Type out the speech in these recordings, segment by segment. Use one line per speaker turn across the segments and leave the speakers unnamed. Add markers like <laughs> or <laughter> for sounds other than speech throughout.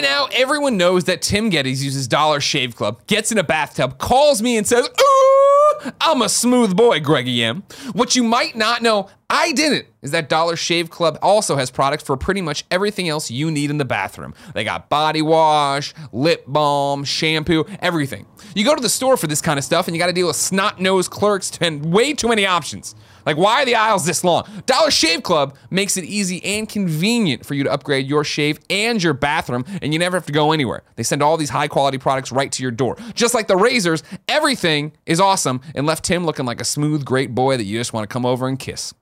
now everyone knows that Tim Geddes uses Dollar Shave Club, gets in a bathtub, calls me and says, Ooh, I'm a smooth boy, Greggy M. What you might not know, I didn't, is that Dollar Shave Club also has products for pretty much everything else you need in the bathroom. They got body wash, lip balm, shampoo, everything. You go to the store for this kind of stuff and you gotta deal with snot nosed clerks and way too many options. Like, why are the aisles this long? Dollar Shave Club makes it easy and convenient for you to upgrade your shave and your bathroom, and you never have to go anywhere. They send all these high quality products right to your door. Just like the razors, everything is awesome and left Tim looking like a smooth, great boy that you just want to come over and kiss.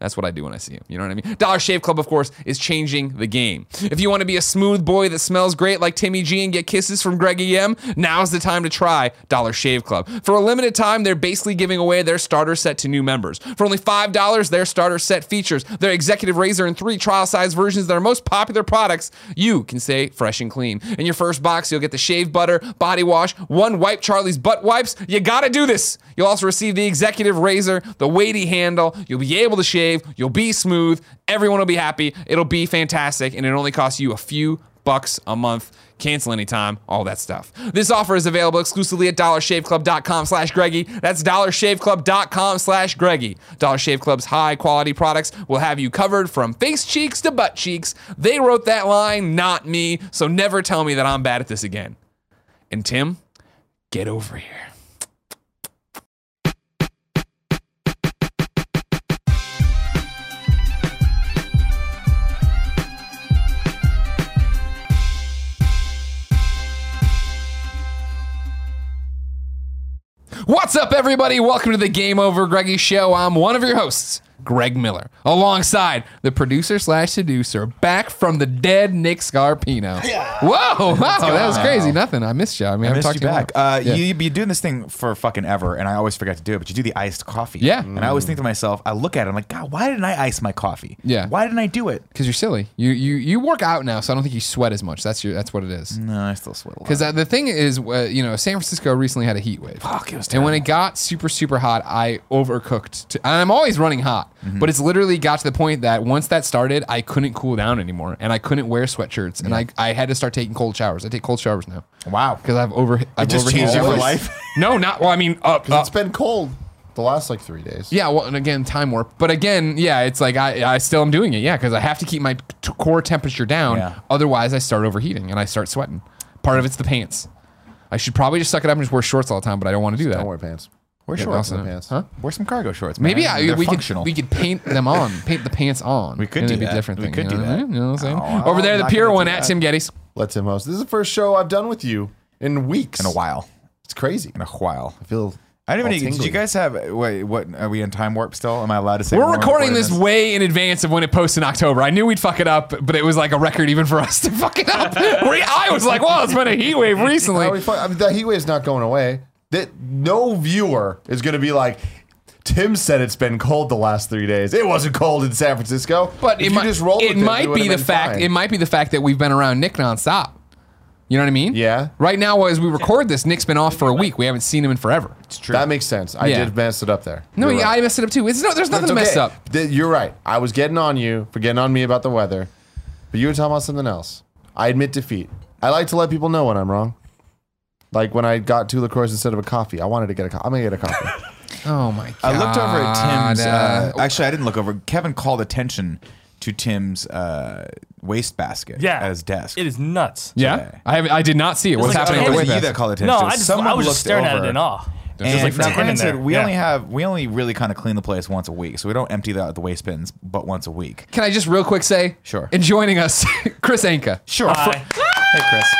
That's what I do when I see him. You know what I mean? Dollar Shave Club, of course, is changing the game. If you want to be a smooth boy that smells great like Timmy G and get kisses from Greg EM, now's the time to try Dollar Shave Club. For a limited time, they're basically giving away their starter set to new members. For only $5, their starter set features their executive razor and three trial size versions of their most popular products. You can stay fresh and clean. In your first box, you'll get the shave butter, body wash, one wipe Charlie's butt wipes. You gotta do this. You'll also receive the executive razor, the weighty handle. You'll be able to shave. You'll be smooth. Everyone will be happy. It'll be fantastic, and it only costs you a few bucks a month. Cancel anytime. All that stuff. This offer is available exclusively at DollarShaveClub.com/Greggy. That's DollarShaveClub.com/Greggy. Dollar Shave Club's high-quality products will have you covered from face cheeks to butt cheeks. They wrote that line, not me. So never tell me that I'm bad at this again. And Tim, get over here. What's up, everybody? Welcome to the Game Over Greggy Show. I'm one of your hosts, Greg Miller, alongside the producer slash seducer, back from the dead Nick Scarpino. Whoa, wow, that was crazy. Nothing. I missed you. I mean, I, haven't
missed
talked
you
to in a
back.
while.
Uh,
Yeah.
you, you be doing this thing for fucking ever, and I always forget to do it. But you do the iced coffee.
Yeah.
and I always think to myself, I look at it, I'm like, God, why didn't I ice my coffee?
Yeah.
why didn't I do it?
Because you're silly. You you you work out now, so I don't think you sweat as much. That's your that's what it is.
No, I still sweat a lot.
Because uh, the thing is, uh, you know, San Francisco recently had a heat wave.
Fuck, it was
and when it got super super hot, I overcooked. To, and I'm always running hot,
Mm-hmm.
but it's literally got to the point that once that started, I couldn't cool down anymore, and I couldn't wear sweatshirts, and I, I had to start taking cold showers. I take cold showers now
wow,
because I've over I've
just
overheated.
changed your
always.
life? <laughs>
no, not well. I mean, up, up
It's been cold the last like three days.
yeah, well, and again, time warp. But again, yeah, it's like I, I still am doing it. Yeah, because I have to keep my t- core temperature down.
Yeah.
Otherwise, I start overheating and I start sweating. Part of it's the pants. I should probably just suck it up and just wear shorts all the time, but I don't want to do that.
Don't wear pants.
wear
Yeah,
shorts.
also
no.
pants.
Huh?
Wear some cargo shorts. Man.
Maybe I,
They're
we could
functional.
we could paint them
<laughs>
on, paint the pants on.
We could
and
do
it'd be a
that.
different
We
thing.
could
you
do
know
that.
what I mean? You know what I'm saying?
Oh,
Over there,
I'm
the
not
pure
gonna
one
do
at
that.
Tim Geddes.
Let's him host. This is the first show I've done with you in weeks.
in a while.
It's crazy.
In a while.
I feel.
I don't
all
even. Need, did
tingly.
you guys have? Wait, what? Are we in time warp still? Am I allowed to say?
We're
when
recording this way in advance of when it posts in October. I knew we'd fuck it up, but it was like a record even for us <laughs> to fuck it
<laughs>
up. We- I was like, "Wow, it's been a heat wave recently."
How we fu- I mean, the heat wave's not going away. That no viewer is going to be like. Tim said it's been cold the last three days. It wasn't cold in San Francisco.
But
if
it
you
might,
just rolled
it
with it, you
might
would've
be the
been
fact.
fine.
It might be the fact that we've been around Nick nonstop. You know what I mean?
Yeah.
Right now, as we record this, Nick's been off for a week. We haven't seen him in forever.
that makes sense. I
Yeah.
did mess it up there.
No,
You're
yeah,
right.
I messed it up too. It's no, there's nothing
It's
to mess
okay.
up.
Th- You're right. I was getting on you for getting on me about the weather, but you were talking about something else. I admit defeat. I like to let people know when I'm wrong. Like when I got two liqueurs instead of a coffee. I wanted to get a coffee. I'm gonna get
<laughs>
a coffee.
Oh my god!
I looked over at Tim's. Uh,
uh,
actually, I didn't look over. Kevin called attention to Tim's uh, wastebasket
Yeah.
at his desk.
It is nuts.
yeah, I, have, I did not see it. What's
like
happening?
It
ten
at
was
wasn't
Wayback?
you that called attention.
No,
to it.
I just
Someone
I was just
looked
staring at
over.
it in awe.
And
just like
now,
standing
granted,
there.
we
Yeah.
only have we only really kind of clean the place once a week, so we don't empty out the waste bins but once a week.
Can I just real quick say?
Sure.
And joining us, <laughs> Chris Anka.
Sure.
Hi.
Hey, Chris.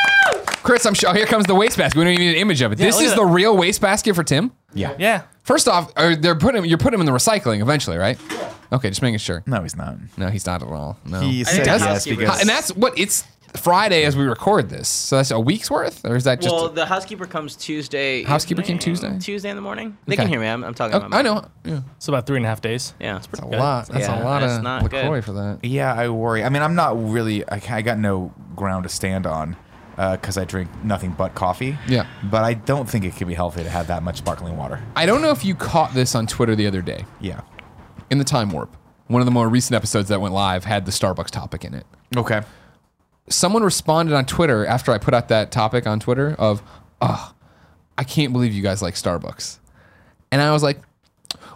Chris, I'm sure. Here comes the wastebasket. We don't even need an image of it. this
look
is
at
the
that.
real wastebasket for Tim.
Yeah.
<laughs> Yeah.
First off, are they're putting him, you're putting him in the recycling eventually, right? Okay, just making sure.
No, he's not.
No, he's not at all. No,
He said
does-
yes
housekeeper.
because
and that's what it's Friday as we record this. So that's a week's worth, or is that just
well,
a-
the housekeeper comes Tuesday.
Housekeeper came
evening-
Tuesday?
Tuesday in the morning. They
Okay.
can hear me. I'm, I'm talking.
Oh,
about
I know. Yeah,
It's about three and a half days.
Yeah, it's pretty
a
good.
lot. That's
Yeah,
a lot
that's
of
not good.
Lacroix for that.
Yeah, I worry. I mean, I'm not really. I, ca- I got no ground to stand on because I drink nothing but coffee.
Yeah.
But I don't think it can be healthy to have that much sparkling water.
I don't know if you caught this on Twitter the other day
Yeah.
in the time warp. One of the more recent episodes that went live had the Starbucks topic in it.
Okay.
someone responded on Twitter after I put out that topic on Twitter of, oh, I can't believe you guys like Starbucks. And I was like,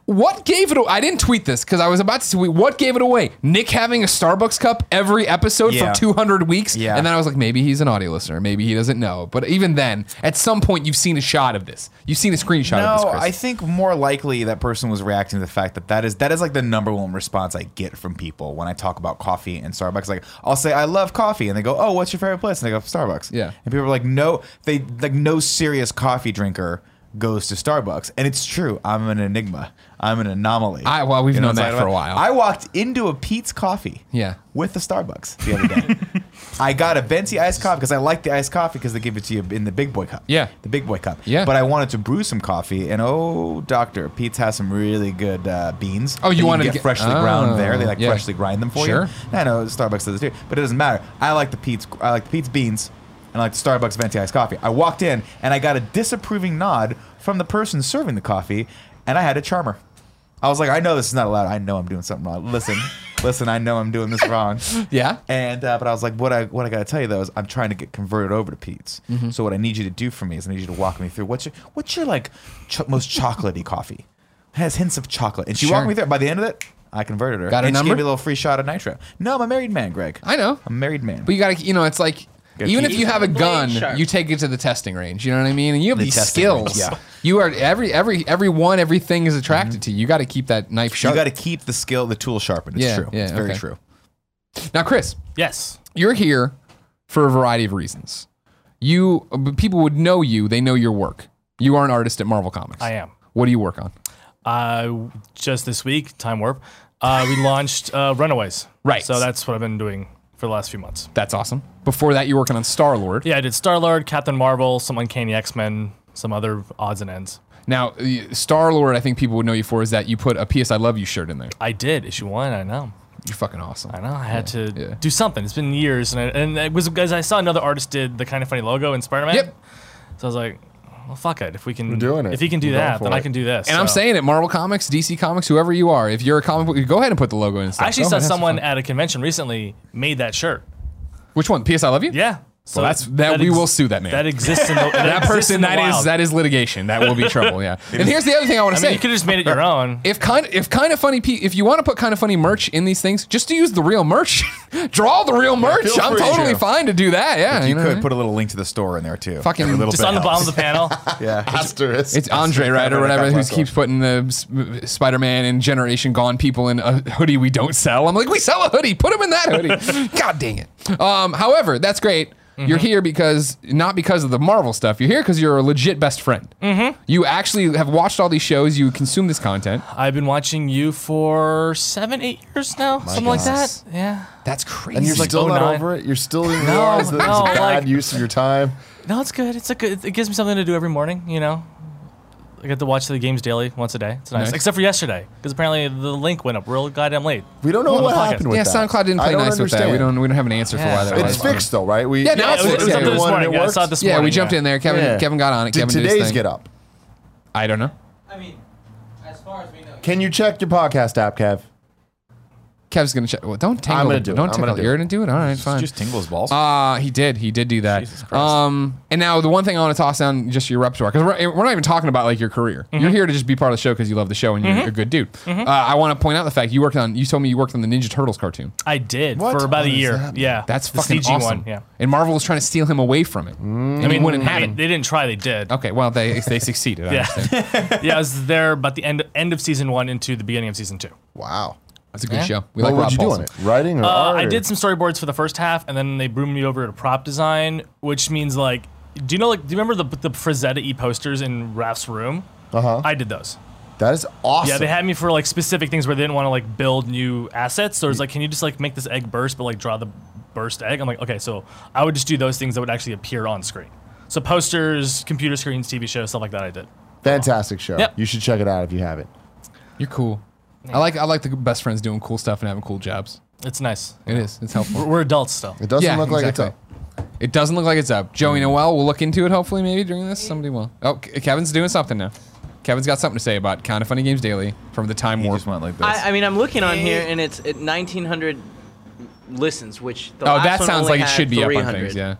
what gave it away? I didn't tweet this because I was about to tweet. What gave it away? Nick having a Starbucks cup every episode
Yeah.
for 200 weeks.
Yeah.
And then I was like, maybe he's an audio listener. Maybe he doesn't know. But even then, at some point, you've seen a shot of this. You've seen a screenshot of
No,
this, Chris.
I think more likely that person was reacting to the fact that that is that is like the number one response I get from people when I talk about coffee and Starbucks. Like I'll say I love coffee, and they go, "Oh, what's your favorite place?" And I go, "Starbucks."
Yeah.
and people are like, "No, they like no serious coffee drinker." Goes to Starbucks, and it's true. I'm an enigma. I'm an anomaly.
I- well, we've known
so
that
I-
for a while.
I walked into a Pete's Coffee,
Yeah.
with a Starbucks the other
<laughs>
day. I got a venti iced coffee because I like the iced coffee because they give it to you in the big boy cup.
Yeah.
the big boy cup.
Yeah.
But I wanted to brew some coffee, and oh, doctor, Pete's has some really good uh, beans.
Oh, you
that can
wanted to
get
get-
freshly
Oh,
ground there? They like
yeah.
freshly grind them for
Sure.
you. I know Starbucks does it too, but it doesn't matter. I like the Pete's. I like the Pete's beans, and I like the Starbucks venti iced coffee. I walked in and I got a disapproving nod from the person serving the coffee, and I had a charmer. I was like, I know this is not allowed. I know I'm doing something wrong. Listen, listen, I know I'm doing this wrong.
<laughs> Yeah.
And uh, but I was like, what I what I gotta tell you though is I'm trying to get converted over to Pete's.
Mm-hmm.
So what I need you to do for me is I need you to walk me through what's your what's your like cho- most chocolatey coffee has hints of chocolate. And she
Sure.
walked me through. By the end of it, I converted her.
Got her
and She
number?
gave me a little free shot of nitro. No, I'm a married man, Greg.
I know.
I'm a married man.
But you gotta, you know, it's like
Gotta
even
keep
if you have a
blade
gun,
sharp.
you take it to the testing range. You know what I mean? And you have
The
these
testing range,
skills.
yeah.
<laughs>
Mhm.
You are every every every one everything is attracted to you. You got to keep that knife
you
sharp.
got to keep the skill, the tool sharpened. It's
Yeah,
true.
yeah,
it's very
okay.
true.
now, Chris,
Yes.
you're here for a variety of reasons. You but people would know you. They know your work. You are an artist at Marvel Comics.
I am.
What do you work on?
Uh, just this week, Time Warp, uh, we <laughs> launched uh, Runaways.
Right.
So that's what I've been doing for the last few months.
That's awesome. Before that, you're working on Star Lord.
Yeah, I did Star Lord, Captain Marvel, some Uncanny X Men, some other odds and ends.
Now, Star Lord, I think people would know you for is that you put a PS I Love You shirt in there.
I did issue one. I know.
You're fucking awesome.
I know. I had to
yeah.
do something. It's been years, and I, and it was because I saw another artist did the kind of funny logo in Spider Man.
Yep.
So I was like, well, fuck it. If we can,
doing it.
If he can do
We're going
that,
for
then I
it.
can do this.
And I'm
So-
saying it, Marvel Comics, DC Comics, whoever you are, if you're a comic book, go ahead and put the logo in. and stuff.
I actually
Go
saw
ahead, have some
someone
fun.
at a convention recently made that shirt.
Which one? PS I Love You?
Yeah. So
that's- that we will sue that man.
That exists
<laughs>
in the, that,
That
exists
person,
in the
that is
wild.
that is litigation. That will be trouble.
<laughs>
Yeah. and here's the other thing I want
I
to
mean,
say.
you could have just made it
<laughs>
your own.
if kind if kind of funny pe- if you want to put kind of funny merch in these things, just use the real merch. <laughs> Draw the real merch.
feel
I'm
free.
totally
Sure.
fine to do that. Yeah,
You
Oh, know what I
could
mean?
put a little link to the store in there too.
Fucking-
For a little
Just
bit
on the bottom
helps.
of
<laughs>
the panel.
<laughs> Yeah.
Asterisk.
It's Andre, right, or whatever, who keeps putting the Sp- Spider-Man and Generation Gone people in a hoodie we don't sell. I'm like, we sell a hoodie. Put him in that
<laughs>
hoodie. God dang it. Um, however, that's great.
Mm-hmm.
You're here because not because of the Marvel stuff. You're here because you're a legit best friend. Mm-hmm. You actually have watched all these shows. You consume this
<gasps>
content.
I've been watching you for seven, eight years now, something like
goodness.
that. Yeah.
That's crazy.
And you're still
Oh,
not
09.
over it. You're
<laughs>
still in no, that
no,
it's a bad
like-
use of your time.
No, it's good. It's a good. It gives me something to do every morning. You know, I get to watch the games daily once a day. It's nice,
Nice.
except for yesterday because apparently the link went up real goddamn late.
We don't know
Well,
what
fuck it.
happened with
yeah,
that.
SoundCloud didn't
I
play
don't
nice with that. We
understand.
don't. We don't have an answer for why
Yeah.
that
It's
was.
fixed though, right? We,
Yeah, now
Yeah, it was, it was up
Yeah,
this
we
won and
morning.
it
I
worked.
saw it this
Yeah,
morning.
we jumped in there. Kevin,
Yeah.
Kevin got on it.
Did
Kevin did his
today's
thing.
get up?
I don't know.
I mean, as far as we know,
Can you check your podcast app, Kev?
Kev's gonna check. Well, don't tangle.
gonna do it.
Don't
I'm
tickle.
gonna do
You're
it.
gonna do it. All right, fine.
Just tingles balls.
Uh, he did. He did do that. Um, and now the one thing I want to toss down just your repertoire because we're, we're not even talking about like your career.
Mm-hmm.
You're here to just be part of the show because you love the show and you're a good dude. Uh, I want to point out the fact you worked on. You told me you worked on the Ninja Turtles cartoon.
I did
What?
for about a
What is
year.
that?
Yeah,
That's
the
fucking
CG
awesome.
One. Yeah,
And Marvel was trying to steal him away from
Mm.
it. And
I mean,
he wouldn't
they,
have it.
they didn't try. They did.
Okay, well they they succeeded. I
Yeah,
understand. <laughs>
yeah. I was there about the end end of season one into the beginning of season two.
Wow.
That's a good show. We
What
like
would
Rob
you do on
Paulson.
it? Writing or
Uh,
art?
I
or-
did some storyboards for the first half, and then they blew me over to prop design, which means like, do you know like, do you remember the the Frazetta e posters in Raph's room? Uh huh. I did those.
That is awesome.
Yeah, they had me for like specific things where they didn't want to like build new assets. So it was like, can you just like make this egg burst, but like draw the burst egg? I'm like, okay, so I would just do those things that would actually appear on screen. So posters, computer screens, TV shows, stuff like that. I did.
Fantastic show.
Yep.
You should check it out if you haven't.
You're cool. I like I like the best friends doing cool stuff and having cool jobs.
It's nice.
It is. It's helpful.
We're, we're adults still.
It doesn't
Yeah,
look like it's Mm.
exactly. It doesn't look like it's up. Joey Noel will look into it hopefully maybe during this. Somebody will. Oh, Ke- Kevin's doing something now. Kevin's got something to say about Kind of Funny Games Daily from the Time
he
Warp.
just went like this.
I, I mean, I'm looking on here and it's at 1900
listens, which the
Oh,
last
that
one
sounds like
only
it
had
should be up on
300.
things. Yeah.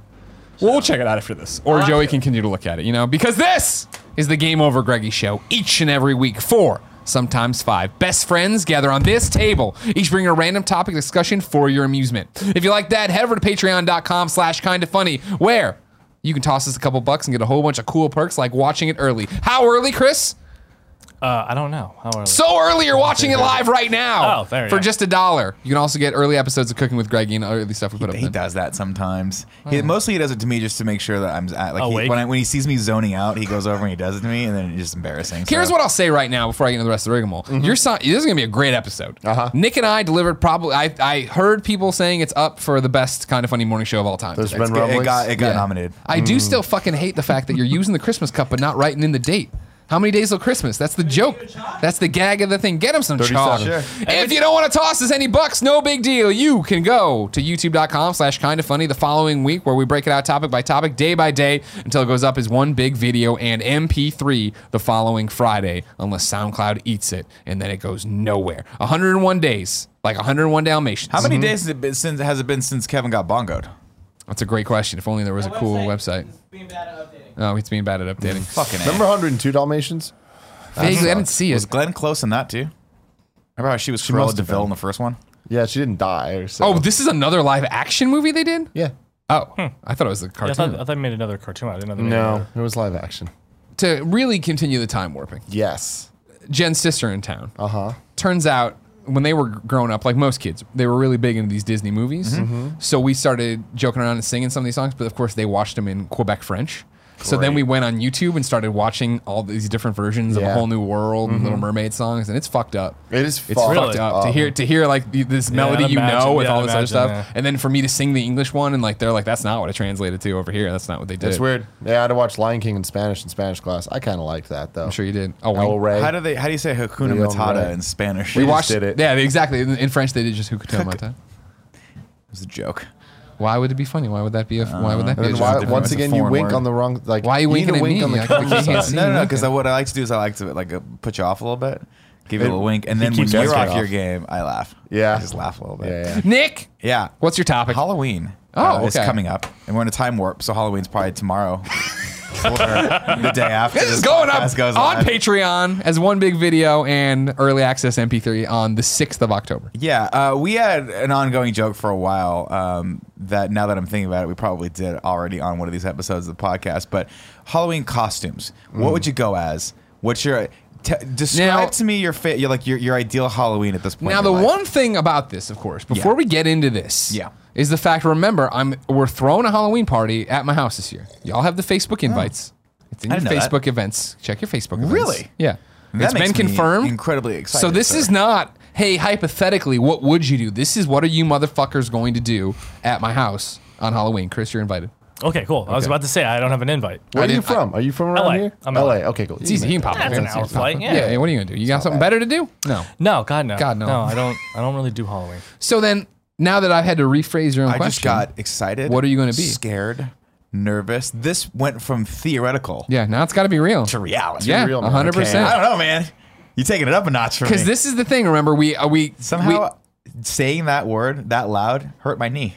Well, we'll check it out after this, or
I'll
Joey
have to.
can continue to look at it. You know, because this is the Game Over Greggy show each and every week. Four, sometimes five, best friends gather on this table, each bringing a random topic discussion for your amusement. If you like that, head over to Patreon.com/slash Kinda Funny, where you can toss us a couple bucks and get a whole bunch of cool perks like watching it early. How early, Chris?
Uh, I don't know. How early?
So early, you're watching it live right now
Oh, there you
for
go.
just a dollar. You can also get early episodes of Cooking with Greggy and early stuff we put up.
He
then.
does that sometimes. He, mostly, he does it to me just to make sure that I'm at, like he,
Awake?
when, I, when he sees me zoning out, he goes over and he does it to me, and then it's just embarrassing. so-
Here's what I'll say right now before I get into the rest of the rigmarole. Your son, this is gonna be a great episode.
Mm-hmm. Uh-huh.
Nick and I delivered probably. I, I heard people saying it's up for the best kind of funny morning show of all time.
There's
today.
been
It's good-
rumblings.
it got it got
Yeah.
nominated.
I do still fucking hate the fact that you're using the Christmas cup but not writing in the date. How many days till Christmas? That's the joke. That's the gag of the thing. Get him some chalk.
seconds.
If you don't want to toss us any bucks, no big deal. You can go to youtube.com slash kind of funny the following week where we break it out topic by topic, day by day, until it goes up as one big video and MP3 the following Friday, unless SoundCloud eats it and then it goes nowhere. 101 days, like 101 Dalmatians.
How many
Mm-hmm.
days has it been since has it been since Kevin got bongoed?
That's a great question. If only there was a cool website.
is Being bad at updating.
Oh, it's being bad at updating.
Fucking. A.
Remember 102 Dalmatians?
Vaguely, I didn't see it.
was Glenn close in that too? Remember how she was Cruella
must have
Deville
been.
in the first one?
Yeah, she didn't die. Or so.
Oh, this is another live action movie they did?
yeah.
Oh, I thought it was a
Hmm. Yeah,
cartoon.
I, thought, I thought they made another cartoon. I didn't know they made
No,
another.
it was live action.
to really continue the time warping,
Yes.
Jen's sister in town.
Uh huh.
Turns out when they were growing up, like most kids, they were really big into these Disney movies. So we started joking around and singing some of these songs, but of course they watched them in Quebec French. So then we went on YouTube and started watching all these different versions of
Yeah.
a whole new world and Little Mermaid songs, and it's fucked up.
It is
It's
fucked
fucked up to hear to hear like the- this melody
I'd
you know
imagine.
with
Yeah,
all
I'd
this other
imagine,
stuff,
yeah.
and then for me to sing the English one and like they're like that's not what it translated to over here. That's not what they did.
It's weird. Yeah, I had to watch Lion King in Spanish in Spanish class. I kind of liked that though.
I'm sure you did. Oh,
El
we-
Rey.
How do they? How do you say Hakuna
Leon
Matata
Wright.
in Spanish?
We
it
just
watched
did it.
Yeah, exactly. In, in French, they did just Hukuto
<laughs>
Mata.
was a joke.
Why would it be funny? Why would that be a? Why would that be?
And
A
then
joke?
it's
why,
different.
once
It's a
again, you
foreign
wink
word.
on the wrong. Like,
Why are you
need
winking
to
at
wink
me?
On the
I can't- I
comes
can't
up.
see.
No, no, no.
like
Because
it.
what I like to do is I like to like uh, put you off a little bit, give you a little wink, and then when
keeps
you're
asking
off
off.
your game, I laugh.
Yeah.
I just laugh a little bit.
Yeah, yeah.
Nick,
Yeah.
what's your topic?
Halloween. uh,
Oh,
is
okay.
coming up, and we're in a time warp, so Halloween's probably
<laughs>
tomorrow. or the day after.
This is going up
podcast goes
on
live.
Patreon as one big video and early access MP3 on the sixth of October.
Yeah, uh, we had an ongoing joke for a while um, that now that I'm thinking about it, we probably did already on one of these episodes of the podcast. But Halloween costumes, what would you go as? What's your t- describe
Mm. Now-
to me your fit? Your like your your ideal Halloween at this point.
Now,
in
the
your life.
one thing about this, of course, before
Yeah.
we get into this,
Yeah.
is the fact. Remember, I'm we're throwing a Halloween party at my house this year. Y'all have the Facebook invites. It's in
Oh. I
your
didn't know that.
Facebook events. Check your Facebook. Events.
Really?
Yeah.
That
it's been
makes me
confirmed.
Incredibly excited.
So this
sir.
is not, hey, hypothetically, what would you do? This is what are you motherfuckers going to do at my house on Halloween? Chris, you're invited.
Okay, cool. I was about to say I don't have an invite.
Where
I
are you
didn't- I-
from? are you from around
LA.
here?
I'm
LA.
LA.
Okay, cool.
It's easy. He can pop up.
That's an hour flight. Yeah.
Yeah, what are you gonna do? You got something better to do? No.
No, God no.
God, no.
No, I don't. I don't really do Halloween.
So then, now that I've had to rephrase your own
I
question,
just got excited.
What are you gonna be?
Scared, nervous. This went from theoretical
yeah, now it's got to be real.
to reality.
Yeah,
real, man.
hundred
I
percent.
don't know, man. You taking it up a notch for me.
Because this is the thing. Remember, we uh, we we-
Somehow saying that word that loud hurt my knee.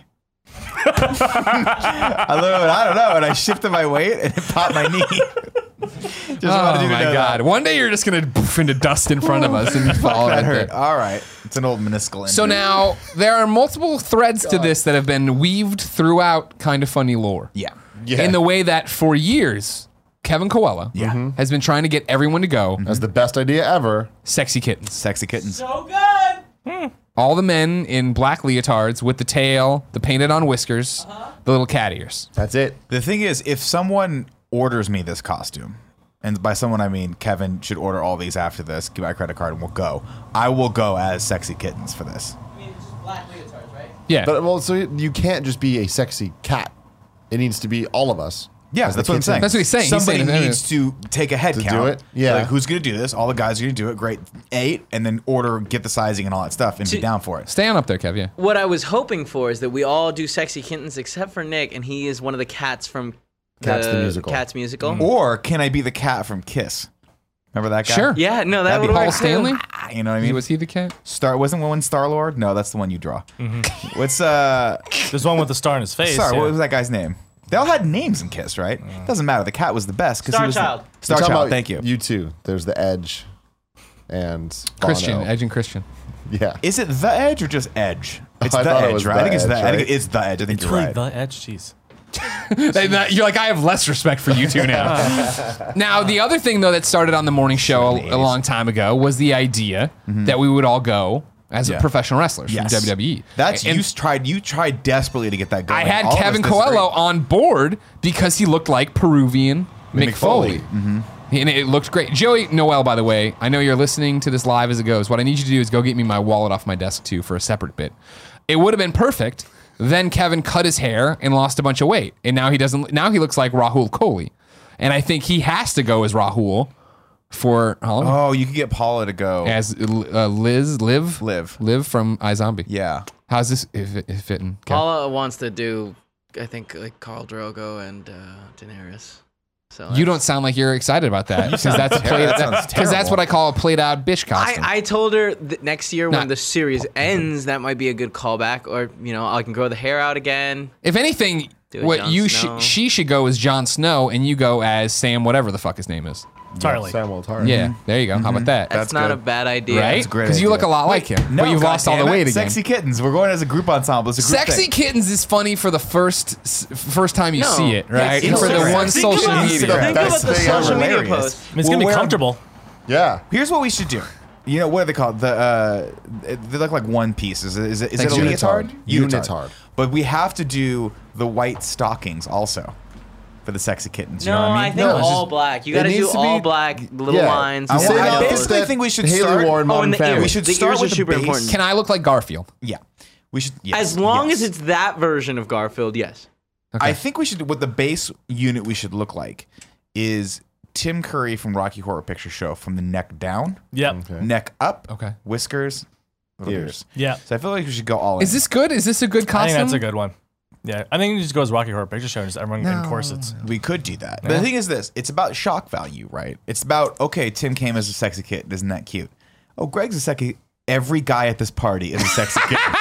I literally, I don't know, and I shifted my weight and it popped my knee. <laughs> Just wanted
oh
you to
my
know
god!
that.
One day you're just gonna poof into dust in front of us and
<laughs>
you fall
That
right
hurt.
there.
All right, it's an old meniscal injury.
So now there are multiple threads to this that have been weaved throughout kind of funny lore.
yeah,
Yeah.
in the way that for years Kevin Coelho
Yeah. Mm-hmm. Mhm.
has been trying to get everyone to go
That's the best idea ever.
sexy kittens.
sexy kittens.
So good.
All the men in black leotards with the tail, the painted on whiskers,
Uh-huh.
the little cat ears.
That's it.
The thing is, if someone orders me this costume, and by someone I mean Kevin should order all these after this. Give my credit card and we'll go. I will go as sexy kittens for this.
I mean, it's just black leotards, right?
Yeah.
But well, so you can't just be a sexy cat. It needs to be all of us.
Yeah,
As
that's
the
what I'm
kids
saying.
in-
That's what he's saying. He's
Somebody
saying-
needs to take a head
To do
count.
it? Yeah.
Like, who's going to do this? All the guys are going to do it. Great. Eight. And then order, get the sizing and all that stuff and be
To-
down for it.
Stay on up there, Kev. Yeah.
Mm-hmm.
What I was hoping for is that we all do sexy kittens except for Nick, and he is one of the cats from
Cats the musical.
Mm.
Cats musical.
Or can I be the cat from Kiss? Remember that guy?
Sure.
Yeah, no, that
That'd be
would
Paul
work.
Paul
too.
Stanley?
Ah, You know what I mean?
Was he the cat?
Star wasn't one Star Lord? No, that's the one you draw.
Mm-hmm.
What's uh?
There's one with the star in his face.
Sorry,
yeah.
what was that guy's name? They all had names in Kiss, right?
Mm.
Doesn't matter. The cat was the best because he was the-
Starchild.
You're
Star
talking
Child.
about
Thank you.
You too. There's the Edge, and
Christian,
Bono.
Edge and Christian.
Yeah.
Is it the Edge or just Edge? It's
Oh, I
the
thought it
Edge,
was
right?
The
I think it's
Edge,
the. I
right?
think it's the Edge. I think
It's
you're
really
right.
the edge. Jeez.
They- that- You're like, I have less respect for you two now.
<laughs>
now, the other thing, though, that started on the morning show
in the
a, a
80s.
long time ago was the idea that we would all go as
Mm-hmm. Yeah.
professional wrestlers
Yes.
from WWE.
That's
And
you tried. You tried desperately to get that going.
I had
All of us
Kevin
disagree.
Coelho on board because he looked like Peruvian Mick Foley.
Mm-hmm.
And it looked great. Joey Noel, by the way, I know you're listening to this live as it goes. What I need you to do is go get me my wallet off my desk too for a separate bit. It would have been perfect. Then Kevin cut his hair and lost a bunch of weight, and now he doesn't. Now he looks like Rahul Kohli, and I think he has to go as Rahul for Halloween.
Oh, you could get Paula to go.
as uh, Liz, live,
Liv.
live from iZombie. <laughs>
Yeah.
How's this if, if fitting? Kev?
Paula wants to do, I think, like Carl Drogo and uh, Daenerys. So
You don't
that's-
sound like you're excited about that because that's
terrible.
played
That sounds
because that's
terrible.
what I call a played out bitch
I,
costume.
I told her that next year
Not-
when the series ends, that might be a good callback, or you know, I can grow the hair out again.
if anything,
Do it,
what
Jon
you
Snow.
sh- she should go as Jon Snow and you go as Sam whatever the fuck his name is.
Mm-hmm.
Entirely.
Samuel Tarr.
Yeah, there you go. How about that?
That's, not
good.
a bad idea.
right?
a great
Because you look a
idea.
lot like him,
Mm-hmm. No,
but you've
God
lost all the
damn it.
weight again.
Sexy kittens. We're going as a group ensemble. It's a group
Sexy
thing.
kittens is funny for the first s- first time you
No.
see it, right?
Yes,
And for the
Instagram.
one
Think
social
about-
media.
Instagram.
Think about
Best
the
thing
social
ever.
media
Hilarious.
post.
I mean, it's
Well,
gonna be
where-
comfortable.
Mm-hmm.
Yeah.
Here's what we should do. You know what are they called? The uh, they look like one piece. Is it, is it, is it a
Thanks,
leotard?
unitard. Unitard.
But we have to do the white stockings also for the sexy kittens. You
No,
know what I
I
mean?
think
No, it's
all
just-
black. You
it
got to do
needs to
all
be-
black, little
Yeah.
lines.
I
little
want- I
yellows.
basically think we should
Haley
start-
Warren,
Oh,
Modern
and the
Family.
ears.
We should
The
start
ears are
with the
super
base.
important.
Can I look like Garfield?
yeah. We should. yes,
As long
yes.
as it's that version of Garfield, yes.
I think we should. What the base unit we should look like is Tim Curry from Rocky Horror Picture Show from the neck down,
Yep.
neck up,
Okay.
whiskers, little
Ears.
ears.
Yeah.
So I feel like we should go all in.
Is this good? Is this a good
I
costume?
think that's a good one. Yeah. I think you just go as Rocky Horror Picture Show and just everyone in corsets.
We could do that. But the thing is this, it's about shock value, right? It's about, okay, Tim came as a sexy kid. Isn't that cute? Oh, Greg's a sexy every guy at this party is a sexy
<laughs>
kitten.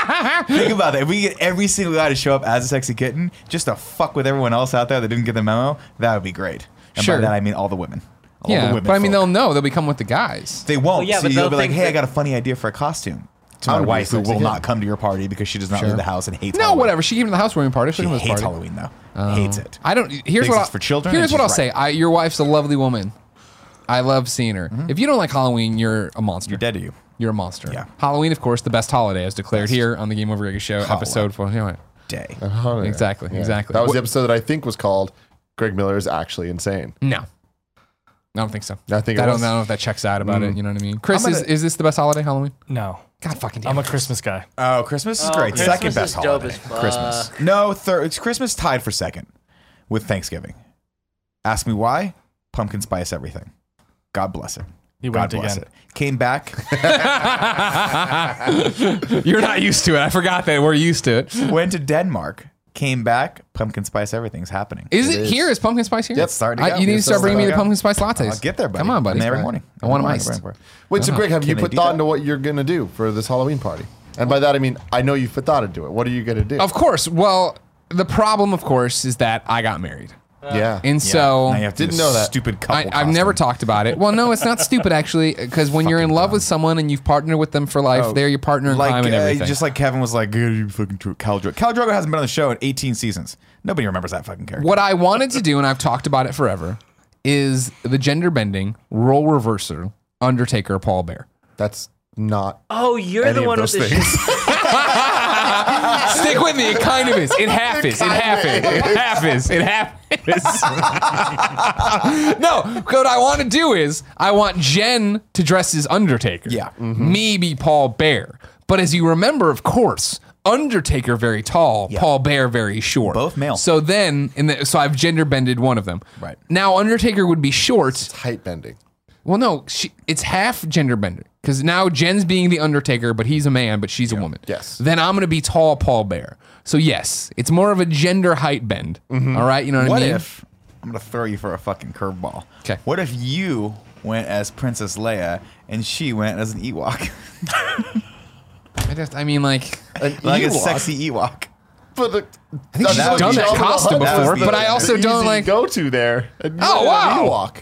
Think about that. If we get every single guy to show up as a sexy kitten, just to fuck with everyone else out there that didn't get the memo, that would be great. And
Sure.
by that I mean all the women. All the
Yeah,
women
but I mean
folk.
they'll know. They'll become with the guys.
they won't.
Well, yeah,
so
but
you'll
they'll
be like,
think
hey, I
that-
got a funny idea for a costume. To
I
my
would be a
wife, who
sexy
will not
kitten.
come to your party because she does not leave the house and hates
No,
Halloween.
whatever. She came to the housewarming party. She,
She
came to
hates
the party. Um,
Halloween though. hates it.
I don't. Here's
Thinks
what
it's
I'll,
for children
Here's
and
what I'll
she's
say.
right.
I, your wife's a lovely woman. I love seeing her. If you don't like Halloween, you're a monster.
Mm-hmm. You're dead to you.
You're a monster.
Yeah.
Halloween, of course, the best holiday, as declared here on the Game Over Reggae Show, episode four. Yeah, right.
Day.
Uh,
Oh, yeah.
Exactly, exactly.
That was
What-
the episode that I think was called Greg Miller is actually insane.
No, I don't think so.
I think it
I don't,
was.
I don't know if that checks out about it. You know what I mean? Chris,
Mm. I'm
is,
gonna-
is this the best holiday Halloween?
No.
God fucking damn.
I'm a
it.
Christmas guy.
Oh, Christmas is
Oh,
great.
Christmas
second
is
best
dope
holiday.
as fuck.
Christmas. No, third. It's Christmas tied for second with Thanksgiving. Ask me why? Pumpkin spice everything. God bless it.
He
God
went
bless
again.
it. Came back. <laughs>
You're not used to it. I forgot that we're used to
<laughs>
it.
went to Denmark. Came back. Pumpkin spice everything's happening.
Is it,
It is.
here? Is pumpkin spice here?
Yep, it's
starting to
I-
go.
You need to
It's
start bringing me the
starting
pumpkin spice lattes.
I'll get there, buddy.
Come on, buddy.
I'm there every morning.
I want them
Every
iced.
morning, every morning.
Wait,
Uh-huh.
so Greg, have you
Can I
put
do
thought
that?
into what you're gonna do for this Halloween party? And by that I mean I know you put thought into it. What are you gonna do?
Of course. Well, the problem, of course, is that I got married,
yeah.
and
Yeah.
so
Now you have to do
Didn't
this
know that.
Stupid couple.
I, I've never
costume.
talked about it. Well, no, it's not stupid actually, because when you're in love with someone and you've partnered with them for life, they're your partner in crime
Oh. Like
and
uh,
everything.
just like Kevin was like, "Good, you fucking true." Cal Drogo. Cal Drogo hasn't been on the show in 18 seasons. Nobody remembers that fucking character.
what I wanted to do, and I've talked about it forever, is the gender bending role reverser Undertaker Paul Bear.
That's not
Oh, you're
any
the
of
one with
those
the
<laughs> things.
sh-
Stick with me. It kind of is. It half is. It half is. It half is. It half is. <laughs> no, what I want to do is I want Jen to dress as Undertaker.
Yeah. Mm-hmm.
Me be Paul Bear. But as you remember, of course, Undertaker very tall, Paul Bear very short.
Both male.
So then, in the, so I've gender bended one of them.
Right.
Now Undertaker would be short.
<laughs>
height bending.
Well, no, she, it's half gender bending because now Jen's being the Undertaker, but he's a man, but she's a woman.
Yes.
Then I'm gonna be tall Paul Bear. So yes, it's more of a gender height bend. All right, you know what,
Mm-hmm. What
I mean?
if I'm gonna throw you for a fucking curveball?
'Kay.
What if you went as Princess Leia, and she went as an Ewok, <laughs>
I just, I mean, like,
An
like a
Ewok.
sexy
Uh,
Ewok.
But the,
I think she's
that would
done
be-
that
that
costume
was the-
before, but I
the
also don't like.
go to there. And you
Oh,
had an
wow.
Ewok.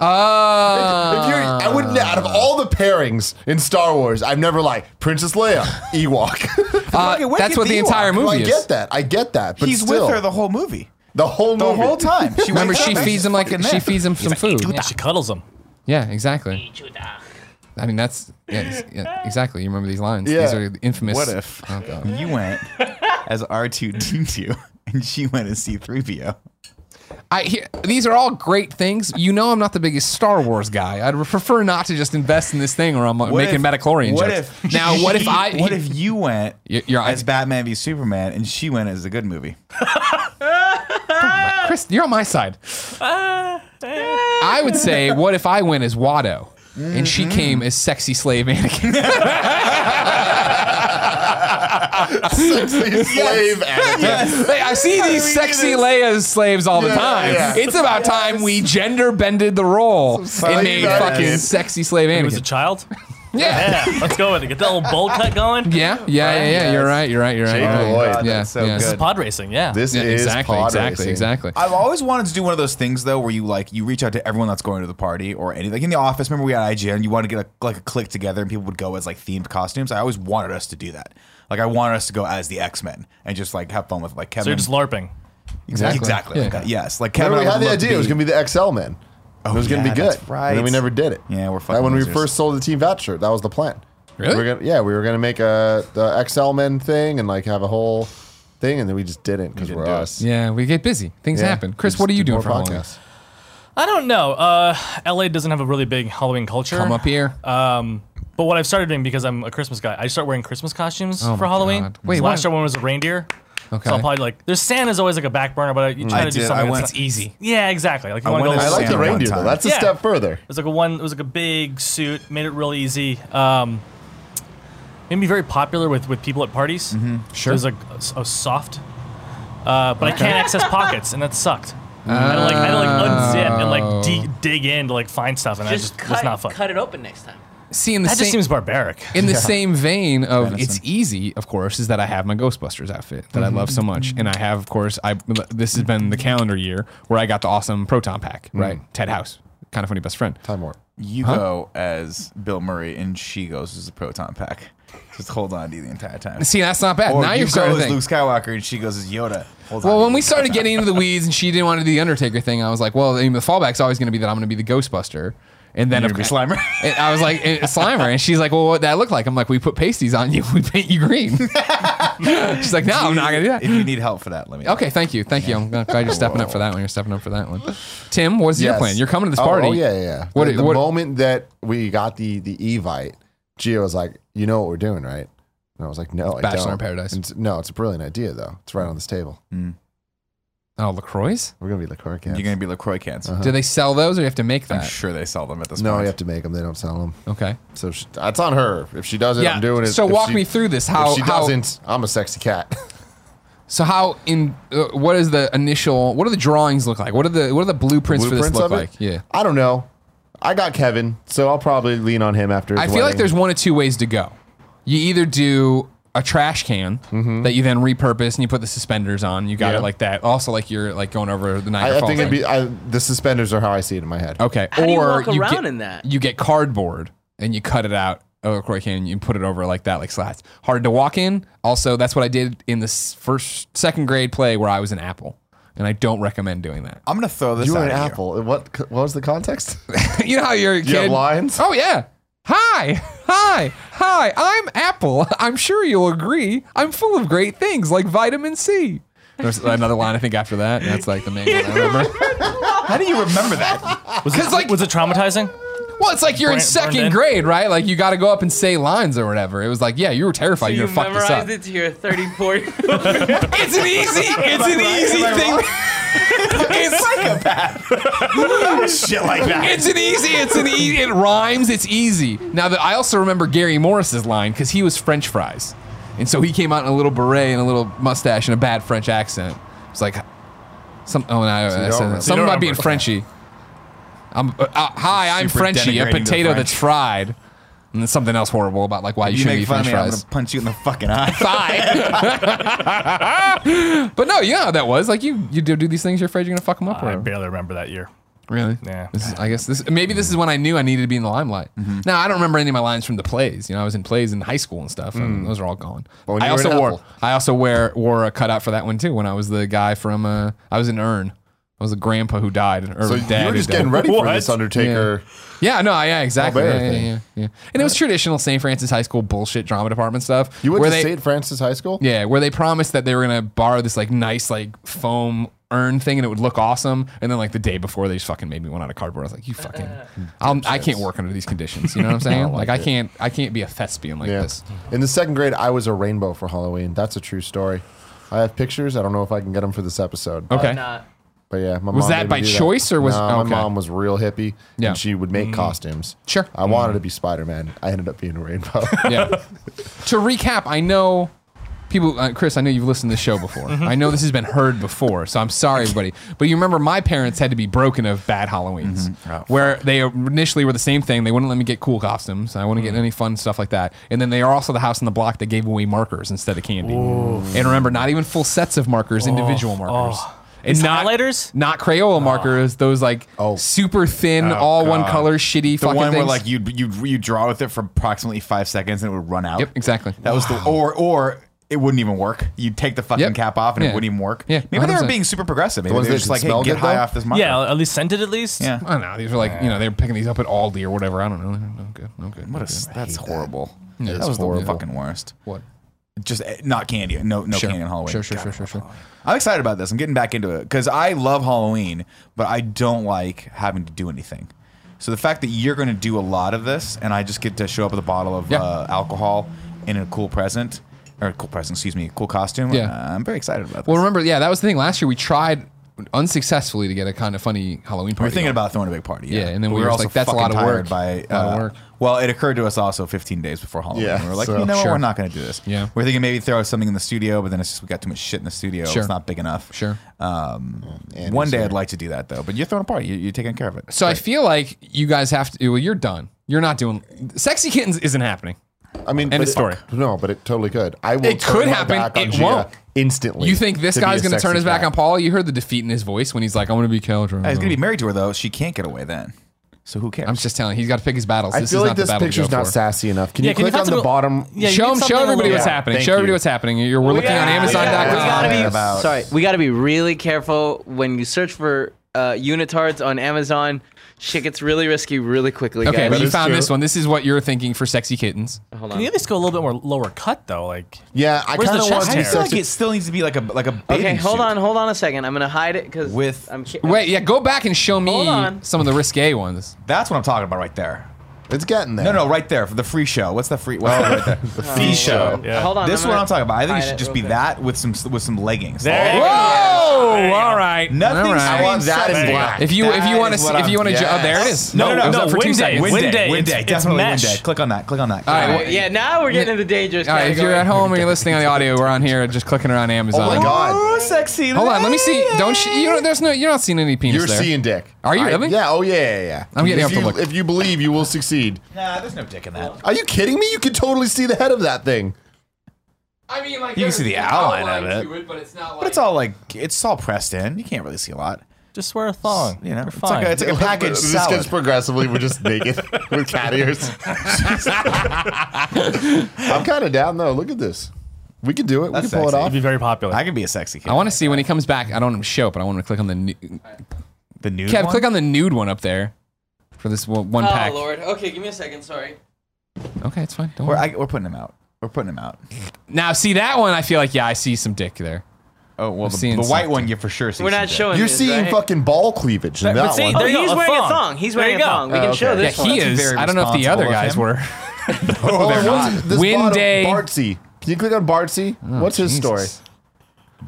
Uh,
If you're, I would out of all the pairings in Star Wars, I've never like Princess
<laughs>
Leia, Ewok.
Okay, where
that's
could
what the
Ewok-
entire
Well, I
movie is.
get that. I get that. But
He's
still,
with her the whole
<laughs>
movie,
the whole
the
movie.
whole
<laughs>
time. She
Remember,
wakes up
she
and she's
feeds him like
fucking
she
there.
feeds him some food.
Yeah, she cuddles him.
Yeah, exactly. I mean, that's yeah, ex- yeah, exactly. You remember these lines?
Yeah.
These are the infamous.
<laughs> What if
Oh god.
you went as R two D two, and she went as C three PO?
I hear these are all great things. You know, I'm not the biggest Star Wars guy. I'd prefer not to just invest in this thing, or I'm making metachlorian
what
jokes.
If
now, what if
she-
I?
<laughs> What if you went
Y- you're-
as Batman v Superman, and she went as the good movie?
Chris, you're on my side. I would
<laughs>
say, what if I went as Watto and
Mm-hmm.
she came as sexy slave
<laughs>
Anakin?
Slave
<laughs>
Anakin.
Like, I see these sexy Leia slaves all the
Yeah,
time.
yeah.
It's about time we gender bended the role and
slave
made
Anakin.
fucking sexy slave
He was a
Anakin.
child. <laughs>
yeah.
Yeah, let's go with it. Get that little bowl cut going.
Yeah, yeah, yeah, yeah. You're right. You're right. You're right.
Jake
you're right.
Lloyd.
Yeah,
that's so
yeah.
good.
This is pod racing. Yeah.
This
Yeah,
is
exactly,
pod
exactly,
racing.
exactly.
I've always wanted to do one of those things though, where you like you reach out to everyone that's going to the party or any like in the office. Remember we had IGN, you wanted to get a, like a click together, and people would go as like themed costumes. I always wanted us to do that. Like I wanted us to go as the X Men and just like have fun with like Kevin.
So you're just LARPing.
exactly.
Yeah.
like, uh, yes. Like Kevin.
Remember, we
I
had
would
the
love to
idea it was
be-
going to be the XL men. it was going to
yeah,
be good.
that's right.
And then we never did it.
Yeah, we're
Like
fucking
when we
losers.
first sold the team voucher, that was the plan.
Really?
We were gonna, yeah, we were going to make a the XL men thing and like have a whole thing, and then we just didn't because
didn't
we're
do it.
us.
Yeah, we get busy. Things
Yeah.
happen. Chris,
Just
what are you
do
doing
more
for Halloween?
podcasts.
I don't know. Uh, LA doesn't have a really big Halloween culture.
Come up here.
Um, but what I've started doing because I'm a Christmas guy, I start wearing Christmas costumes
Oh
for
my
Halloween.
God. Wait,
So
what?
last year one was a reindeer.
Okay.
So I'll probably like there's Santa's always like a back burner, but I, you try
I
to do
did. I
something.
went-
that's
It's
easy. Yeah, exactly. Like you
I
want to go.
went
I
as
Like,
like
it
Santa
the
one
reindeer though.
time.
That's a
Yeah.
step further.
was like a one. It was like a big suit. Made it real easy. Um, made me very popular with with people at parties. Mm-hmm.
Sure.
It was like a, a soft. Uh, but I can't access pockets, and that sucked. I had to like, I had to like unzip and
Oh.
like de- dig in to like find stuff, and I
Just
just was
cut,
not fun.
cut it open next time.
See, in the
That just
same
seems barbaric.
in the same vein of
Venison.
it's easy, of course, is that I have my Ghostbusters outfit that I love
Mm-hmm.
so much, and I have, of course, I this has been the calendar year where I got the awesome proton pack,
Mm.
right? Ted House, kind of funny best friend.
Time warp.
You go as Bill Murray, and she goes as the Proton Pack. Just hold on to you the entire time.
See, that's not bad.
Or
now
you
you're
go
starting to
as
think.
Luke Skywalker, and she goes as Yoda. Hold on
Well,
to
when
you
we
the
started
entire time.
getting into the weeds and she didn't want to do the Undertaker thing, I was like, well, I mean, the fallback's always going to be that I'm going to be the Ghostbuster. And then
You're
of-
gonna be Slimer.
<laughs> And I was like, eh, Slimer. And she's like, well, what that look like? I'm like, we put pasties on you, <laughs> we paint you green. she's like, <laughs> no, I'm not going to do that.
If you need help for that, let me. know.
Okay, thank you, thank you. I'm glad you're stepping up for that one. You're stepping up for that one. Tim, what's your
Yes.
plan? You're coming to this
Oh,
party.
Oh, yeah, yeah, yeah.
What-
the, the
what-
moment that we got the the Evite, Gio was like, "You know what we're doing, right?" And I was like, "No, I
Bachelor
don't."
in Paradise.
And it's- no, it's a brilliant idea though. It's right on this table.
Oh, Lacroix's?
We're gonna be liqueur cans.
You're Mm. gonna be Lacroix cans.
Do they sell those, or you have to make
I'm
that?
sure they sell them at this
no,
point.
we have to make them. They don't sell them.
Okay.
So she, that's on her. If she does it,
Yeah.
I'm doing it.
So
If
walk
she-
me through this. How
If she
how
doesn't, I'm a
<laughs>
sexy cat.
so how in uh, what is the initial? What do the drawings look like? What are the what are the blueprints, for this
Blueprints
look
of it.
like? Yeah.
I don't know. I got Kevin, so I'll probably lean on him after. His
I feel like
wedding.
there's one of two ways to go. You either do a trash can that you then repurpose and you put the suspenders on. You got
Mm-hmm. Yeah.
it like that. Also, like you're like going over the Niagara
I, I
Falls
think it'd
thing.
be I, the suspenders are how I see it in my head.
okay.
How do you
or
walk around
get,
in that?
You get cardboard and you cut it out of a Croy can and you put it over like that, like slats. Hard to walk in. Also, that's what I did in the s- first second grade play where I was an apple. And I don't recommend doing that. <laughs>
I'm gonna throw this.
You were
out
an
at you.
apple. Uh, What what was the context?
you know how you're a kid.
have lines?
Oh yeah. Hi, <laughs> hi, hi. I'm Apple. <laughs> I'm sure you'll agree. I'm full of great things like vitamin C. There's another line I think after that. and That's like the main one I remember.
How do you remember that?
Was it,
like-
was it traumatizing?
Well, it's like you're in
Burned- burned
second
in.
grade, right? Like you got to go up and say lines or whatever. It was like, yeah, you were
Oh,
terrified. you
you
were fucked this up.
memorized it to
<laughs>
your 34
It's an easy. It's an easy thing. <laughs> It's,
<laughs> Shit like that.
it's an easy. It's an easy. It rhymes. It's easy. Now that I also remember Gary Morris's line because he was French fries, and so he came out in a little beret and a little mustache and a bad French accent. It's like some. Oh, no, I, I
don't
said
remember.
that. something
don't
about being
remember.
Frenchy. I'm, uh, uh, hi, I'm
Super
Frenchie, a
denigrating the
potato
French.
that's fried. And then something else horrible about like why <laughs> you,
You
shouldn't
make
eat
fun of
French
me, I'm
fries.
gonna <laughs> punch you in the fucking eye.
Bye. <laughs> but no, you know how that was. Like you, you do, do these things. You're afraid you're gonna fuck them up.
I
Or,
barely remember that year.
really?
Yeah.
This is, I guess this. Maybe this is when I knew I needed to be in the limelight.
Mm-hmm.
Now I don't remember any of my lines from the plays. You know, I was in plays in high school and stuff, and those are all gone.
Mm. when
I
you were
also
an
wore.
apple.
I also wear wore a cutout for that one too. When I was the guy from, uh, I was an urn. I was a grandpa who died. Or
So
so dad
you were
who
just
died.
getting ready for
What?
this Undertaker.
Yeah, no, yeah, exactly.
Colbert
Yeah, yeah,
thing.
yeah, yeah. And it was traditional St. Francis High School bullshit drama department stuff.
You went
where
to
they-
St. Francis High School?
yeah, where they promised that they were gonna borrow this like nice like foam urn thing and it would look awesome. And then like the day before, they just fucking made me one out of cardboard. I was like, you fucking, I'll, I can't work under these conditions. You know what I'm saying? like <laughs> I can't, I can't be a thespian like
Yeah.
this.
In the second grade, I was a rainbow for Halloween. That's a true story. I have pictures. I don't know if I can get them for this episode.
Okay.
Not.
But yeah, my
Was
mom
that
made me
by
do
choice or was-
no,
okay.
my mom was real hippie?
Yeah.
and she would make costumes.
Sure. Mm.
I wanted to be Spider Man. I ended up being a rainbow. <laughs>
yeah. <laughs> To recap, I know people, uh, Chris, I know you've listened to the show before.
Mm-hmm.
I know this has been heard before, so I'm sorry, everybody. But you remember my parents had to be broken of bad Halloweens,
Mm-hmm. Oh,
where they initially were the same thing. They wouldn't let me get cool costumes. I
Mm-hmm.
wouldn't get any fun stuff like that. And then they are also the house on the block that gave away markers instead of candy. And remember, not even full sets of markers, individual markers.
oh.
And
These
not,
highlighters?
not Crayola markers, those like
Oh.
super thin,
Ah. Oh,
all one
God.
color, shitty
The
fucking
one where
things.
like you you you draw with it for approximately five seconds and it would run out.
Yep, exactly.
That was the or or it wouldn't even work. You'd take the fucking
Yep.
cap off and
Yeah.
it wouldn't even work.
Yeah,
Maybe they were
100%.
being super progressive. Maybe
ones
they were
that
just
could
like, hey,
smell
get
good,
high
though?
off this marker.
Yeah, at least scented at least.
Yeah.
I don't know. These were like, you know, they were picking these up at Aldi or whatever. I don't know. No good. No good.
What
no
is
good.
that's horrible.
Yeah,
that
it's
was
horrible.
the fucking worst.
What?
Just eh, not candy. No, no
Sure.
candy on Halloween.
Sure, sure,
God,
sure, sure, sure.
I'm excited about this. I'm getting back into it because I love Halloween, but I don't like having to do anything. So the fact that you're going to do a lot of this, and I just get to show up with a bottle of
Yeah.
uh, alcohol in a cool present or a cool present, excuse me, a cool costume.
Yeah.
uh, I'm very excited about this.
Well, remember, yeah, that was the thing. Last year we tried unsuccessfully to get a kind of funny Halloween party.
we were thinking
going.
about throwing a big party.
Yeah, and then we were just like, that's a
fucking
lot of work.
tired By,
A lot of
uh,
work.
Well, it occurred to us also 15 days before Halloween.
Yeah,
we were like,
so-
you know what,
Sure.
we're not going to do this.
Yeah.
we're thinking maybe throw something in the studio, but then it's just we got too much shit in the studio.
Sure.
It's not big enough.
Sure.
Uh,
Um,
Andy's
one day
here.
I'd like to do that though. But you're throwing a party. You- You're taking care of it.
So I feel like you guys have to. Well, you're done. You're not doing. Sexy kittens isn't happening.
I mean,
End
but
of
it-
story.
No, but it totally could. I will.
It
turn
could
my
happen.
back on
It
Gia
won't.
instantly.
You think this
to be
guy's
a
going to turn
sexy
his back
cat.
on Paula? You heard the defeat in his voice when he's like, "I'm going to be Caldron."
Hey, he's gonna be married to her though. She can't get away then. So who cares?
mm. I'm just telling. you, He's got to pick his battles.
I
this
feel
is
like
not
this
the battle to
picture's
go
not
for.
sassy enough. Can you
can you
click on
talk
the
about-
bottom?
Yeah, you
Show
need
him,
something
show
a
everybody
little-
what's
Yeah,
happening.
thank
Show everybody
you.
what's happening. You're we're looking on
Yeah,
Amazon.com.
yeah, we gotta be-
About-
Sorry, we got to be really careful when you search for uh, unitards on Amazon. Shit gets really risky really quickly,
Okay,
guys.
but you
is
found
true.
this one. This is what you're thinking for sexy kittens.
Hold
Can you
on.
at least go a little bit more lower cut though? Like
Yeah, I
Where's
kind
the
of
chest
want to
I
be
hair?
feel like
sexy.
it still needs to be like a like a bathing
Okay, hold
suit.
on, hold on a second. I'm gonna hide it because
With-
I'm ki-
Wait, yeah, go back and show me
Hold on.
some of the risque ones.
That's what I'm talking about right there.
It's getting there.
No, no, right there for the free show. What's the free? What's the, right there? the free show.
Yeah.
Oh. Hold on.
This
I'm
one
gonna
I'm talking about. I think
hide
it should
it
just
real
be
quick.
that with some with some leggings.
There you
Oh,
go.
Oh,
go.
all right.
nothing.
All right.
I want that in
There you
black.
If you if
That
you want
is
to
what
if
I'm-
you want to oh,
Yes.
there it is.
No,
it
no,
was
no,
up for two
Wind Day,
seconds.
Wind
Wind
Day.
day, wind
It's-
day,
it's
definitely wind
mesh.
day. Click on that. Click on that.
All right,
Click on
well,
that.
Oh, Yeah, now we're getting into dangerous.
All right, if
category.
you're at home or you're listening on the audio, we're on here just clicking around Amazon.
Oh my god,
Ooh, sexy.
Hold on, let me see. Don't sh- you? Don't, there's no. You're not seeing any penis
you're
there.
seeing dick.
Are you
I-
really?
Yeah. Oh yeah, yeah. yeah.
I'm getting
if
up to
you,
look.
If you believe, you will succeed.
Nah, there's no dick in that.
Are you kidding me? You can totally see the head of that thing.
I mean, like
You can see the there's an outline outline of it. to
but it's not like.
But it's all like it's all pressed in. You can't really see a lot.
just wear a thong.
You know,
You're
it's
fine.
like a, it's like a package
this
salad.
gets <laughs> progressively. We're just <laughs> naked with cat ears. I'm kind of down though. Look at this. We can do it.
That's
we can pull
sexy.
It'd be
it off.
very popular.
I could be a sexy kid.
I want to see when he comes back. I don't want him to show, but I want him to click on the nu-
the nude
Kev.
one?
Click on the nude one up there for this one one
Oh
pack.
lord. Okay, give me a second. Sorry.
Okay, it's fine. Don't
We're,
worry.
I, we're putting him out. We're putting him out.
Now, see that one? I feel like yeah, I see some dick there.
Oh well, the,
seeing
the white
something.
one you for sure see.
We're
some
not
dick.
showing.
You're
this,
seeing
right?
fucking ball cleavage in
But- but
that
see,
one.
there
Oh,
you
he's
go, a
wearing a
thong.
thong. He's
There
wearing
you
a
go.
thong. We
Oh,
can show
okay.
Yeah,
this one.
he is.
very
I don't know if the
responsible
other
of
guys
him.
were.
Oh, they're
What
not.
is it? This
Wind
bottom-
Day.
Bartsy. Can you click on Bartsy? What's his
Jesus.
story?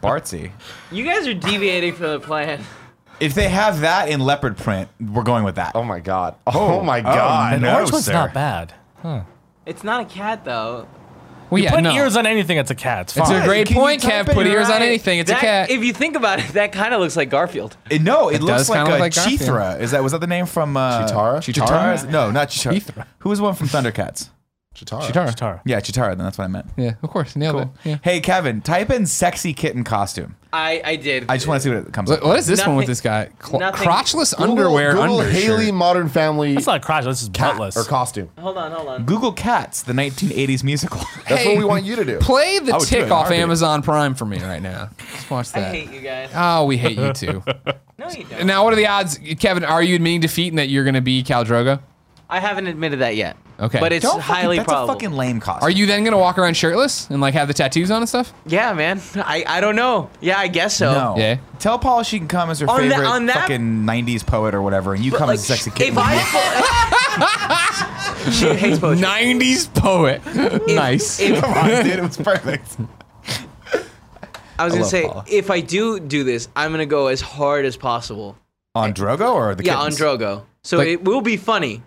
Bartsy.
You guys are deviating from the plan.
If they have that in leopard print, we're going with that.
Oh my god. <laughs> Oh, my god.
no,
Orange one's
sir.
not bad.
It's not a cat though.
Well, yeah,
Put
no.
ears on anything, it's a cat. It's
It's
fine.
a great
Can you
point,
type
Kev.
it?
Put
You're
ears on
Right.
anything. It's a
That-
cat.
If you think about it, that kind of looks like Garfield.
It- no, it, looks
does
like
kinda
a
look like Garfield.
Chithra. Is that was that the name from uh,
Chitara?
Chitara? No, not Chitara.
Chithra.
Who was the one from Thundercats?
Chitara.
Chitara.
Yeah, Chitara. Then that's what I meant.
yeah, of course. Nailed
Cool.
it. Yeah.
Hey, Kevin, type in sexy kitten costume.
I, I did.
I just want to see what it comes.
What-
up.
what is this one with
Nothing-
this guy? Cl-
nothing-
crotchless
Google-
underwear
Google
undershirt.
Haley Modern Family
That's not a crotch. This is
cat
buttless.
or costume.
Hold on, hold on.
Google Cats, the 1980s musical.
That's
Hey,
what we want you to do.
Play the
I would do it
tick
in a
off
heartbeat.
Amazon Prime for me right now. Just watch
I
that.
hate you guys.
Oh, we hate you
<laughs>
too.
No, you don't.
now, what are the odds, Kevin? Are you admitting defeat and that you're going to be Cal Drogo?
I haven't admitted that yet.
Okay.
But
<laughs>
it's
Don't fucking-
highly
that's
probable.
a fucking lame costume.
Are you then going to walk around shirtless and like have the tattoos on and stuff?
Yeah, man. I, I don't know. Yeah, I guess so.
No.
Yeah.
Tell Paula she can come as her
On that-
favorite
on that-
fucking 90s poet or whatever, and you come
Like,
as a sexy kitten. <laughs>
if I she hates poetry.
90s poet. <laughs> nice.
<laughs> If-
Come on, dude, it was
<laughs>
perfect.
I was gonna
love
say
Paula.
if I do do this, I'm gonna go as hard as possible.
On Drogo or the
Yeah, on
kittens?
Drogo. So
Like-
it will be funny.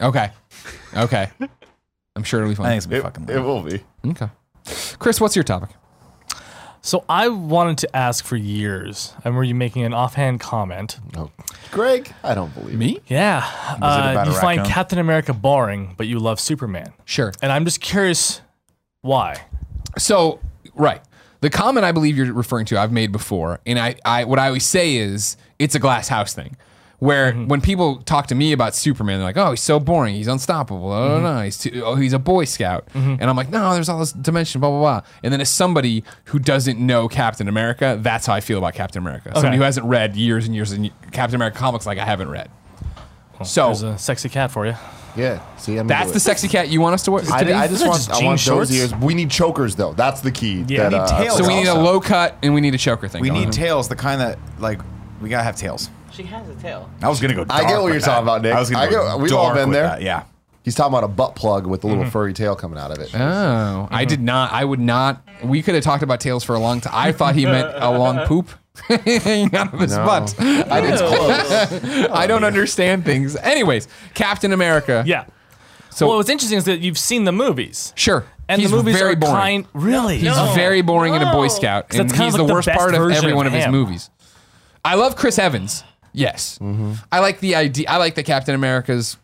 Okay.
<laughs>
Okay. I'm sure it'll be
I
fine.
think it's gonna be fucking
It
lame.
will be.
Okay. Chris, what's your topic?
So I wanted to ask for years. I remember you making an offhand comment.
Oh. Greg, I don't believe it.
Me?
Yeah. Uh,
about a
you find
raccoon?
Captain America boring, but you love Superman.
Sure.
And I'm just curious why.
So, right. The comment I believe you're referring to, I've made before, and I, I what I always say is it's a glass house thing. Where when people talk to me about Superman, they're like, "Oh, he's so boring. He's unstoppable. Oh no, he's too, oh he's a Boy Scout." And I'm like, "No, there's all this dimension, blah blah blah." And then as somebody who doesn't know Captain America, that's how I feel about Captain America. Somebody
Okay.
who hasn't read years and years and y- Captain America comics like I haven't read.
Oh.
so
There's a sexy cat for you.
Yeah. See, I'm
that's the
second.
sexy cat you want us to wear.
I,
Today-
I just
they're
want,
just
I
jean
want
shorts.
those ears. We need chokers, though. That's the key.
Yeah,
that, uh,
we need tails.
so we need a
also-
low cut and we need a choker thing.
We
going
need
on.
tails, the kind that, like, we gotta have tails.
She has a tail.
I was gonna go
I get
dark
what
with
you're
that.
talking about, Nick.
I was gonna
I
go
get- we've all
dark
been
with
there.
that, Yeah.
He's talking about a butt plug with a little furry tail coming out of it.
Oh, I
Uh-huh.
did not. I would not. We could have talked about tails for a long time. I thought he meant a
<laughs>
long poop <laughs> hanging out of his
No.
butt.
I didn't close.
<laughs> I don't understand things. Anyways, Captain America.
Yeah.
So
well, what's interesting is that you've seen the movies.
sure,
And
he's
the movies
very
are
boring.
kind. Really?
He's very boring in a Boy Scout,
'Cause
and
that's kind
he's
of
the
like the
worst
best
part of
version
every
of
one of his
him.
movies. I love Chris Evans. Yes, I like the idea. I like the Captain America's.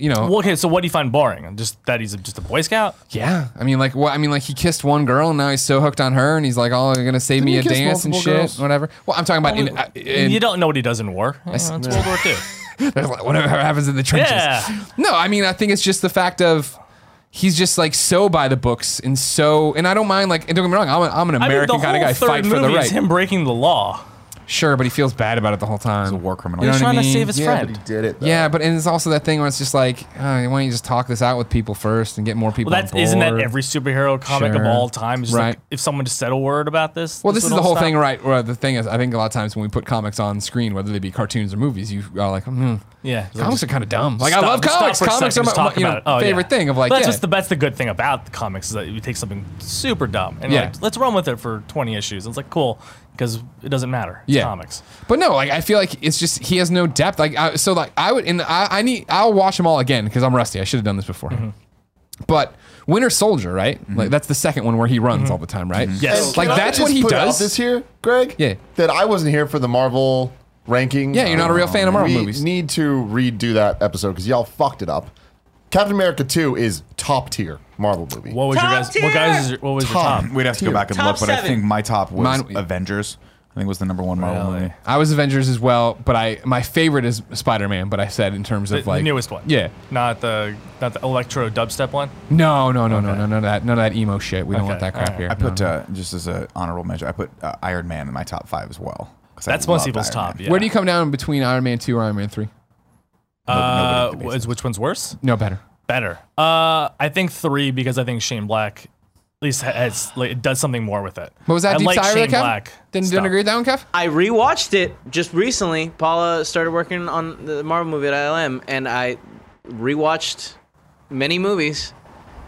You know,
Well, okay, so what do you find boring? Just that he's a, just a Boy Scout?
yeah. I mean, like, what? I mean, like, he kissed one girl, and now he's so hooked on her, and he's like, "Oh, you're gonna save me
he
a
kiss
dance and
multiple
shit,
girls?
whatever." Well, I'm talking about in, uh, in,
you don't know what he does in war. That's World War II.
There's like whatever happens in the trenches.
Yeah.
No, I mean I think it's just the fact of he's just like so by the books and so and I don't mind like and don't get me wrong I'm, a, I'm an
I
<laughs>
mean,
American
the
kind of
whole
guy
third
fight for
movie
the
is
right.
him breaking the law.
Sure, but he feels bad about it the whole time. He's
a war criminal.
You know
He's
what I
trying to
mean?
save his
yeah, but he
friend.
did it, though.
yeah, but and it's also that thing where it's just like, oh, why don't you just talk this out with people first and get more people
Well, that
on board?
isn't that every superhero comic
Sure.
of all time? It's Just
Right.
like, if someone just said a word about this.
Well, this is
would
the
all
whole
stop.
thing, right? Where the thing is, I think a lot of times when we put comics on screen, whether they be cartoons or movies, you are like, hmm,
Yeah,
comics are kind of dumb. Like I
Stop-
love
just
comics.
stop for a
Comics are my
second, just talk
you know,
about it. Oh, yeah.
favorite thing of like,
That's
yeah.
just the that's the good thing about the comics is that you take something super dumb and
Yeah.
yeah. like, let's run with it for twenty issues. It's like cool because it doesn't matter. It's
yeah.
comics.
But no, like I feel like it's just he has no depth. Like I, so, like I would and I, I need I'll watch them all again because I'm rusty. I should have done this before.
Mm-hmm.
But Winter Soldier, right? Like that's the second one where he runs all the time, right?
Mm-hmm. Yes.
Like
Mm-hmm. Can I
that's what
just
he
put out
does.
this year, Greg.
Yeah.
That I wasn't here for the Marvel ranking.
Yeah, you're not a real fan of Marvel
we
movies.
Need to redo that episode because y'all fucked it up. Captain America Two is top tier Marvel movie.
What was
Top
your guys?
tier!
What guys? Is your, what was
Top.
your top?
Um, We'd have to go back and look,
Top
but I
seven.
think my top was
Mine-
Avengers. I think was the number one Marvel
Really?
movie.
I was Avengers as well, but I my favorite is Spider Man. But I said in terms of
The,
like
the newest one.
Yeah.
Not the not the electro dubstep one.
No, no, no, no, no, none of that, none of that emo shit. We don't
Okay,
want that crap
alright.
here.
I
No,
put
no.
uh, just as an honorable measure. I put uh, Iron Man in my top five as well. 'cause I
That's most
loved
people's
Iron
top.
Man.
Yeah.
Where do you come down between Iron Man two or Iron Man three?
Uh,
Nobody- nobody
is which one's worse?
No better.
Better. Uh, I think three because I think Shane Black at least has like it does something more with it.
What was that?
I
Deep
like
Sire
Shane
that Kev?
Black.
Didn't,
stuff.
didn't agree with that one, Kev.
I rewatched it just recently. Paula started working on the Marvel movie at ILM, and I rewatched many movies,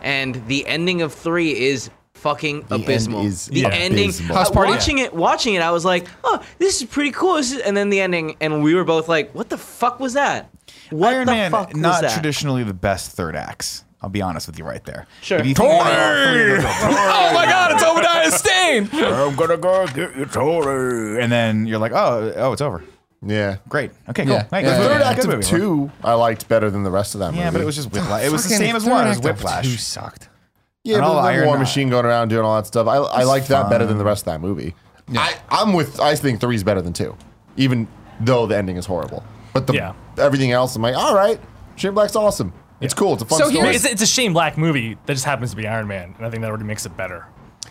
and the ending of three is fucking
end
abysmal.
is
the ending.
abysmal.
House
uh,
Party?
watching it, watching it, I was like, "Oh, this is pretty cool." This is, and then the ending, and we were both like, "What the fuck was that?" What
Iron
the
Man
fuck was
not
that?
traditionally the best third acts. I'll be honest with you right there.
Sure.
If you think I want three to go-
Oh my God, it's <laughs> Obadiah Stane.
I'm gonna go get you Tori. And then you're like, oh, oh, it's over.
Yeah.
Great. Okay, cool.
Yeah.
Hey,
The
good
third
movie.
act
Good
of
movie.
two I liked better than the rest of that movie.
Yeah, but it was just whiplash. It was the
Fucking
same as
third
one. It
act
was
of Two
whiplash.
sucked.
yeah,
and all
but the
Iron
war
Man.
machine going around doing all that stuff. I, I liked that better than the rest of that movie. I, I'm with. I think three's better than two, even though the ending is horrible. But the
Yeah.
everything else, I'm like, all right, Shane Black's awesome. It's cool. It's a fun
So
story.
here's-
It's, it's a Shane Black movie that just happens to be Iron Man, and I think that already makes it better.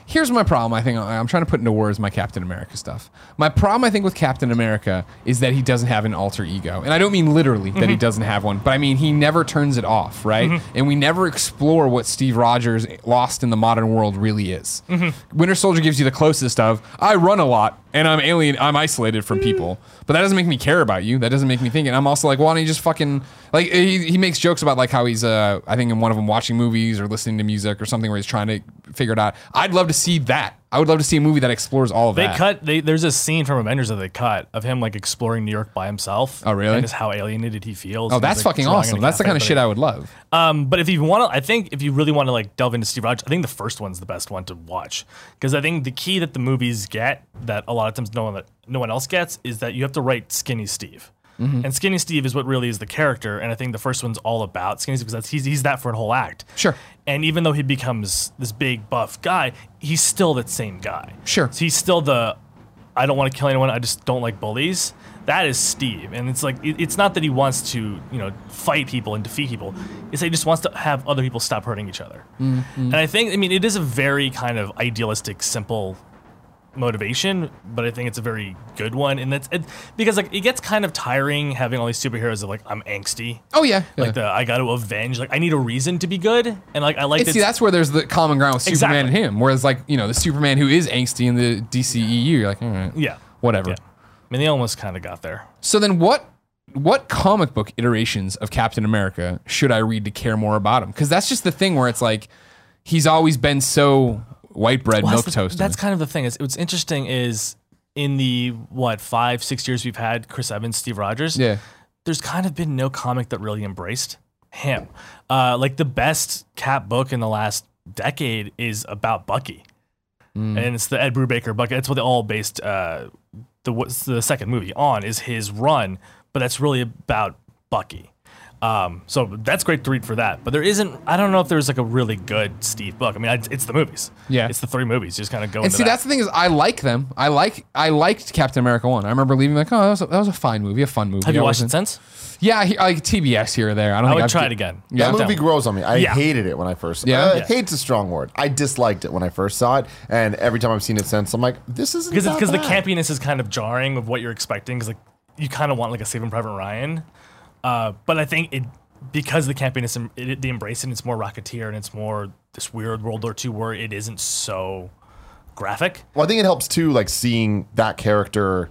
Here's my problem. I think I'm trying to put into words my Captain America stuff. My problem, I think, with Captain America is that he doesn't have an alter ego, and I don't mean literally that he
Mhm.
doesn't have one, but I mean he never turns it off, right? And we never explore what Steve Rogers lost in the modern world really is.
Mhm.
Winter Soldier gives you the closest of I run a lot and I'm alien, I'm isolated from people,
Mm.
but that doesn't make me care about you. That doesn't make me think. And I'm also like, why don't you just fucking like he, he makes jokes about like how he's uh I think in one of them watching movies or listening to music or something where he's trying to figure it out. I'd love to see that. I would love to see a movie that explores all of
They
that.
cut. They, there's a scene from Avengers that they cut of him like exploring New York by himself.
Oh, really?
And just how alienated he feels.
Oh, that's fucking awesome. That's the kind of shit I would love.
Um, but if you want to, I think if you really want to like delve into Steve Rogers, I think the first one's the best one to watch because I think the key that the movies get that a lot of times no one that no one else gets is that you have to write Skinny Steve. And Skinny Steve is what really is the character, and I think the first one's all about Skinny Steve because that's, he's he's that for a whole act.
Sure.
And even though he becomes this big buff guy, he's still that same guy.
Sure.
So he's still the I don't want to kill anyone. I just don't like bullies. That is Steve, and it's like it- it's not that he wants to you know fight people and defeat people. It's that he just wants to have other people stop hurting each other. And I think I mean it is a very kind of idealistic, simple motivation, but I think it's a very good one. And that's it, because like it gets kind of tiring having all these superheroes of like I'm angsty.
Oh yeah, yeah.
Like the I got to avenge. Like I need a reason to be good, and like I like
And see, that's where there's the common ground with Superman
Exactly.
and him. Whereas, like, you know, the Superman who is angsty in the DCEU, you're like, all right,
yeah.
whatever.
Yeah. I mean, they almost kind of got there.
So then what what comic book iterations of Captain America should I read to care more about him? Because that's just the thing where it's like he's always been so white bread
Well,
milk
that's the-
toast.
That's kind of the thing. Is what's interesting is in the what five six years we've had Chris Evans, Steve Rogers.
Yeah.
there's kind of been no comic that really embraced him. Uh, like the best Cap book in the last decade is about Bucky,
Mm-hmm.
and it's the Ed Brubaker Bucky. That's what they all based uh, the what's the second movie on is his run, but that's really about Bucky. Um, so that's great to read for that, but there isn't. I don't know if there's like a really good Steve book. I mean, it's, it's the movies.
Yeah.
it's the three movies. You just kind of go
and
into
see,
that.
that's the thing is I like them. I like I liked Captain America one. I remember leaving like, oh, that was a, that was a fine movie, a fun movie.
Have you
I
watched it
wasn't-
since?
Yeah, he, like TBS here or there. I don't.
I
think
would
I've
try
get-
it again.
Yeah, I'm
that movie
down.
grows on me. I
Yeah.
hated it when I first.
Yeah?
uh,
Yeah.
hate's a strong word. I disliked it when I first saw it, and every time I've seen it since, I'm like, this isn't
because
that
because the
bad.
campiness is kind of jarring of what you're expecting because like you kind of want like a Saving Private Ryan, uh, but I think it because the campiness and it, it- they embrace it. It's more Rocketeer and it's more this weird World War II where it isn't so graphic.
Well, I think it helps too, like seeing that character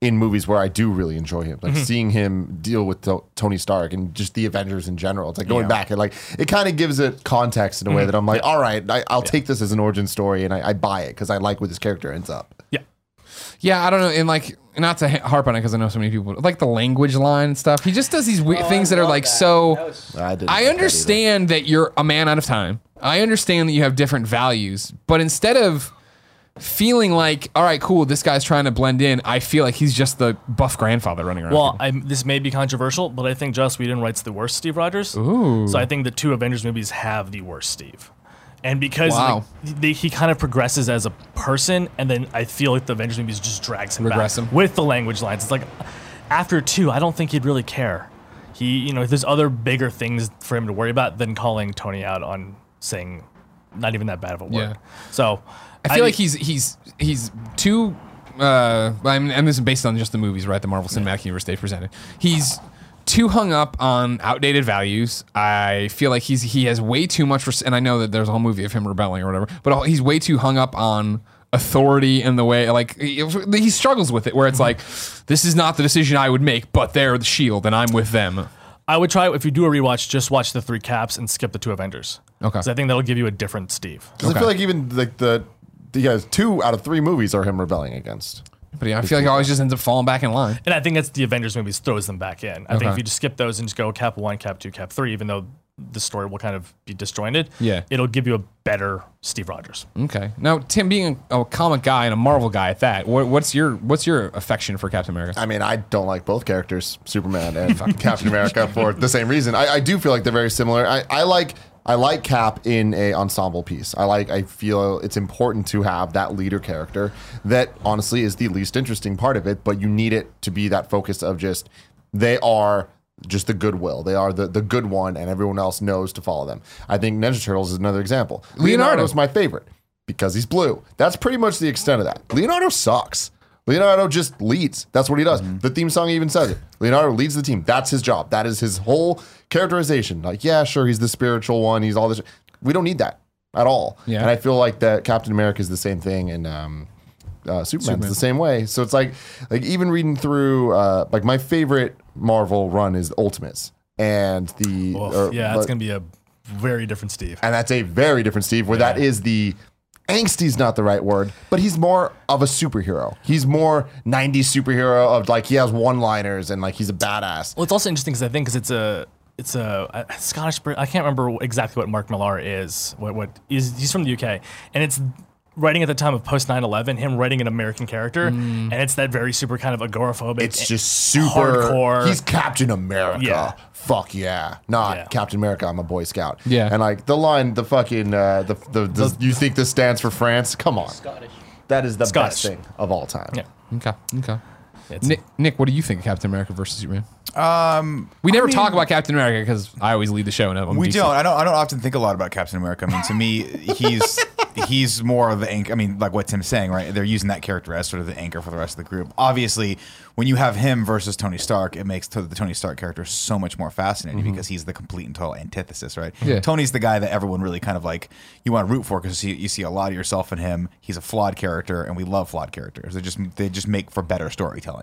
in movies where I do really enjoy him, like seeing him deal with to- Tony Stark and just the Avengers in general. It's like going back and like it kind of gives it context in a way that I'm like, all right, I, I'll take this as an origin story and I, I buy it because I like where this character ends up.
Yeah,
Yeah, I don't know. And like, not to ha- harp on it because I know so many people like the language line and stuff. He just does these weird
Oh, I
things that are
love
like
that.
so.
That was-
I didn't. like
I
that
understand that you're a man out of time. I understand that you have different values, but instead of feeling like, all right, cool, this guy's trying to blend in, I feel like he's just the buff grandfather running around.
Well, i this may be controversial, but I think Joss Whedon writes the worst Steve Rogers. Ooh. So I think the two Avengers movies have the worst Steve. And because
Wow.
like, they, he kind of progresses as a person, and then I feel like the Avengers movies just drags him
Regress
back
him.
with the language lines. It's like after two, I don't think he'd really care. He, you know, there's other bigger things for him to worry about than calling Tony out on saying not even that bad of a word.
Yeah.
So
I feel like he's he's he's too. Uh, I mean, and this is based on just the movies, right? The Marvel Cinematic Universe they presented. He's too hung up on outdated values. I feel like he's he has way too much. Res- and I know that there's a whole movie of him rebelling or whatever, but he's way too hung up on authority and the way like he, he struggles with it. Where it's like, this is not the decision I would make, but they're the shield, and I'm with them.
I would try if you do a rewatch, just watch the three caps and skip the two Avengers.
Okay.
Because I think that'll give you a different Steve.
Because
Okay.
I feel like even like the, the yeah, two out of three movies are him rebelling against.
But yeah, I feel like he always just ends up falling back in line.
And I think that's the Avengers movies throws them back in. I think if you just skip those and just go cap one, cap two, cap three, even though the story will kind of be disjointed.
Yeah. Mm.
It'll give you a better Steve Rogers.
Okay. Now, Tim, being a, a comic guy and a Marvel guy at that, what, what's your what's your affection for Captain America?
I mean, I don't like both characters, Superman and <laughs> Captain America, for the same reason. I, I do feel like they're very similar. I, I like I like Cap in a ensemble piece. I like I feel it's important to have that leader character that honestly is the least interesting part of it, but you need it to be that focus of just they are just the goodwill. They are the, the good one and everyone else knows to follow them. I think Ninja Turtles is another example.
Leonardo.
Leonardo's my favorite because he's blue. That's pretty much the extent of that. Leonardo sucks. Leonardo just leads. That's what he does.
Mm-hmm.
The theme song even says it. Leonardo leads the team. That's his job. That is his whole characterization. Like, yeah, sure, he's the spiritual one. He's all this. We don't need that at all.
Yeah.
And I feel like that Captain America is the same thing, and um, uh, Superman's the same way. So it's like, like even reading through, uh, like my favorite Marvel run is Ultimates, and the
Oof,
Uh,
or-
yeah, it's
but-
going to be a very different Steve.
and that's a very different Steve, where that is the angsty's not the right word, but he's more of a superhero. He's more 90s superhero of like he has one liners and like he's a badass.
Well, it's also interesting because I think because it's a it's a, a Scottish. Brit- I can't remember exactly what Mark Millar is. What what is he's from the UK and it's writing at the time of post 9-11 him writing an american character
Mm.
and it's that very super kind of agoraphobic
It's just super
Eh, hardcore.
He's Captain America.
Yeah.
Fuck yeah. Not
Yeah.
Captain America, I'm a Boy Scout.
Yeah.
And like the line, the fucking uh the, the, the, you think this stands for France? Come on.
Scottish.
That is the
Scottish.
best thing of all time.
Yeah.
Okay. Okay.
It's-
Nick, Nick, what do you think of Captain America versus Superman?
Um,
We never
mean-
talk about Captain America because I always lead the show. And I'm
we
decent.
don't. I don't. I don't often think a lot about Captain America. I mean, to me, he's he's more of the anchor. I mean, like what Tim's saying, right? They're using that character as sort of the anchor for the rest of the group. Obviously, when you have him versus Tony Stark, it makes to- the Tony Stark character so much more fascinating because he's the complete and total antithesis, right?
Yeah.
Tony's the guy that everyone really kind of like you want to root for because you, you see a lot of yourself in him. He's a flawed character, and we love flawed characters. They just they just make for better storytelling.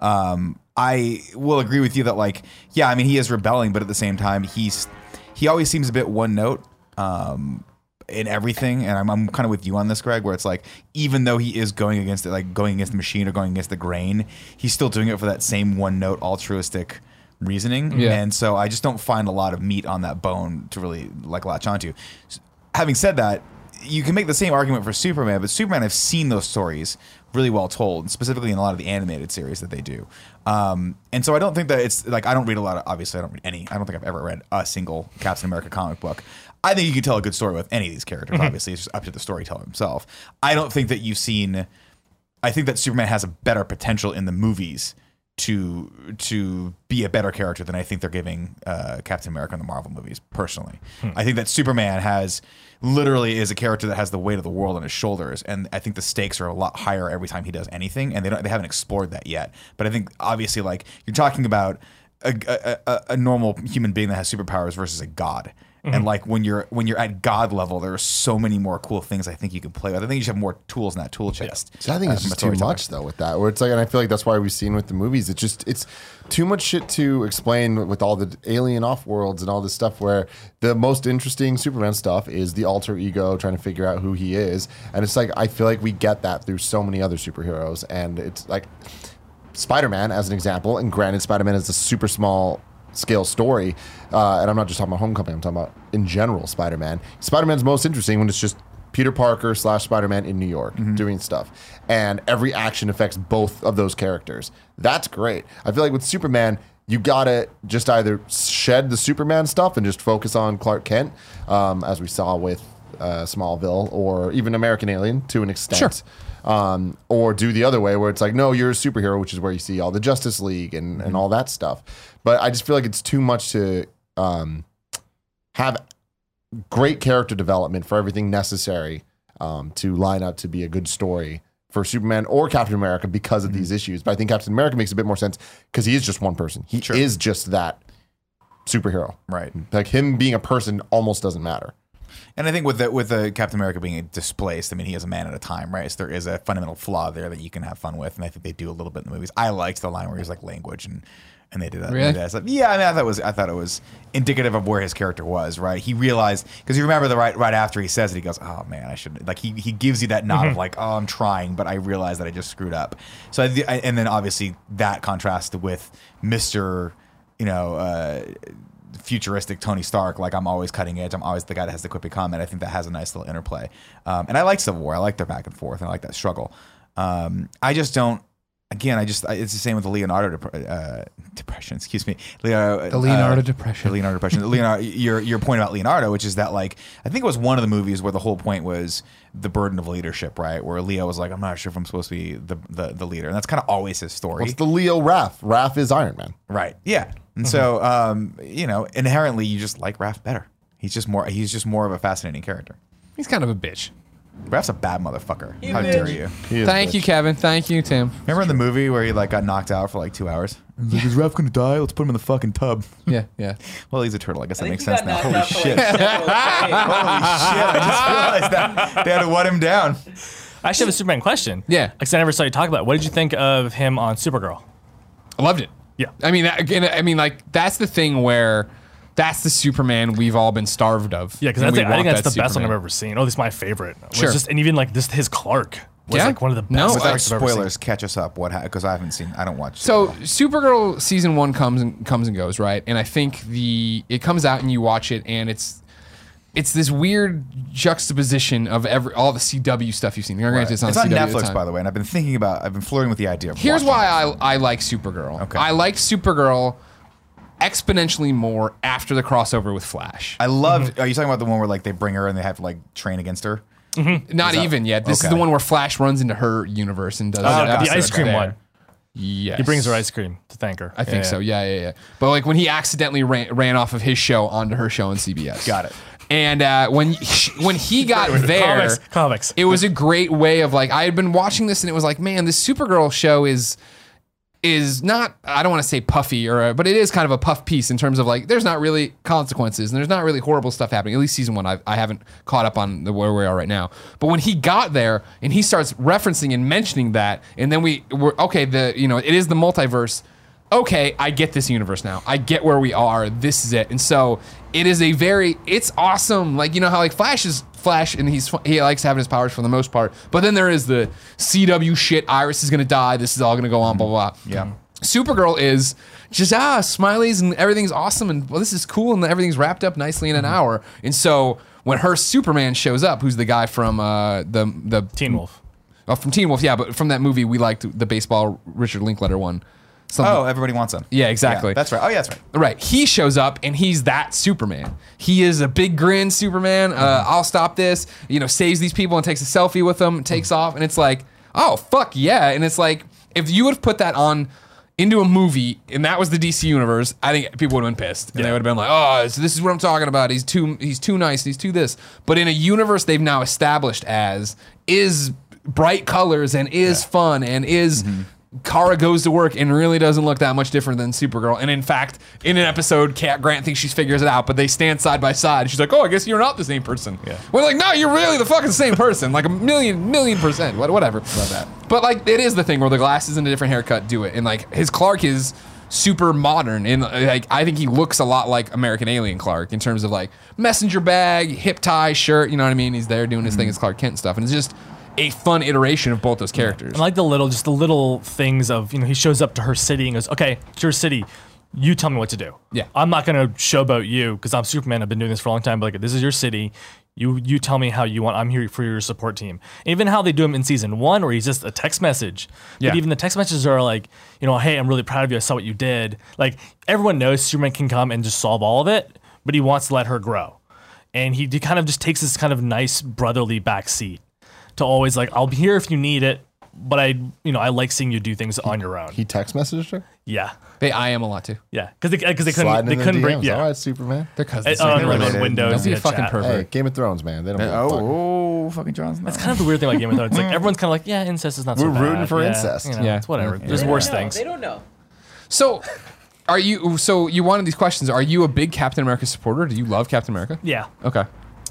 Um, I will agree with you that like yeah, I mean he is rebelling, but at the same time he's he always seems a bit one note um, in everything. And I'm, I'm kind of with you on this, Greg, where it's like, even though he is going against it, like going against the machine or going against the grain, he's still doing it for that same one note altruistic reasoning.
Yeah.
And so I just don't find a lot of meat on that bone to really like latch onto. S- Having said that, you can make the same argument for Superman, but Superman, I've seen those stories really well told, specifically in a lot of the animated series that they do. Um, and so I don't think that it's like I don't read a lot of obviously I don't read any. I don't think I've ever read a single Captain America comic book. I think you can tell a good story with any of these characters. Obviously, it's just up to the storyteller himself. I don't think that you've seen. I think that Superman has a better potential in the movies to to be a better character than I think they're giving uh, Captain America in the Marvel movies. Personally, I think that Superman has literally is a character that has the weight of the world on his shoulders, and I think the stakes are a lot higher every time he does anything, and they don't they haven't explored that yet. But I think obviously, like you're talking about a, a, a, a normal human being that has superpowers versus a god. And like when you're when you're at god level, there are so many more cool things I think you can play with. I think you should have more tools in that tool chest.
See, I think it's
as a
just too
storyteller.
much though with that. Where it's like, and I feel like that's why we've seen with the movies. It's just it's too much shit to explain with all the alien off worlds and all this stuff. Where the most interesting Superman stuff is the alter ego trying to figure out who he is, and it's like I feel like we get that through so many other superheroes, and it's like Spider-Man as an example, and granted, Spider-Man is a super small scale story, uh, and I'm not just talking about Homecoming. I'm talking about in general Spider-Man. Spider-Man's most interesting when it's just Peter Parker slash Spider-Man in New York doing stuff, and every action affects both of those characters. That's great. I feel like with Superman. You gotta just either shed the Superman stuff and just focus on Clark Kent, um, as we saw with uh, Smallville, or even American Alien to an extent
Sure.
um, or do the other way where it's like, no, you're a superhero, which is where you see all the Justice League and,
Mhm.
and all that stuff. But I just feel like it's too much to um, have great character development for everything necessary um, to line up to be a good story for Superman or Captain America because
Mhm.
of these issues. But I think Captain America makes a bit more sense because he is just one person. He is just that superhero.
Right.
Like him being a person almost doesn't matter.
And I think with the with the Captain America being displaced, I mean he is a man at a time, right? So there is a fundamental flaw there that you can have fun with, and I think they do a little bit in the movies. I liked the line where he was like language and and they did that.
Really?
they did that stuff. Yeah, I mean I thought it was I thought it was indicative of where his character was, right? He realized because you remember the right right after he says it, he goes, "Oh man, I should like he he gives you that nod
Mm-hmm.
of like, "Oh, I'm trying, but I realize that I just screwed up." So I, thi- I, and then obviously that contrasted with Mister, you know. uh futuristic Tony Stark. Like I'm always cutting edge. I'm always the guy that has the quippy comment. I think that has a nice little interplay. Um, and I like Civil War. I like their back and forth. And I like that struggle. Um, I just don't. Again, I just I, it's the same with the Leonardo dep- uh, depression. Excuse me, Leo,
The Leonardo
uh,
depression.
The Leonardo depression. Leonardo, your your point about Leonardo, which is that like I think it was one of the movies where the whole point was the burden of leadership, right? Where Leo was like, I'm not sure if I'm supposed to be the the, the leader, and that's kind of always his story.
It's the Leo Raph. Raph is Iron Man.
Right. Yeah. And so, um, you know, inherently, you just like Raph better. He's just more. He's just more of a fascinating character.
He's kind of a bitch.
Raph's a bad motherfucker. How dare you?
He is
Thank
bitch.
you, Kevin. Thank you, Tim.
Remember in the movie where he like got knocked out for like two hours? He's like, is Raph gonna die? Let's put him in the fucking tub.
Yeah, yeah.
<laughs> Well, he's a turtle. I guess
I
that
think he
makes sense
got knocked
now. Holy
out for
shit!
like <laughs>
<laughs>
several days.
I just realized that they had to wet
<laughs>
him down.
I actually have a Superman question.
Yeah.
Because I never saw you talk about it. What did you think of him on Supergirl?
I loved it.
Yeah.
I mean, that- again, I mean, like that's the thing where that's the Superman we've all been starved of.
Yeah, because
And
that's
we
it. I think
want
that's the
that
best one I've
Superman.
ever seen. Oh, this is my favorite. It was
Sure.
just- and even like this, his Clark was
Yeah.
like one of the
No,
best
I-
Clarks I've ever seen.
Spoilers, catch us up. What? Because I haven't seen. I don't watch.
So Supergirl season one comes and comes and goes, right? And I think the it comes out and you watch it, and it's it's this weird juxtaposition of every all the CW stuff you've seen. Granted,
it's
it's
on,
on,
it's on
CW at the
Netflix,
time.
by the way, and I've been thinking about. I've been flirting with the idea. Of
Here's
watching
why
it.
I, I like Supergirl.
Okay.
I liked Supergirl exponentially more after the crossover with Flash.
I loved. Are you talking about the one where like they bring her and they have to like train against her?
Not even yet. This is
okay.
the one where Flash runs into her universe and does
Oh,
an
the
episode
ice cream
there.
one.
Yes.
He brings her ice cream to thank her.
I think so. Yeah, yeah, yeah. But like when he accidentally ran, ran off of his show onto her show on CBS.
Got it.
And uh, when he- when he got there,
Comics, comics.
it was a great way of like I had been watching this and it was like, man, this Supergirl show is is not I don't want to say puffy or uh, but it is kind of a puff piece in terms of like there's not really consequences and there's not really horrible stuff happening. At least season one, I, I haven't caught up on the where we are right now. But when he got there and he starts referencing and mentioning that, and then we were okay. The you know it is the multiverse. Okay, I get this universe now. I get where we are. This is it. And so it is a very it's awesome. Like you know how like Flash is Flash and he's he likes having his powers for the most part. But then there is the CW shit. Iris is gonna die. This is all gonna go on. Blah blah. blah.
Yeah.
Supergirl is just ah smileys and everything's awesome and well this is cool and everything's wrapped up nicely in an hour. And so when her Superman shows up, who's the guy from uh, the the
Teen Wolf.
oh, from Teen Wolf, yeah, but from that movie we liked the baseball Richard Linkletter one. Something,
Oh, everybody wants him.
Yeah, exactly.
that's right. Oh, yeah, that's right.
Right. He shows up and he's that Superman. He is a big grin Superman. Uh, I'll stop this. You know, saves these people and takes a selfie with them, takes off. And it's like, oh, fuck yeah. And it's like, if you would have put that on into a movie and that was the DC universe, I think people would have been pissed. And they would have been like, oh, so this is what I'm talking about. He's too he's too nice. He's too this. But in a universe they've now established as is bright colors and is fun and is Kara goes to work and really doesn't look that much different than Supergirl. And in fact, in an episode, Cat Grant thinks she figures it out, but they stand side by side. She's like, "Oh, I guess you're not the same person." Yeah. We're like, "No, you're really the fucking same person, like a million, million percent, what- whatever." Love that. But like, it is the thing where the glasses and a different haircut do it, and like his Clark is super modern and uh, like I think he looks a lot like American Alien Clark in terms of like messenger bag, hip tie, shirt. You know what I mean? He's there doing his thing as Clark Kent and stuff, and it's just a fun iteration of both those characters.
I like the little, just the little things of, you know, he shows up to her city and goes, okay, it's your city. You tell me what to do.
Yeah.
I'm not going to showboat you because I'm Superman. I've been doing this for a long time. But like, this is your city. You you tell me how you want. I'm here for your support team. Even how they do him in season one, where he's just a text message.
Yeah.
But even the text messages are like, you know, hey, I'm really proud of you. I saw what you did. Like everyone knows Superman can come and just solve all of it, but he wants to let her grow. And he d- kind of just takes this kind of nice brotherly backseat to always like, I'll be here if you need it, but I, you know, I like seeing you do things on your own.
He text messaged her.
Yeah.
They I am a lot too.
Yeah. Because they, cause they couldn't,
Sliding
they
in the
couldn't break.
DMs.
Yeah.
All right, Superman.
They're
Uh,
cousins.
on, like, on
related.
Windows.
Don't be
and
a
a
fucking
chat.
pervert.
Hey, Game of Thrones, man. They don't. give a fuck.
Oh, oh, fucking John's not.
Kind of the weird thing about Game of Thrones. Like everyone's kind of like, yeah, incest is not. so
We're rooting
bad.
for
yeah,
incest.
You know,
Yeah.
it's whatever.
Yeah.
There's
They
worse
don't know.
things.
They don't know.
So, are you? So you wanted these questions. Are you a big Captain America supporter? Do you love Captain America?
Yeah.
Okay.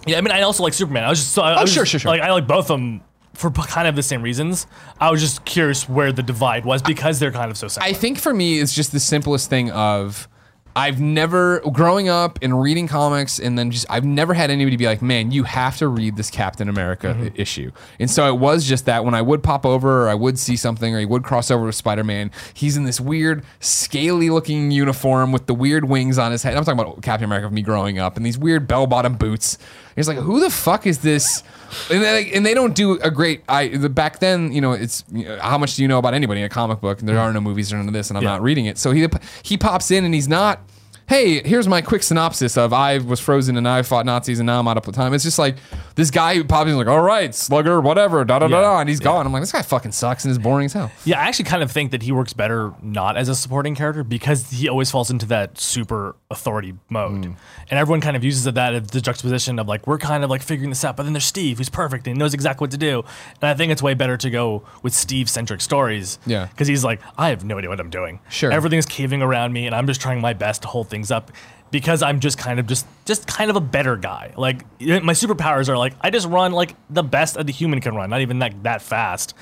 Yeah. I mean, I also like Superman. I was just. So,
Oh,
I, I was
sure,
just-
sure, sure.
Like I like both of them for b- kind of the same reasons. I was just curious where the divide was because they're kind of so similar.
I think for me, it's just the simplest thing of. I've never growing up and reading comics and then just I've never had anybody be like, "Man, you have to read this Captain America i- issue." And so it was just that when I would pop over or I would see something or he would cross over with Spider-Man, he's in this weird scaly looking uniform with the weird wings on his head. I'm talking about Captain America of me growing up and these weird bell-bottom boots. And It's like, "Who the fuck is this?" And they, like, and they don't do a great I the, back then, you know, it's you know, how much do you know about anybody in a comic book? And there are no movies or none of this and I'm
Yeah.
not reading it. So he he pops in and he's not. Hey, here's my quick synopsis of I was frozen and I fought Nazis and now I'm out of time. It's just like this guy who pops in like, all right, slugger, whatever, da da da
Yeah.
da, and he's gone. I'm like, this guy fucking sucks and is boring as hell.
Yeah, I actually kind of think that he works better not as a supporting character because he always falls into that super authority mode.
Hmm.
And everyone kind of uses that as the juxtaposition of like, we're kind of like figuring this out, but then there's Steve who's perfect and knows exactly what to do. And I think it's way better to go with Steve centric stories.
Yeah.
Because he's like, I have no idea what I'm doing.
Sure.
Everything's caving around me and I'm just trying my best to hold things up because I'm just kind of just just kind of a better guy. Like my superpowers are like I just run like the best that a human can run, not even like that fast.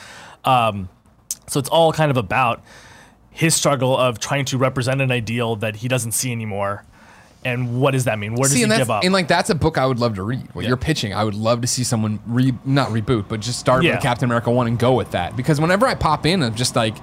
Um, so it's all kind of about his struggle of trying to represent an ideal that he doesn't see anymore. And what does that mean? Where does
See,
he
and,
give
that's,
up?
and like that's a book I would love to read. What you're pitching, I would love to see someone re not reboot, but just start
Yeah.
with Captain America one and go with that. Because whenever I pop in, I'm just like,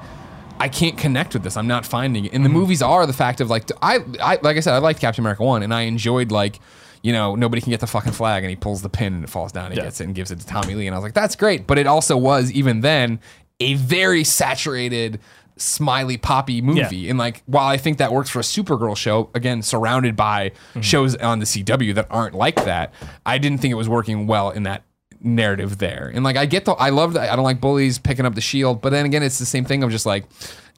I can't connect with this. I'm not finding it. And the
Mm-hmm.
movies are the fact of like I, I like I said, I liked Captain America one, and I enjoyed like. You know, nobody can get the fucking flag, and he pulls the pin, and it falls down, and he
Yeah.
gets it, and gives it to Tommy Lee, and I was like, "That's great!" But it also was, even then, a very saturated, smiley, poppy movie
Yeah.
movie. And like, while I think that works for a Supergirl show, again, surrounded by shows on the CW that aren't like that, I didn't think it was working well in that narrative there. And like, I get the, I love that. I don't like bullies picking up the shield, but then again, it's the same thing of just like,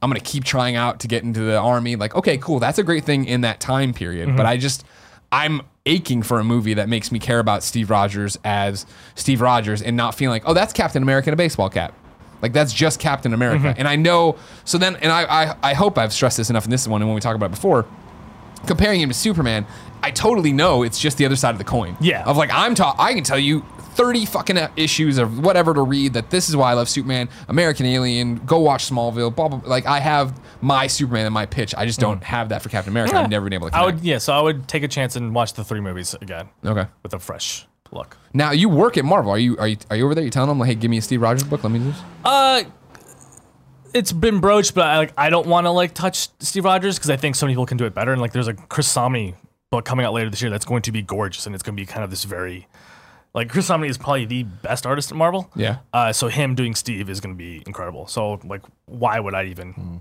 I'm going to keep trying out to get into the army. Like, okay, cool. That's a great thing in that time period. But I just, I'm aching for a movie that makes me care about Steve Rogers as Steve Rogers and not feeling like, oh, that's Captain America in a baseball cap. Like that's just Captain America.
Mm-hmm.
And I know so then and I, I I hope I've stressed this enough in this one and when we talk about it before, comparing him to Superman, I totally know it's just the other side of the coin.
Yeah.
Of like I'm ta- I can tell you 30 fucking uh, issues or whatever to read that this is why I love Superman, American Alien, go watch Smallville, blah blah, blah. like I have my Superman and my pitch. I just don't have that for Captain America. I've never been able to
Mm. I would
connect.
yeah, so I would take a chance and watch the three movies again
Okay.
with a fresh look.
Now you work at Marvel. Are you are you, are you over there? You telling them like, hey, give me a Steve Rogers book. Let me do this.
Uh, it's been broached, but I, like I don't want to like touch Steve Rogers because I think so many people can do it better. And like, there's a Chris Somney book coming out later this year that's going to be gorgeous, and it's going to be kind of this very like Chris Somney is probably the best artist at Marvel.
Yeah.
Uh, so him doing Steve is going to be incredible. So like, why would I even?
Mm.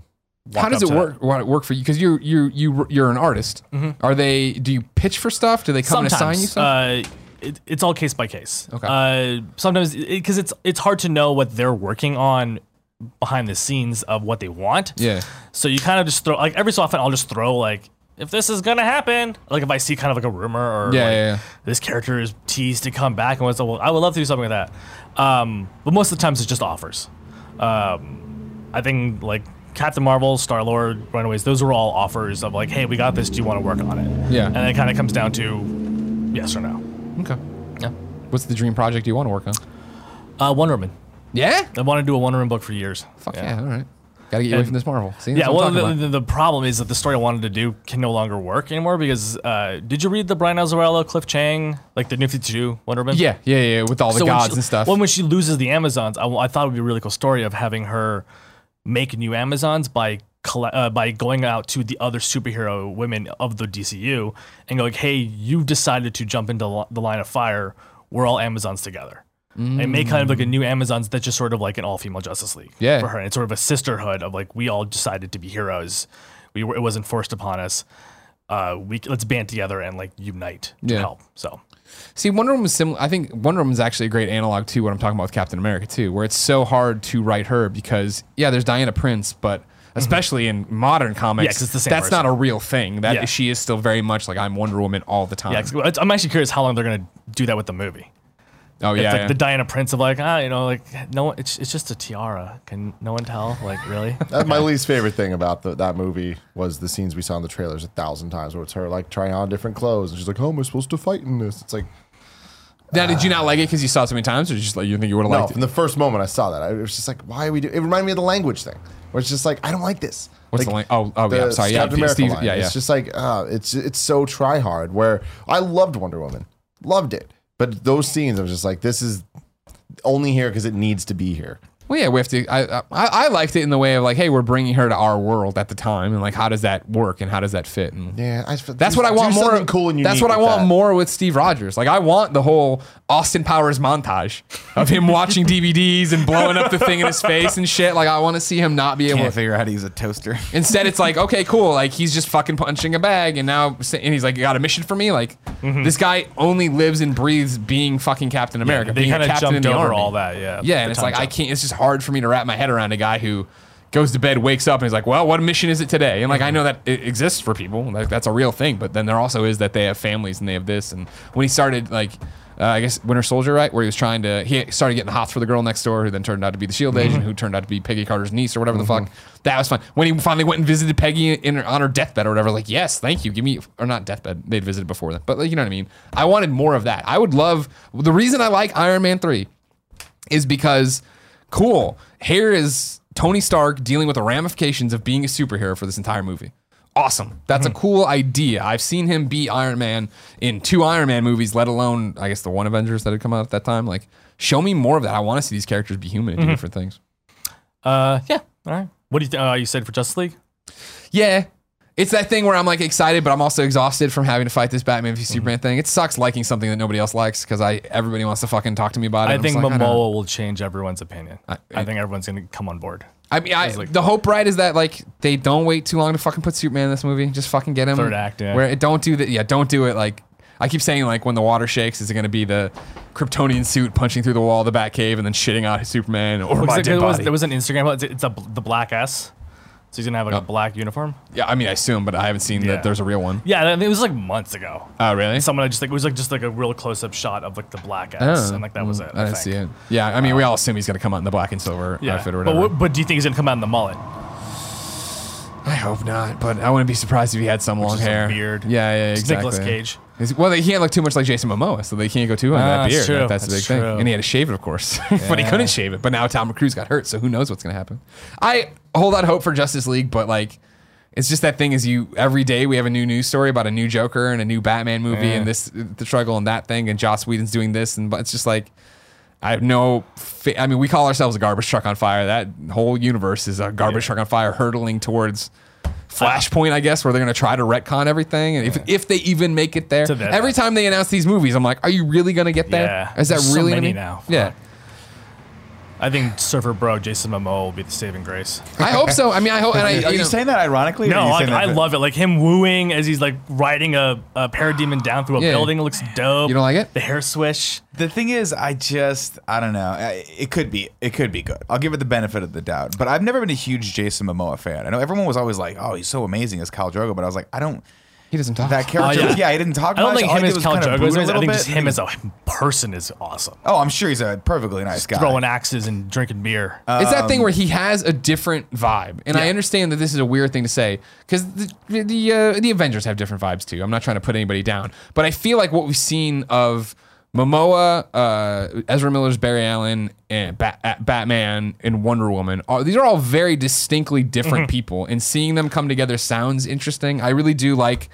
walk
How does
up
it
to that? Mm-hmm.
work? Why it work for you? Because you you you you're an artist. Are they? Do you pitch for stuff? Do they come and assign you
sometimes
stuff?
uh, it, it's all case by case.
Okay.
Uh, sometimes because it's it's hard to know what they're working on behind the scenes of what they want.
Yeah.
So you kind of just throw like every so often I'll just throw like if this is gonna happen like if I see kind of like a rumor or
Yeah,
like,
yeah, yeah.
this character is teased to come back and what's well I would love to do something with that. Um, but most of the times it's just offers. Um, I think like. Captain Marvel, Star Lord, Runaways, those were all offers of like, hey, we got this. Do you want to work on it?
Yeah.
And it kind of comes down to yes or no.
okay. What's the dream project you want to work on?
Uh, Wonder Woman.
Yeah.
I want to do a Wonder Woman book for years.
Fuck yeah. All right. Got to get you away
And-
from this Marvel. See, that's
Yeah,
what
well,
I'm
the,
talking
the, the problem is that the story I wanted to do can no longer work anymore because uh, did you read the Brian Azzarello, Cliff Chang, like the New 52 Wonder Woman?
about. yeah, yeah, yeah. With all the
when
gods
she-
and stuff.
Well, when she loses the Amazons, I, I thought it would be a really cool story of having her make new Amazons by colle- uh, by going out to the other superhero women of the DCU and going, "Hey, you decided to jump into li- the line of fire. We're all Amazons together." And make kind of like a new Amazons that's just sort of like an all female Justice League
Yeah.
for her. And it's sort of a sisterhood of like we all decided to be heroes. We were, it wasn't forced upon us. Uh, we c- let's band together and like unite to
Yeah.
help. So
See, Wonder Woman was similar. I think Wonder Woman's actually a great analog to what I'm talking about with Captain America too, where it's so hard to write her because yeah, there's Diana Prince, but especially in modern comics,
Mm-hmm. 'cause it's the same
that's not
person.
a real thing. That
Yeah.
she is still very much like I'm Wonder Woman all the time.
yeah, 'cause it's- I'm actually curious how long they're gonna do that with the movie.
oh yeah,
it's like
yeah.
the Diana Prince of like, ah, you know, like no one. It's, it's just a tiara. Can no one tell? Like really?
That's my least favorite thing about the, that movie was the scenes we saw in the trailers a thousand times where it's her like trying on different clothes and she's like, "How am I supposed to fight in this?" It's like,
Now, did you not like it because you saw it so many times, or just like you think you would have
no.
liked
From
it?
the first moment I saw that, I, it was just like, "Why are we doing?" It reminded me of the language thing. Where where it's just like I don't like this.
What's the link? Oh, oh, yeah, I'm sorry. Yeah,
Captain
P-
America
Steve-
line.
yeah, yeah.
It's just like uh, it's it's so try hard. Where I loved Wonder Woman, loved it, but those scenes, I was just like, this is only here because it needs to be here.
Well, yeah, we have to. I, I I liked it in the way of like, hey, we're bringing her to our world at the time, and like, how does that work and how does that fit? And
Yeah, I,
that's what I want more.
Something cool and unique.
that's what I
with
want
that.
more with Steve Rogers. Like, I want the whole Austin Powers montage of him watching DVDs and blowing up the thing in his face and shit. Like, I want to see him not be able.
Can't
to
figure out how to use a toaster.
Instead, it's like, okay, cool. Like he's just fucking punching a bag, and now and he's like, you got a mission for me. Like
Mm-hmm.
this guy only lives and breathes being fucking Captain <laughs> America.
They
being a
kind of
captain in
jumped
the
over
army.
all that. Yeah.
Yeah,
The
and it's
time
like I
jump.
can't. It's just hard for me to wrap my head around a guy who goes to bed, wakes up, and is like, "Well, what mission is it today?" And like
Mm-hmm.
I know that it exists for people, like that's a real thing. But then there also is that they have families and they have this. And when he started, like uh, I guess Winter Soldier, right, where he was trying to, he started getting the hots for the girl next door, who then turned out to be the Shield E
Mm-hmm.
agent, who turned out to be Peggy Carter's niece or whatever the fuck. That was fun. When he finally went and visited Peggy in her, on her deathbed or whatever, like, yes, thank you, give me or not deathbed. They'd visited before that, but like you know what I mean. I wanted more of that. I would love the reason I like Iron Man three is because cool here is tony stark dealing with the ramifications of being a superhero for this entire movie awesome that's
Hmm.
a cool idea i've seen him be iron man in two iron man movies let alone i guess the one avengers that had come out at that time like show me more of that i want to see these characters be human and
Mm-hmm.
do different things
Uh, yeah. All right. What do you think? Uh, you said for Justice League?
yeah it's that thing where i'm like excited but i'm also exhausted from having to fight this batman v
Mm-hmm.
superman thing it sucks liking something that nobody else likes because i everybody wants to fucking talk to me about it
I
I'm
think
just like, I don't know.
Momoa will change everyone's opinion. I, think everyone's gonna come on board.
I mean, I,
like-
the hope, right, is that like they don't wait too long to fucking put Superman in this movie. Just fucking get him.
Third act, yeah.
Where it don't do that. Yeah, don't do it. Like I keep saying, like when the water shakes, is it going to be the Kryptonian suit punching through the wall of the Batcave and then shitting out Superman or
Looks
my
like
dead
there, was,
body?
there was an Instagram. It's, it's a, bl- the black S. So he's gonna
Oh.
have like a black uniform.
yeah, I mean, I assume, but I haven't seen
Yeah.
that there's a real one.
Yeah, I mean, it was like months ago.
Oh, really?
Someone I just like it was like just like a real close up shot of like the black S,
Oh.
and like that was it.
I didn't
I, think. Uh,
see it. Yeah, I mean, we all assume he's going to come out in the black and silver
Yeah,
outfit or
but
whatever.
what, but do you think he's gonna come out in the mullet?
I hope not, but I wouldn't be surprised if he had some long
is a
hair.
beard.
Yeah, yeah,
It's
exactly.
Nicolas Cage.
He's- well, they, he can't look too much like Jason Momoa, so they can't go too on
Ah,
that
that's
beard.
true.
Like, That's, the big
That's
thing.
true.
And he had to shave it, of course, <laughs> but he couldn't shave it. But now Tom Cruise got hurt, so who knows what's going to happen? I hold out hope for Justice League, but like. It's just that thing is you every day we have a new news story about a new Joker and a new Batman movie and this the struggle and that thing and Joss Whedon's doing this and but it's just like I have no. Fa- I mean, we call ourselves a garbage truck on fire. That whole universe is a garbage truck on fire, hurtling towards Flashpoint, I guess, where they're going to try to retcon everything, and if, if they even make it there.
To that-
Every time they announce these movies, I'm like, are you really going to get there?
Yeah.
Is that
There's so
really gonna
many
be-
now.
Yeah,
I think Surfer Bro Jason Momoa will be the saving grace.
I hope so. I mean, I hope.
<laughs>
And I,
<laughs> Are you,
know-
saying that ironically? or
No,
are you
like,
saying
I
that-
love it. Like him wooing as he's like riding a, a parademon down through a
Yeah.
building. It looks dope.
You don't like it?
The hair swish.
The thing is, I just I don't know. I- It could be it could be good. I'll give it the benefit of the doubt. But I've never been a huge Jason Momoa fan. I know everyone was always like, "Oh, he's so amazing as Khal Drogo," but I was like, I don't.
he doesn't talk.
That character,
Oh, yeah.
yeah. he didn't talk.
I don't
much.
think
All he
him
did
as
was
Khal
kinda
Drogo
brood a
is amazing. I
little
think
bit.
just him as a person is awesome.
Oh, I'm sure he's a perfectly nice guy.
Throwing axes and drinking beer.
It's that thing where he has a different vibe, and I understand that this is a weird thing to say because the the, uh, the Avengers have different vibes too. I'm not trying to put anybody down, but I feel like what we've seen of Momoa, uh, Ezra Miller's Barry Allen, and Bat- uh, Batman and Wonder Woman. Are, these are all very distinctly different people, and seeing them come together sounds interesting. I really do like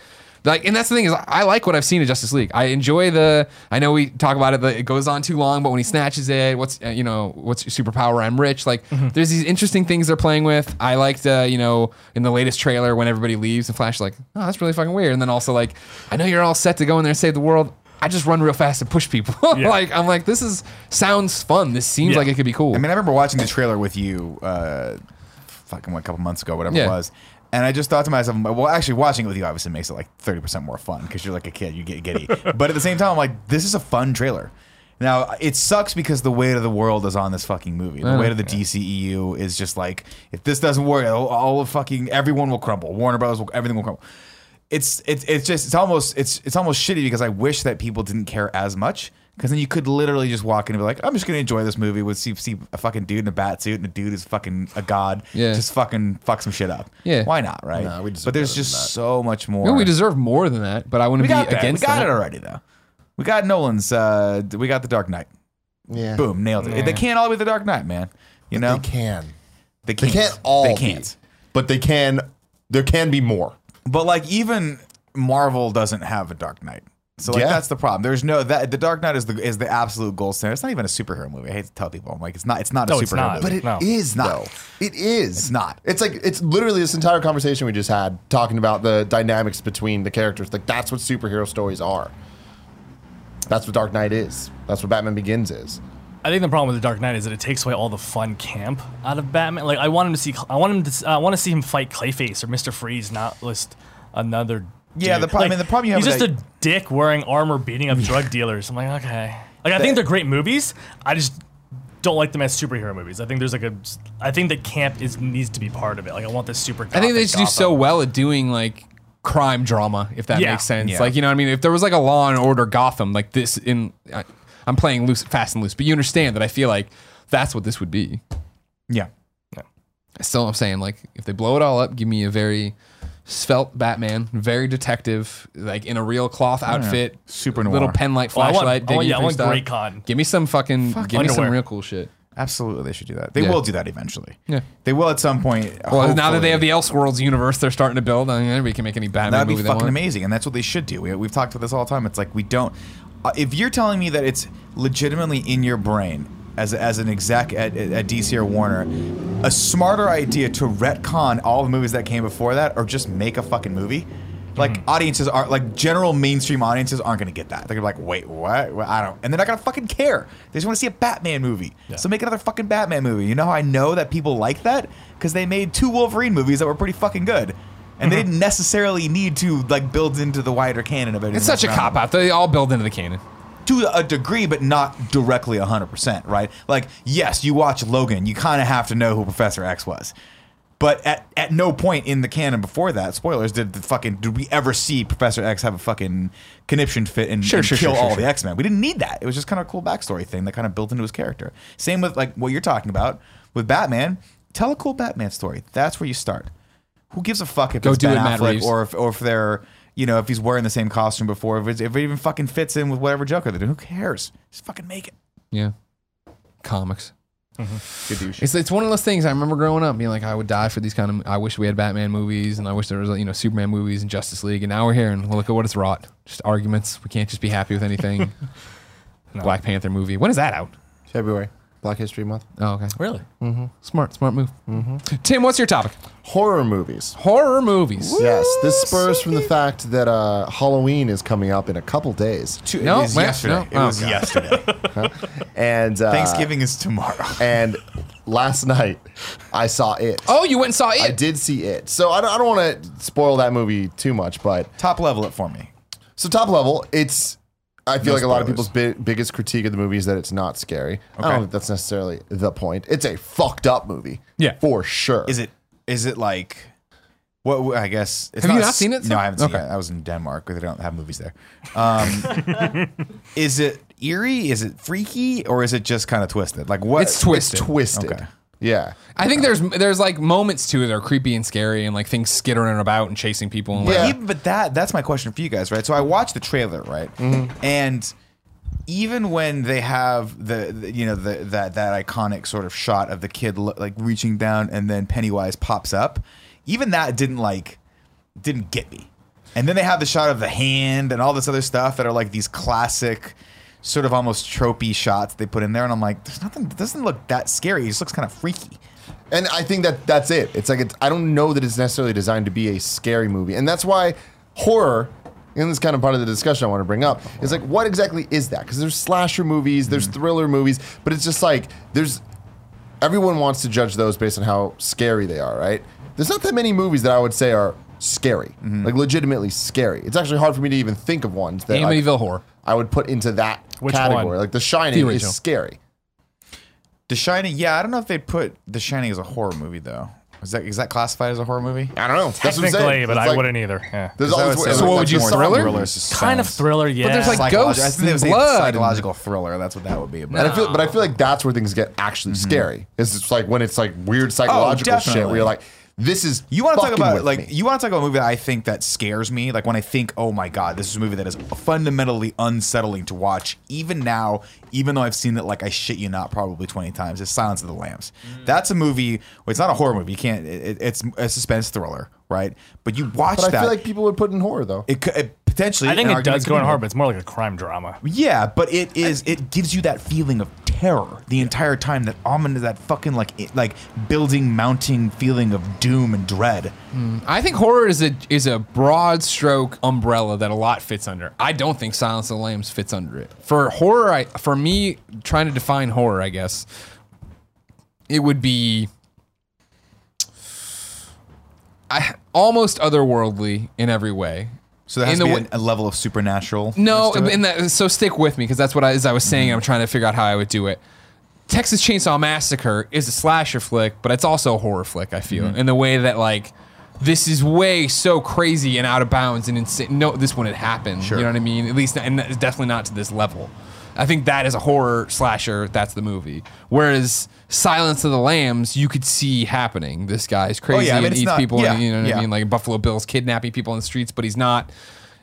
like and that's the thing is I like what I've seen in Justice League. I enjoy the I know we talk about it that it goes on too long, but when he snatches it, what's uh, you know what's your superpower? I'm rich. Like
Mm-hmm.
there's these interesting things they're playing with. I liked uh, you know in the latest trailer when everybody leaves and Flash is like oh that's really fucking weird, and then also like I know you're all set to go in there and save the world. I just run real fast and push people. <laughs> like I'm like this is sounds fun. This seems
Yeah.
like it could be cool.
I mean, I remember watching the trailer with you, uh, fucking what, a couple months ago, whatever
Yeah.
it was. And I just thought to myself, well, actually, watching it with you obviously makes it like 30% more fun because you're like a kid, you get giddy. but at the same time, I'm like, this is a fun trailer. Now, it sucks because the weight of the world is on this fucking movie. The weight of the DCEU is just like, if this doesn't work, all, all of fucking everyone will crumble. Warner Brothers will, everything will crumble. It's, it's it's just it's almost it's it's almost shitty because I wish that people didn't care as much because then you could literally just walk in and be like I'm just gonna enjoy this movie with see, see a fucking dude in a bat suit and a dude who's fucking a god
Yeah.
just fucking fuck some shit up
Yeah.
why not right
Nah, we deserve
but there's
better than
just
that.
so much more
No, we deserve more than that, but I wouldn't
we
be
got that.
against
we got
that.
it already though we got Nolan's uh we got the Dark Knight
Yeah,
boom nailed it they can't all be the Dark Knight man you know
They can.
They
They
can't.
can't all.
They
be,
can't.
but they can. There can be more.
But like even Marvel doesn't have a Dark Knight. So like
Yeah.
that's the problem. There's no that the Dark Knight is the is the absolute gold standard. It's not even a superhero movie. I hate to tell people. I'm like it's not it's not
No,
a
it's
superhero
not.
movie.
But it is
No.
not.
though. It is.
It's not.
It's like it's literally this entire conversation we just had talking about the dynamics between the characters. Like that's what superhero stories are. That's what Dark Knight is. That's what Batman Begins is.
I think the problem with the Dark Knight is that it takes away all the fun camp out of Batman. Like I want him to see, I want him to, I want to see him fight Clayface or Mister Freeze, not just another.
Yeah,
dude.
the problem-
Like,
I mean, the problem you have
he's
with
just a dick wearing armor
<laughs>
beating up drug dealers. I'm like, okay. Like I think they're great movies. I just don't like them as superhero movies. I think there's like a, I think that camp is needs to be part of it. Like I want this super.
I think they
gothic
just do so
Gotham.
well at doing like crime drama, if that
Yeah.
makes sense.
Yeah.
Like you know, what I mean, if there was like a Law and Order Gotham, like this in, I, I'm playing loose, fast and loose, but you understand that I feel like that's what this would be.
yeah.
Still, I'm saying like if they blow it all up, give me a very svelte Batman, very detective, like in a real cloth outfit,
Super
little
noir.
pen light
Well, Oh, I want-
flashlight.
I want-
digging
yeah, I
through
want
stuff.
great con.
Give me some fucking, give me some
underwear.
real cool shit.
Absolutely, they should do that. They
Yeah.
will do that eventually.
Yeah.
They will at some point.
Well, now that they have
hopefully.
the Elseworlds universe, they're starting to build. I mean, anybody can make any Batman
That'd be
movie they
fucking
want.
amazing, and that's what they should do. We, we've talked about this all the time. It's like we don't. Uh, if you're telling me that it's legitimately in your brain as, as an exec at, at, at DC or Warner, a smarter idea to retcon all the movies that came before that, or just make a fucking movie. Like
Hmm.
audiences aren't like general mainstream audiences aren't gonna get that. They're gonna be like, wait, what? Well, I don't, and they're not gonna fucking care. They just want to see a Batman movie. So make another fucking Batman movie. You know how I know that people like that because they made two Wolverine movies that were pretty fucking good and they didn't necessarily need to like build into the wider canon of it.
Mm-hmm. It's such a cop out. They all build into the canon.
to a degree, but not directly hundred percent, right? Like, yes, you watch Logan, you kind of have to know who Professor X was. But at, at no point in the canon before that, spoilers, did the fucking did we ever see Professor X have a fucking conniption fit and,
Sure,
and
sure,
kill
sure, sure,
all
sure.
the X Men? We didn't need that. It was just kind of a cool backstory thing that kind of built into his character. Same with like what you're talking about with Batman. Tell a cool Batman story. That's where you start. Who gives a fuck if
Go
it's
do
Ben
it, Matt
Affleck
Reeves.
or if, or if they're you know if he's wearing the same costume before if, it's, if it even fucking fits in with whatever Joker they do. Who cares? Just fucking make it.
Yeah. Comics.
Gadoosh.
It's, it's one of those things I remember growing up being like, I would die for these kind of. I wish we had Batman movies, and I wish there was you know Superman movies and Justice League, and now we're here and look at what it's wrought. Just arguments. We can't just be happy with anything. Black Panther movie. When is that out?
February, Black History Month.
Oh, okay.
Really?
Smart, smart move. Tim, what's your topic?
Horror movies.
Horror movies.
Yes, this spurs from the fact that uh, Halloween is coming up in a couple days,
Two,
No,
it was
wait,
yesterday.
no.
It was
Oh. <laughs>
yesterday.
and uh,
Thanksgiving is tomorrow. <laughs>
And last night, I saw it.
Oh, you went and saw it.
I did see it. So I don't, I don't want to spoil that movie too much, but
Top level it for me.
So top level, it's. I feel
No
like a lot of
spoilers.
people's bi- biggest critique of the movie is that it's not scary. I
Okay.
don't think that's necessarily the point. It's a fucked up movie.
Yeah.
for sure.
Is it? Is it like? What I guess. It's
Have you
a
not
s-
seen it,
No,
Sam?
I haven't
Okay.
seen it. I was in Denmark, where they don't have movies there. Um,
<laughs>
is it eerie? Is it freaky? Or is it just kind of twisted? Like what?
It's twisted.
twisted?
Okay.
Yeah,
I think there's there's like moments to it that are creepy and scary, and like things skittering about and chasing people. And like,
Yeah.
Even, but that that's my question for you guys, right? So I watched the trailer, right? And even when they have the, the- you know the that that iconic sort of shot of the kid lo- like reaching down and then Pennywise pops up, even that didn't like didn't get me. And then they have the shot of the hand and all this other stuff that are like these classic sort of almost tropey shots they put in there and I'm like there's nothing it doesn't look that scary. It just looks kind of freaky.
and I think that that's it. It's like it's, I don't know that it's necessarily designed to be a scary movie, and that's why horror. And this is kind of part of the discussion I want to bring up is like, what exactly is that? Because there's slasher movies, there's
Mm.
thriller movies, but it's just like there's everyone wants to judge those based on how scary they are, right? There's not that many movies that I would say are scary,
Mm-hmm.
like legitimately scary. It's actually hard for me to even think of ones that like,
Amityville Horror.
I would put into that
Which
category.
one?
Like The
The
Shining
original.
is scary.
The Shining, yeah, I don't know if they put The Shining as a horror movie though. Is that is that classified as a horror movie?
I don't know. That's what I'm
Technically,
saying.
but
It's
I
like-
wouldn't either. Yeah.
There's
Is that
always
what it says?
So what
like,
would you-
that's
More
more
thriller?
suspense.
Kind of thriller, yeah.
there's, like,
Psychological-
ghosts
I think they
and
say
blood.
Psychological thriller. That's what that would be
And
about.
I feel, but I feel like that's where things get actually scary. Is it's like when it's like weird psychological shit
Mm-hmm. Oh, definitely.
where you're like, This is
You want to talk
fucking
about
with
like
me.
you want to talk about a movie that I think that scares me. Like when I think, oh my god, this is a movie that is fundamentally unsettling to watch. Even now, even though I've seen it, like I shit you not, probably twenty times. Is Silence of the Lambs. That's a movie. Well, it's not a horror movie. You can't. It, it- it's a suspense thriller, right? But you watch
But I
that.
feel like people would put in horror though.
it, could- it potentially.
I think
an
it
argument
does go
could
in
be
hard,
made.
but it's more like a crime drama.
Yeah, but it is. it gives you that feeling of terror the entire time. That ominous, that fucking like it- like building, mounting feeling of doom and dread.
I think horror is a is a broad stroke umbrella that a lot fits under. I don't think Silence of the Lambs fits under it. For horror, I, for me trying to define horror, I guess it would be I, almost otherworldly in every way.
So there
In
has to
the
be
way-
an- a level of supernatural.
No,
next to it? Mm-hmm.
and that, so stick with me because that's what I, as I was saying. I'm trying to figure out how I would do it. Texas Chainsaw Massacre is a slasher flick, but it's also a horror flick. I feel
Mm-hmm.
in the way that like this is way so crazy and out of bounds and insane. No, this wouldn't happen. You know what I mean? At least, and that's definitely not to this level. I think that is a horror slasher. That's the movie. Whereas Silence of the Lambs, you could see happening. This guy's crazy
Oh, I mean,
and
it's
eats
not-
people.
yeah,
and, you know what
yeah.
I mean? Like Buffalo Bill's kidnapping people in the streets, but he's not.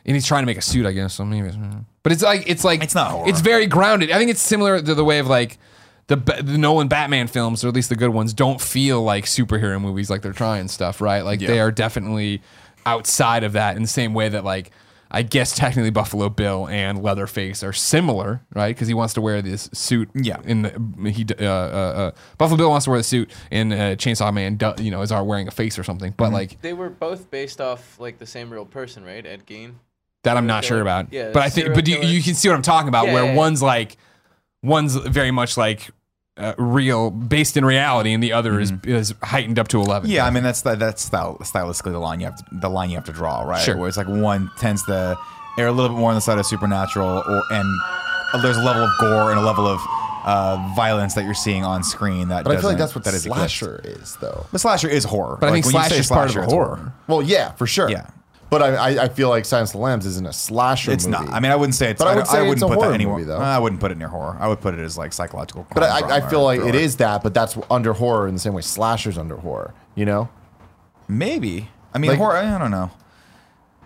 And he's trying to make a suit, I guess. So maybe. it's- But it's like it's like
It's not horror.
It's very grounded. I think it's similar to the way of like the, Ba- the Nolan Batman films, or at least the good ones, don't feel like superhero movies, like they're trying stuff, right? Like they are definitely outside of that in the same way that like. I guess technically Buffalo Bill and Leatherface are similar, right? Because he wants to wear this suit.
Yeah.
In the, he uh, uh, uh, Buffalo Bill wants to wear the suit, and uh, Chainsaw Man, do, you know, is are wearing a face or something.
Mm-hmm.
But like
They were both based off like the same real person, right? Ed Gein.
that I'm not sure
Serial killer.
about.
Yeah,
but I think,
serial
but you,
killer.
you can see what I'm talking about,
Yeah,
where
yeah, yeah.
one's like, one's very much like uh, real, based in reality, and the other
Mm-hmm.
is is heightened up to eleven.
Yeah, I mean that's the, that's style, stylistically the line you have to, the line you have to draw, right?
Sure.
Where it's like one tends to err a little bit more on the side of supernatural, or and uh, there's a level of gore and a level of uh, violence that you're seeing on screen that.
But I feel like
doesn't-
that's what
that is eclipsed.
slasher is though.
But slasher is horror.
but I
Like,
think
when you say
slash is part of
slasher,
the
it's
horror.
Well, yeah, for sure.
Yeah.
But I, I, I feel like Silence of the Lambs isn't a slasher
It's
movie.
not. I mean, I wouldn't say it's.
But I would say
I
it's
wouldn't
a
put
horror
that anywhere.
movie, though.
I wouldn't put it near horror. I would put it as like psychological.
But
crime
I, I
drama
feel
or
like it
thriller.
is that, but that's under horror in the same way slasher's under horror, you know?
maybe. I mean,
Like-
horror. I don't know.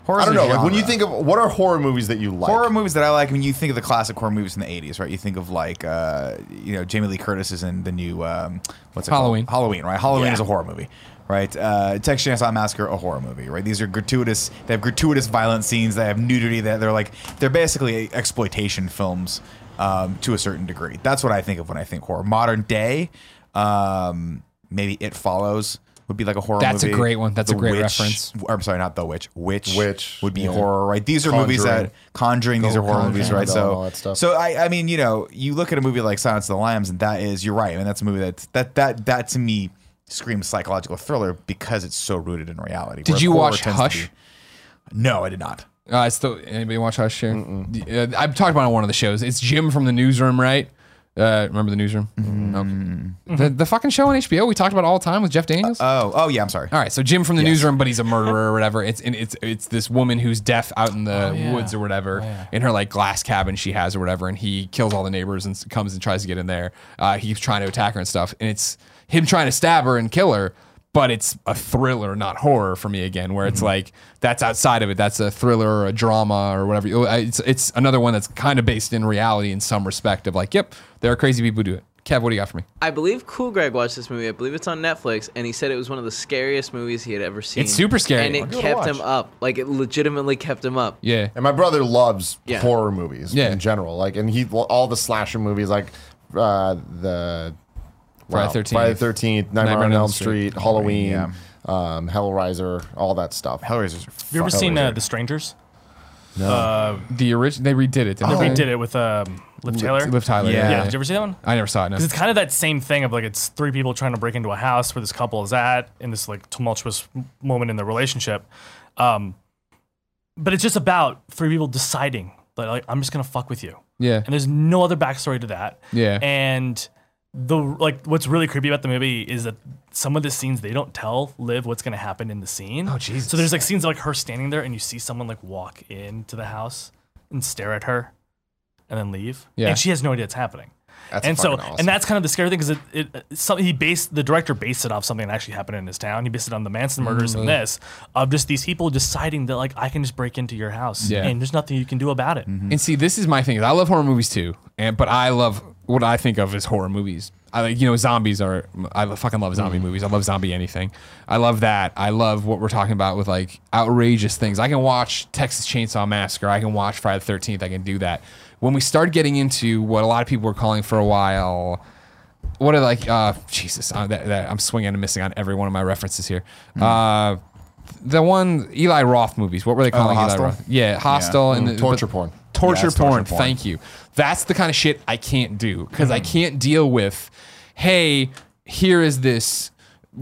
Horror.
I don't know. Like when you think of what are horror movies that you like?
horror movies that I like. When you think of the classic horror movies in the '80s, right? You think of like, uh, you know, Jamie Lee Curtis is in the new um, what's it
Halloween.
Called? Halloween, right? Halloween
Yeah.
is a horror movie, right? Uh, Texas Chainsaw Massacre, a horror movie, right? These are gratuitous. They have gratuitous violent scenes. They have nudity. That they're like they're basically exploitation films um, to a certain degree. That's what I think of when I think horror. Modern day, um, maybe It Follows. Would be like a horror
That's a
movie.
great one. That's a
The
great
Witch-
reference.
I'm sorry, not The Witch. Witch,
Witch,
would be
yeah.
horror, right? These are movies
Conjuring.
that Conjuring. These are horror
Conjuring,
movies, right?
Annabelle,
So,
all that stuff.
so I, I mean, you know, you look at a movie like Silence of the Lambs, and that is, you're right. I mean, that's a movie that that that that to me screams psychological thriller because it's so rooted in reality.
Did
whereas
you
horror
watch
tends to
Hush?
be- no, I did not.
Uh, it's the anybody watch Hush here? Uh, I've talked about it on one of the shows. It's Jim from the newsroom, right? Uh, remember the newsroom?
Mm-hmm.
Okay. The, the fucking show on HBO we talked about all the time with Jeff Daniels.
Oh, oh yeah, I'm sorry.
All right, so Jim from the
Yes.
newsroom, but he's a murderer or whatever. It's and it's it's this woman who's deaf out in the
Oh, yeah.
woods or whatever in her like glass cabin she has or whatever, and he kills all the neighbors and s- comes and tries to get in there. Uh, he keeps trying to attack her and stuff, and it's him trying to stab her and kill her. But it's a thriller, not horror for me again, where it's
Mm-hmm.
like that's outside of it. That's a thriller or a drama or whatever. You- I- It's it's another one that's kind of based in reality in some respect of like, yep, there are crazy people who do it. Kev, what do you got for me?
I believe Cool Greg watched this movie. I believe it's on Netflix, and he said it was one of the scariest movies he had ever seen.
super scary.
and
I'll
it
give it a
kept
watch.
him up. Like it legitimately kept him up.
Yeah.
And my brother loves
Yeah.
horror movies
Yeah.
in general. Like, and he all the slasher movies, like uh, the
Friday
wow,
13th.
Friday Thirteenth, Nightmare, on Elm Street, Halloween,
yeah.
um, Hellraiser, all that stuff.
Hellraiser's.
Have you ever seen uh, The Strangers? No. Uh,
The original, they redid it. Didn't
Oh. they
they?
redid it with um, Liv Taylor.
Oh. Liv Tyler.
Yeah.
Yeah, did you ever see that one?
I never saw it. No.
Because it's kind of that same thing of like it's three people trying to break into a house where this couple is at in this like tumultuous m- moment in their relationship. Um, but it's just about three people deciding that like I'm just gonna fuck with you,
Yeah.
and there's no other backstory to that.
Yeah.
And the like, what's really creepy about the movie is that some of the scenes they don't tell Liv what's gonna happen in the scene. Oh
Jesus.
So there's like scenes of like her standing there, and you see someone like walk into the house and stare at her, and then leave.
Yeah.
And she has no idea it's happening.
That's
and so,
fucking awesome.
and that's kind of the scary thing because it, it, it's something he based the director based it off something that actually happened in his town. He based it on the Manson murders and this of just these people deciding that like I can just break into your house
Yeah.
and there's nothing you can do about it.
And see, this is my thing. I love horror movies too, and but I love what I think of as horror movies. I like you know zombies are. I lo- fucking love zombie movies. I love zombie anything. I love that. I love what we're talking about with like outrageous things. I can watch Texas Chainsaw Massacre. I can watch Friday the Thirteenth. I can do that. When we start getting into what a lot of people were calling for a while, what are like uh Jesus, uh, that, that, I'm swinging and missing on every one of my references here. Uh, the one Eli Roth movies. What were they calling Eli
Hostel?
Roth? Yeah, Hostile and the,
torture
but-
porn.
Torture,
Yeah, it's torture
porn,
porn.
Thank you. That's the kind of shit I can't do because I
Mm-hmm.
can't deal with. Hey, here is this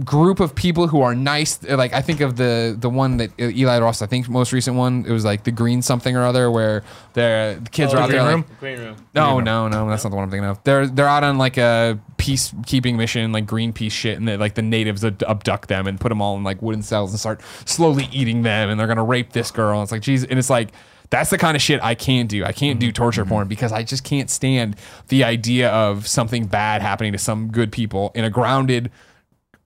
group of people who are nice. Like I think of the the one that uh, Eli Ross. I think most recent one. It was like the green something or other where they're- the kids
Oh,
are
The
out there.
Green
like-
Room?
Green room.
no, no, no, that's not the one I'm thinking of. They're they're out on like a peacekeeping mission, like Greenpeace shit, and they, like the natives ad- abduct them and put them all in like wooden cells and start slowly eating them, and they're gonna rape this girl. And it's like, geez, and it's like that's the kind of shit I can't do. I can't
Mm-hmm.
do torture porn because I just can't stand the idea of something bad happening to some good people in a grounded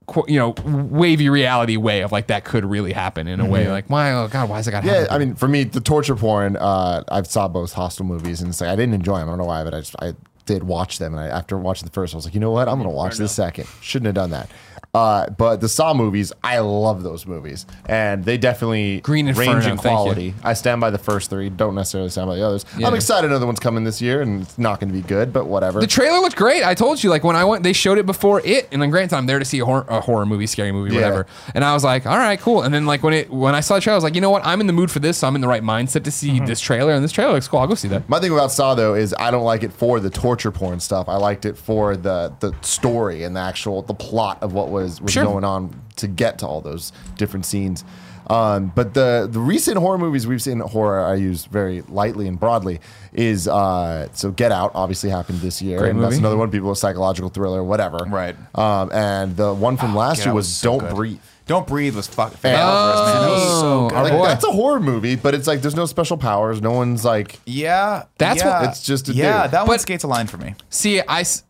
qu- you know wavy reality way of like that could really happen in a way like why oh god why is it got
Mm-hmm. Yeah, I mean, for me, the torture porn. Uh, I've saw both hostile movies, and it's like I didn't enjoy them. I don't know why, but I just, I did watch them, and I, after watching the first, I was like, you know what? I'm gonna watch the second. Shouldn't have done that. Uh, but the Saw movies, I love those movies, and they definitely
Green Inferno,
range in
thank you.
quality. I stand by the first three. Don't necessarily stand by the others.
Yeah.
I'm excited another one's coming this year, and it's not going to be good, but whatever.
The trailer looked great. I told you, like when I went, they showed it before it, and then granted, I'm there to see a horror, a horror movie, scary movie,
Yeah.
whatever. And I was like, all right, cool. And then like when it when I saw the trailer, I was like, you know what? I'm in the mood for this, so I'm in the right mindset to see
Mm-hmm.
this trailer, and this trailer looks cool. I'll go see that.
My thing about Saw though is I don't like it for the torture porn stuff. I liked it for the the story and the actual the plot of what was, was
Sure.
going on to get to all those different scenes. Um, but the the recent horror movies we've seen horror I use very lightly and broadly is uh, so Get Out obviously happened this year
Great
and that's
movie.
another one people a psychological thriller whatever
Right. Oh,
um, and the one from last
Get
year
Out
was,
was so
Don't
good.
Breathe
Don't breathe was fucking.
Oh, our
like,
boy.
that's a horror movie but it's like there's no special powers no one's like
Yeah,
That's
yeah.
what-
It's just a
yeah.
dude.
That one
But-
skates a line for me.
see, I. s-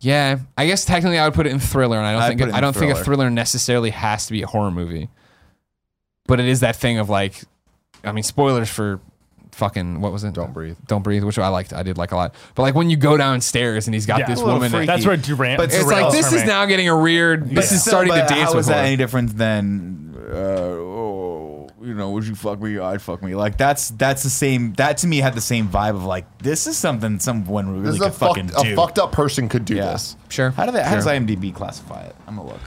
Yeah, I guess technically I would put it in thriller, and I don't
I'd
think
put it in
I don't think a
thriller.
thriller necessarily has to be a horror movie. But it is that thing of like, I mean, spoilers for fucking what was it?
Don't Breathe.
Don't breathe, which I liked. I did like a lot. But like when you go downstairs and he's got
Yeah.
this
A little
woman,
freaky.
That's where Durant.
But
It's
Right.
like
Oh,
this is now getting a weird. This is
Still,
starting to
but
dance
How
with
is that
horror.
any different than? Uh, oh, you know, would you fuck me? I'd fuck me. Like that's that's the same. That to me had the same vibe of like this is something someone really
this
could
is a, fucked,
fucking
a
do.
fucked up person could do
Yeah.
this
Sure.
How do they? How does
Sure.
IMDb classify it? I'm gonna look.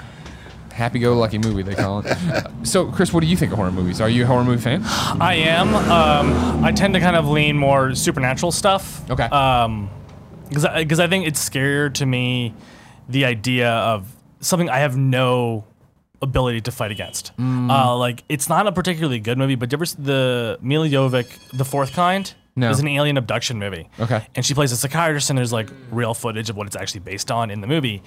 Happy-go-lucky movie they call it. so, Chris, what do you think of horror movies? Are you a horror movie fan?
I am. Um, I tend to kind of lean more supernatural stuff.
Okay.
Um, because I, 'cause I think it's scarier to me the idea of something I have no ability to fight against.
Mm.
Uh, like it's not a particularly good movie, but did you ever see the Mila Jovovich, The Fourth Kind?
No.
Is an alien abduction movie.
Okay.
And she plays a psychiatrist, and there's like real footage of what it's actually based on in the movie.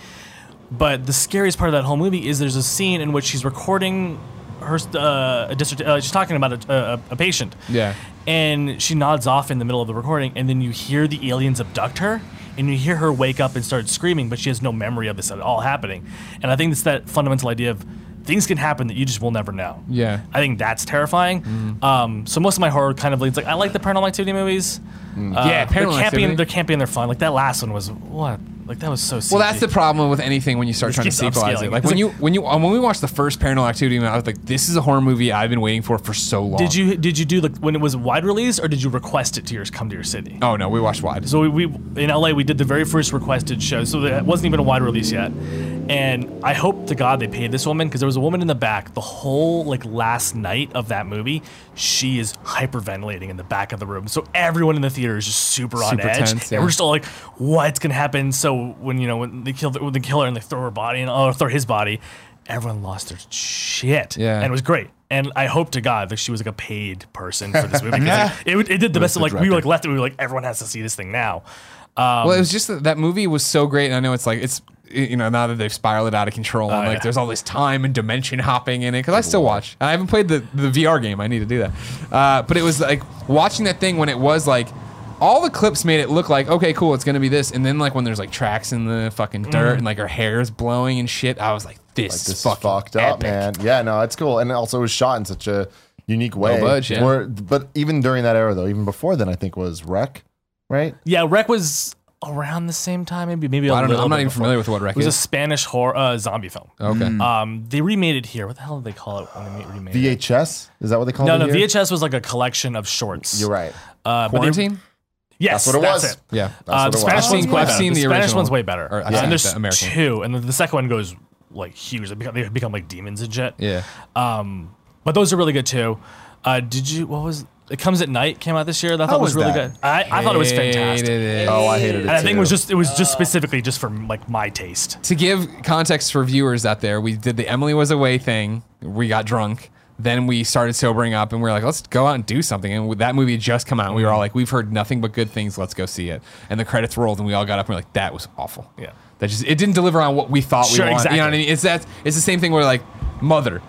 But the scariest part of that whole movie is there's a scene in which she's recording her uh, a district. Uh, she's talking about a, a, a patient.
Yeah.
And she nods off in the middle of the recording, and then you hear the aliens abduct her, and you hear her wake up and start screaming, but she has no memory of this at all happening. And I think it's that fundamental idea of things can happen that you just will never know.
Yeah. Mm.
I think that's terrifying. Um, so most of my horror kind of leans like I like the paranormal activity movies. Uh,
Mm. Yeah,
they're
Paranormal
campy
Activity.
and they're campy and they're fun. Like that last one was what? Like that was so. CG.
Well, that's the problem with anything when you start trying to
keeps
sequelize
upscaling
it.
it.
Like
It's
when
like-
you when you um, when we watched the first Paranormal Activity, I was like, "This is a horror movie I've been waiting for for so long."
Did you did you do like when it was wide release or did you request it to yours come to your city?
Oh no, we watched Wide.
So we, we in LA we did the very first requested show, so that wasn't even a wide release yet. And I hope to God they paid this woman because there was a woman in the back the whole like last night of that movie. She is hyperventilating in the back of the room, so everyone in the theater is just super, on
Super
edge,
tense, yeah.
and we're just all like, "What's gonna happen?" So when you know when they kill the, when they kill her and they throw her body and oh, throw his body, everyone lost their shit.
Yeah.
and it was great. And I hope to God that she was like a paid person for this
<laughs>
movie. 'cause, like, it, it did the best. Of, like we were like left. We were like everyone has to see this thing now. Um,
Well, it was just that, that movie was so great, and I know it's like it's you know now that they've spiraled it out of control, and like
Oh, yeah.
there's all this time and dimension hopping in it because I still watch. I haven't played the the VR game. I need to do that. Uh, but it was like watching that thing when it was like all the clips made it look like okay, cool, it's gonna be this, and then like when there's like tracks in the fucking
Mm.
dirt and like her hair's blowing and shit, I was like, this,
This
is
is
fucking
fucked
epic.
up, man. Yeah, no, it's cool, and also it was shot in such a unique way.
budge, yeah.
Where- but even during that era, though, even before then, I think was Wreck, right?
Yeah, Wreck was around the same time, maybe maybe
Well,
a
I don't know.
little
I'm not
bit
even
before.
familiar with what
It
Wreck
was a
is. Oh.
Spanish horror uh, zombie film.
okay.
Um, they remade it here. What the hell did they call it when they ma- remade it?
VHS is that what they call
No,
it?
no,
here?
VHS was like a collection of shorts.
You're right.
Uh, but they-
Quarantine.
yes,
That's what it was.
Yeah.
That's
Uh,
what
the
it
Spanish
was.
I've
one's
seen-
way
I've
better.
seen
the
the
Spanish
original.
one's way better.
Or I've
Uh,
seen
and there's
the American.
two, and then the second one goes like huge. They become, they become like demons and shit.
Yeah.
Um, but those are really good too. Uh, did you? What was? It comes at night. Came out this year. That I thought
was
was really
that?
good. I, I thought it was fantastic.
Hated it.
Oh, I hated it.
And I think it was
too.
just it was just specifically just for like my taste.
to give context for viewers out there, we did the Emily was away thing. We got drunk. Then we started sobering up and we were like, let's go out and do something. And that movie had just come out. And we were all like, we've heard nothing but good things. Let's go see it. And the credits rolled and we all got up and we are like, that was awful.
Yeah.
That just, it didn't deliver on what we thought
Sure,
we wanted. You know what I
exactly.
mean? It's that, it's the same thing where like, Mother,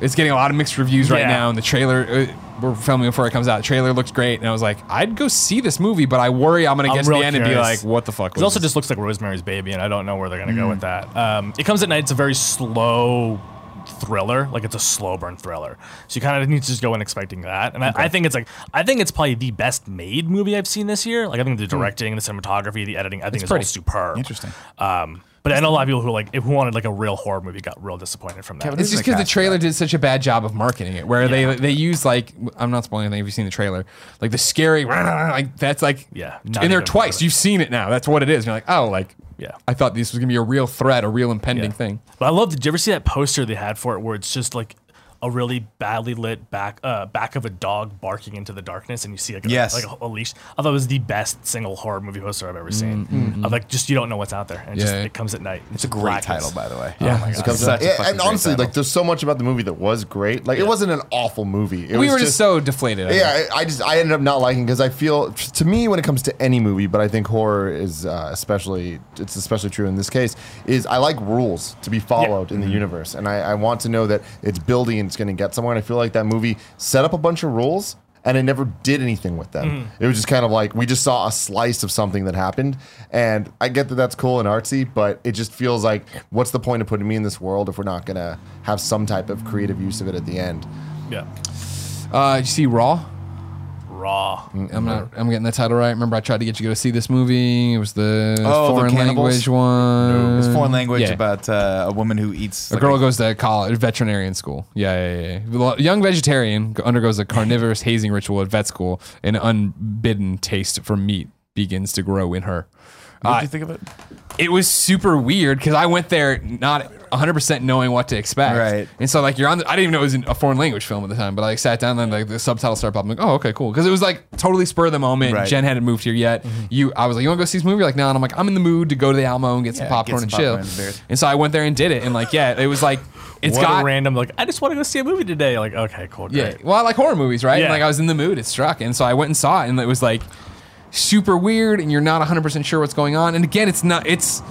it's getting a lot of mixed reviews right
Yeah.
now. And the trailer, uh, we're filming before it comes out. The trailer looks great. And I was like, I'd go see this movie, but I worry I'm going to
I'm
get to the
real
end and be like,
curious.
what the fuck was
It also
this?"
just looks like Rosemary's Baby, and I don't know where they're gonna go with that. Um, it comes at night. It's a very slow thriller, like it's a slow burn thriller. So you kind of need to just go in expecting that. And I, I think it's like I think it's probably the best made movie I've seen this year. Like I think the directing, the cinematography, the editing, I think it's all
pretty.
superb.
Interesting.
Um, but I know a lot of people who like who wanted like a real horror movie got real disappointed from that.
Kevin,
It's
Who's
just
gonna
because the
cast for that?
trailer did such a bad job of marketing it, where they they use like I'm not spoiling anything if you've seen the trailer, like the scary <laughs> like that's like
Yeah, not
in there
even part
twice.
of it.
You've seen it now. That's what it is. And you're like oh like
Yeah.
I thought this was gonna be a real threat, a real impending thing.
But I love. Did you ever see that poster they had for it, where it's just like a really badly lit back uh, back of a dog barking into the darkness, and you see like a,
Yes.
like a, a leash. I thought it was the best single horror movie poster I've ever seen. Of like just you don't know what's out there, and it just
Yeah.
it comes at night.
It's a great title, by the way.
Yeah.
oh my
It
God.
Comes
Such
out-
a
yeah,
fucking
and
great
honestly,
title.
like there's so much about the movie that was great. Like it wasn't an awful movie. It
We
was
were just
just
so deflated. I think.
Yeah, I, I just I ended up not liking because I feel to me when it comes to any movie, but I think horror is uh, especially it's especially true in this case. Is I like rules to be followed in the universe, and I, I want to know that it's building and it's going to get somewhere. And I feel like that movie set up a bunch of rules. And it never did anything with them. It was just kind of like we just saw a slice of something that happened. And I get that that's cool and artsy, but it just feels like what's the point of putting me in this world if we're not going to have some type of creative use of it at the end?
Yeah,
Uh, you see Raw?
raw.
Mm-hmm.
I'm not. I'm getting the title right. Remember, I tried to get you to go see this movie. It was the
Oh, the
foreign language
cannibals?
one.
It's foreign language
Yeah.
about uh, a woman who eats.
A girl goes to college, veterinarian school. Yeah, yeah, yeah. Well, Young vegetarian g- undergoes a carnivorous hazing ritual at vet school, and unbidden taste for meat begins to grow in her.
What
Uh,
did you think of it?
it was super weird because I went there not 100% knowing what to expect.
Right.
And so, like, you're on, the, I didn't even know it was in a foreign language film at the time, but I like, sat down and like the subtitle started popping. like, oh, okay, cool. Because it was like totally spur of the moment.
Right. Mm-hmm.
Jen hadn't moved here yet. You, I was like, you want to go see this movie? You're like, no. And I'm like, I'm in the mood to go to the Alamo and get some
Yeah,
popcorn
get
and
some
chill.
popcorn and beers.
and so I went there and did it. And like, yeah, it was like, it's
what
got
a random like I just want to go see a movie today. Like okay, cool,
yeah.
great.
Well, I like horror movies, right? And
Yeah.
like I was in the mood, it struck. And so I went and saw it and it was like super weird and you're not 100% sure what's going on. And again, it's not it's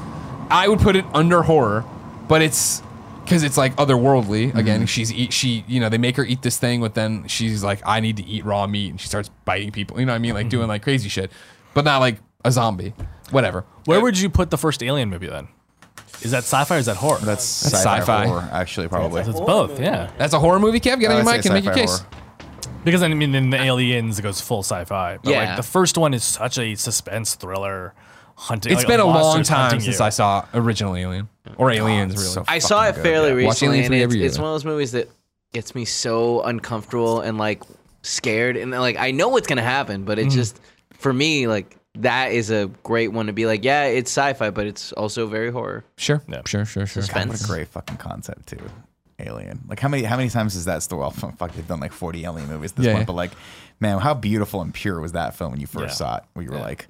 I would put it under horror, but it's because it's like otherworldly. Again, she's eat, she you know they make her eat this thing, but then she's like, I need to eat raw meat, and she starts biting people. You know what I mean? Like doing like crazy shit, but not like a zombie. Whatever.
Where would you put the first Alien movie then? Is that sci-fi or is that horror?
That's sci-fi,
sci-fi.
horror, actually, probably.
it's both, yeah.
That's a horror movie, Kev. Get on
I
your
would
mic
say
and make your
sci-fi
case.
horror.
Because I mean, in the aliens, it goes full sci-fi. But
Yeah.
like the first one is such a suspense thriller, hunting.
It's
like,
been a long
monster's
time
hunting
since
you.
I saw original Alien or Aliens, really.
so
I saw it
fucking good.
fairly
Watch
recently,
Alien
and
3
it's,
every year,
it's
though.
one of those movies that gets me so uncomfortable and like scared, and like I know what's gonna happen, but it's just for me like that is a great one to be like, yeah, it's sci-fi, but it's also very horror.
Sure, sure, sure, sure.
God, what a great fucking concept too. Alien. Like how many how many times is that still? Well, <laughs> fuck, they've done like forty Alien movies at this
Yeah,
point.
yeah.
But like, man, how beautiful and pure was that film when you first
Yeah.
saw it? Where you were like,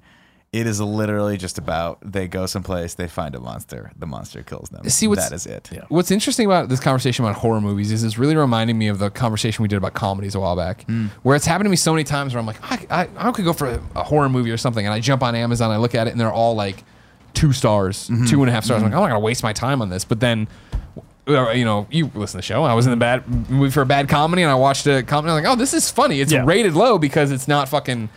it is literally just about they go someplace, they find a monster, the monster kills them.
See, what's-
that is it. Yeah.
What's interesting about this conversation about horror movies is it's really reminding me of the conversation we did about comedies a while back,
Hmm.
where it's happened to me so many times where I'm like, I, I, I could go for a, a horror movie or something, and I jump on Amazon, I look at it, and they're all like two stars,
Mm-hmm.
two and a half stars. I'm like, I'm not gonna waste my time on this. But then, uh, you know, you listen to the show. I was in a bad movie for a bad comedy, and I watched a comedy. I'm like, oh, this is funny. It's
Yeah.
rated low because it's not fucking.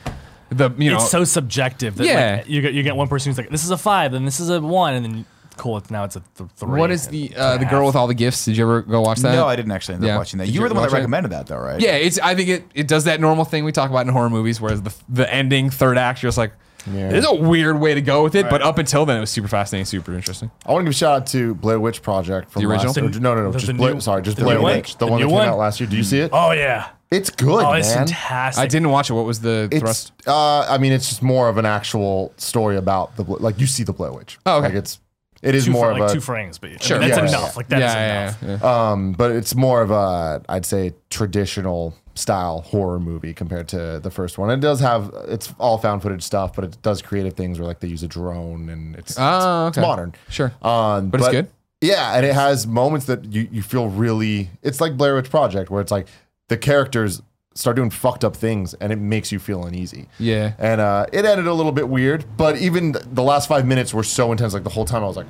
the you know
it's so subjective that
Yeah.
like, you get you get one person who's like, this is a five, and this is a one, and then cool, it's now it's a th- three.
What is the uh, the girl with all the gifts? Did you ever go watch that?
No, I didn't actually end up
Yeah.
watching that.
Did
you were the one that
watch it?
recommended that, though, right?
Yeah, it's. I think it, it does that normal thing we talk about in horror movies, whereas the the ending, third act, you're just like,
Yeah.
there's a weird way to go with it. But up until then, it was super fascinating, super interesting.
I want to give a shout out to Blair Witch Project from
The original?
last- or no, no, no.
The-
Just
the
Blair,
new-
sorry, just
the
Blair
new one?
Witch, the,
The
one that
new
came
one?
out last year. Do you see it?
Oh yeah.
It's good,
Oh,
man.
it's fantastic.
I didn't watch it. What was the
It's
thrust?
uh, I mean, it's just more of an actual story about the Bla- like you see the Blair Witch.
Oh, okay.
Like it's it is
Two
more
fr- like
of a
two frames, but I mean,
Sure,
that's
yeah,
enough.
yeah.
Like that is
yeah,
enough.
yeah, yeah.
um, but it's more of a I'd say traditional style horror movie compared to the first one. It does have it's all found footage stuff, but it does creative things where like they use a drone and it's,
Oh,
it's,
okay.
it's modern.
Sure.
Um,
But it's good?
Yeah, and it has moments that you, you feel really. It's like Blair Witch Project, where it's like the characters start doing fucked up things, and it makes you feel uneasy.
Yeah.
And uh, it ended a little bit weird, but even th- the last five minutes were so intense. Like the whole time, I was like,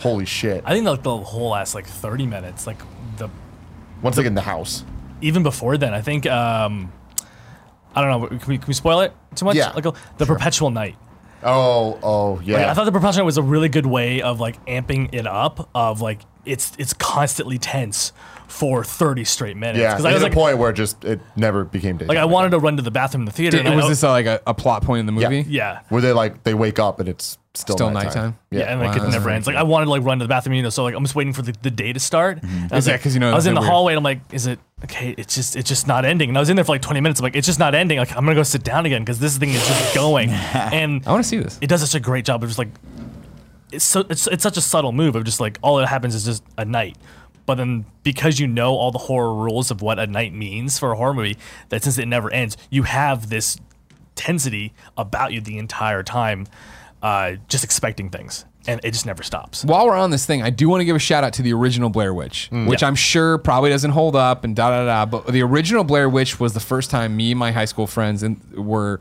"Holy shit!"
I think like the whole last like thirty minutes, like the
Once they get in the house,
even before then, I think um, I don't know. Can we, can we spoil it too much?
Yeah.
Like uh, the Perpetual Night.
oh, oh, yeah.
Like, I thought the Perpetual Night was a really good way of like amping it up. Of like it's it's constantly tense for thirty straight minutes.
yeah,
I
it
was
hit
like,
a point where it just it never became daytime.
like I wanted to run to the bathroom in the theater.
Did-
and I
was
know-
this uh, like a, a plot point in the movie?
yeah.
where they like they wake up and it's still,
Still nighttime.
nighttime.
Yeah, and like
Wow.
it never ends. Like I wanted to like run to the bathroom, you know. So like I'm just waiting for the, the day to start.
Mm-hmm.
And I was
Is that
like-
'cause you know
I was
that's
in the
weird?
hallway and I'm like, is it okay? It's just it's just not ending. And I was in there for like 20 minutes. I'm like, it's just not ending. Like I'm gonna go sit down again because this thing is
<laughs>
just going. and
I want to see this.
it does such a great job of just like it's so it's, it's such a subtle move of just like all that happens is just a night but then because you know all the horror rules of what a night means for a horror movie that since it never ends you have this tensity about you the entire time uh, just expecting things and it just never stops
While we're on this thing, I do want to give a shout out to the original Blair Witch, which
Yeah.
I'm sure probably doesn't hold up and da da da. But the original Blair Witch was the first time me and my high school friends and were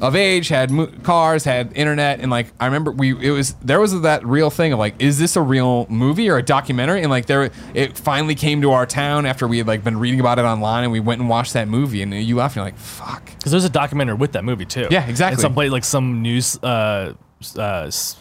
of age, had mo- cars, had internet, and like I remember we it was there was that real thing of like, is this a real movie or a documentary? And like there, it finally came to our town after we had like been reading about it online, and we went and watched that movie, and you left and you're like, fuck.
because there's a documentary with that movie too
Yeah, exactly.
and some place like some news uh, s- uh, s-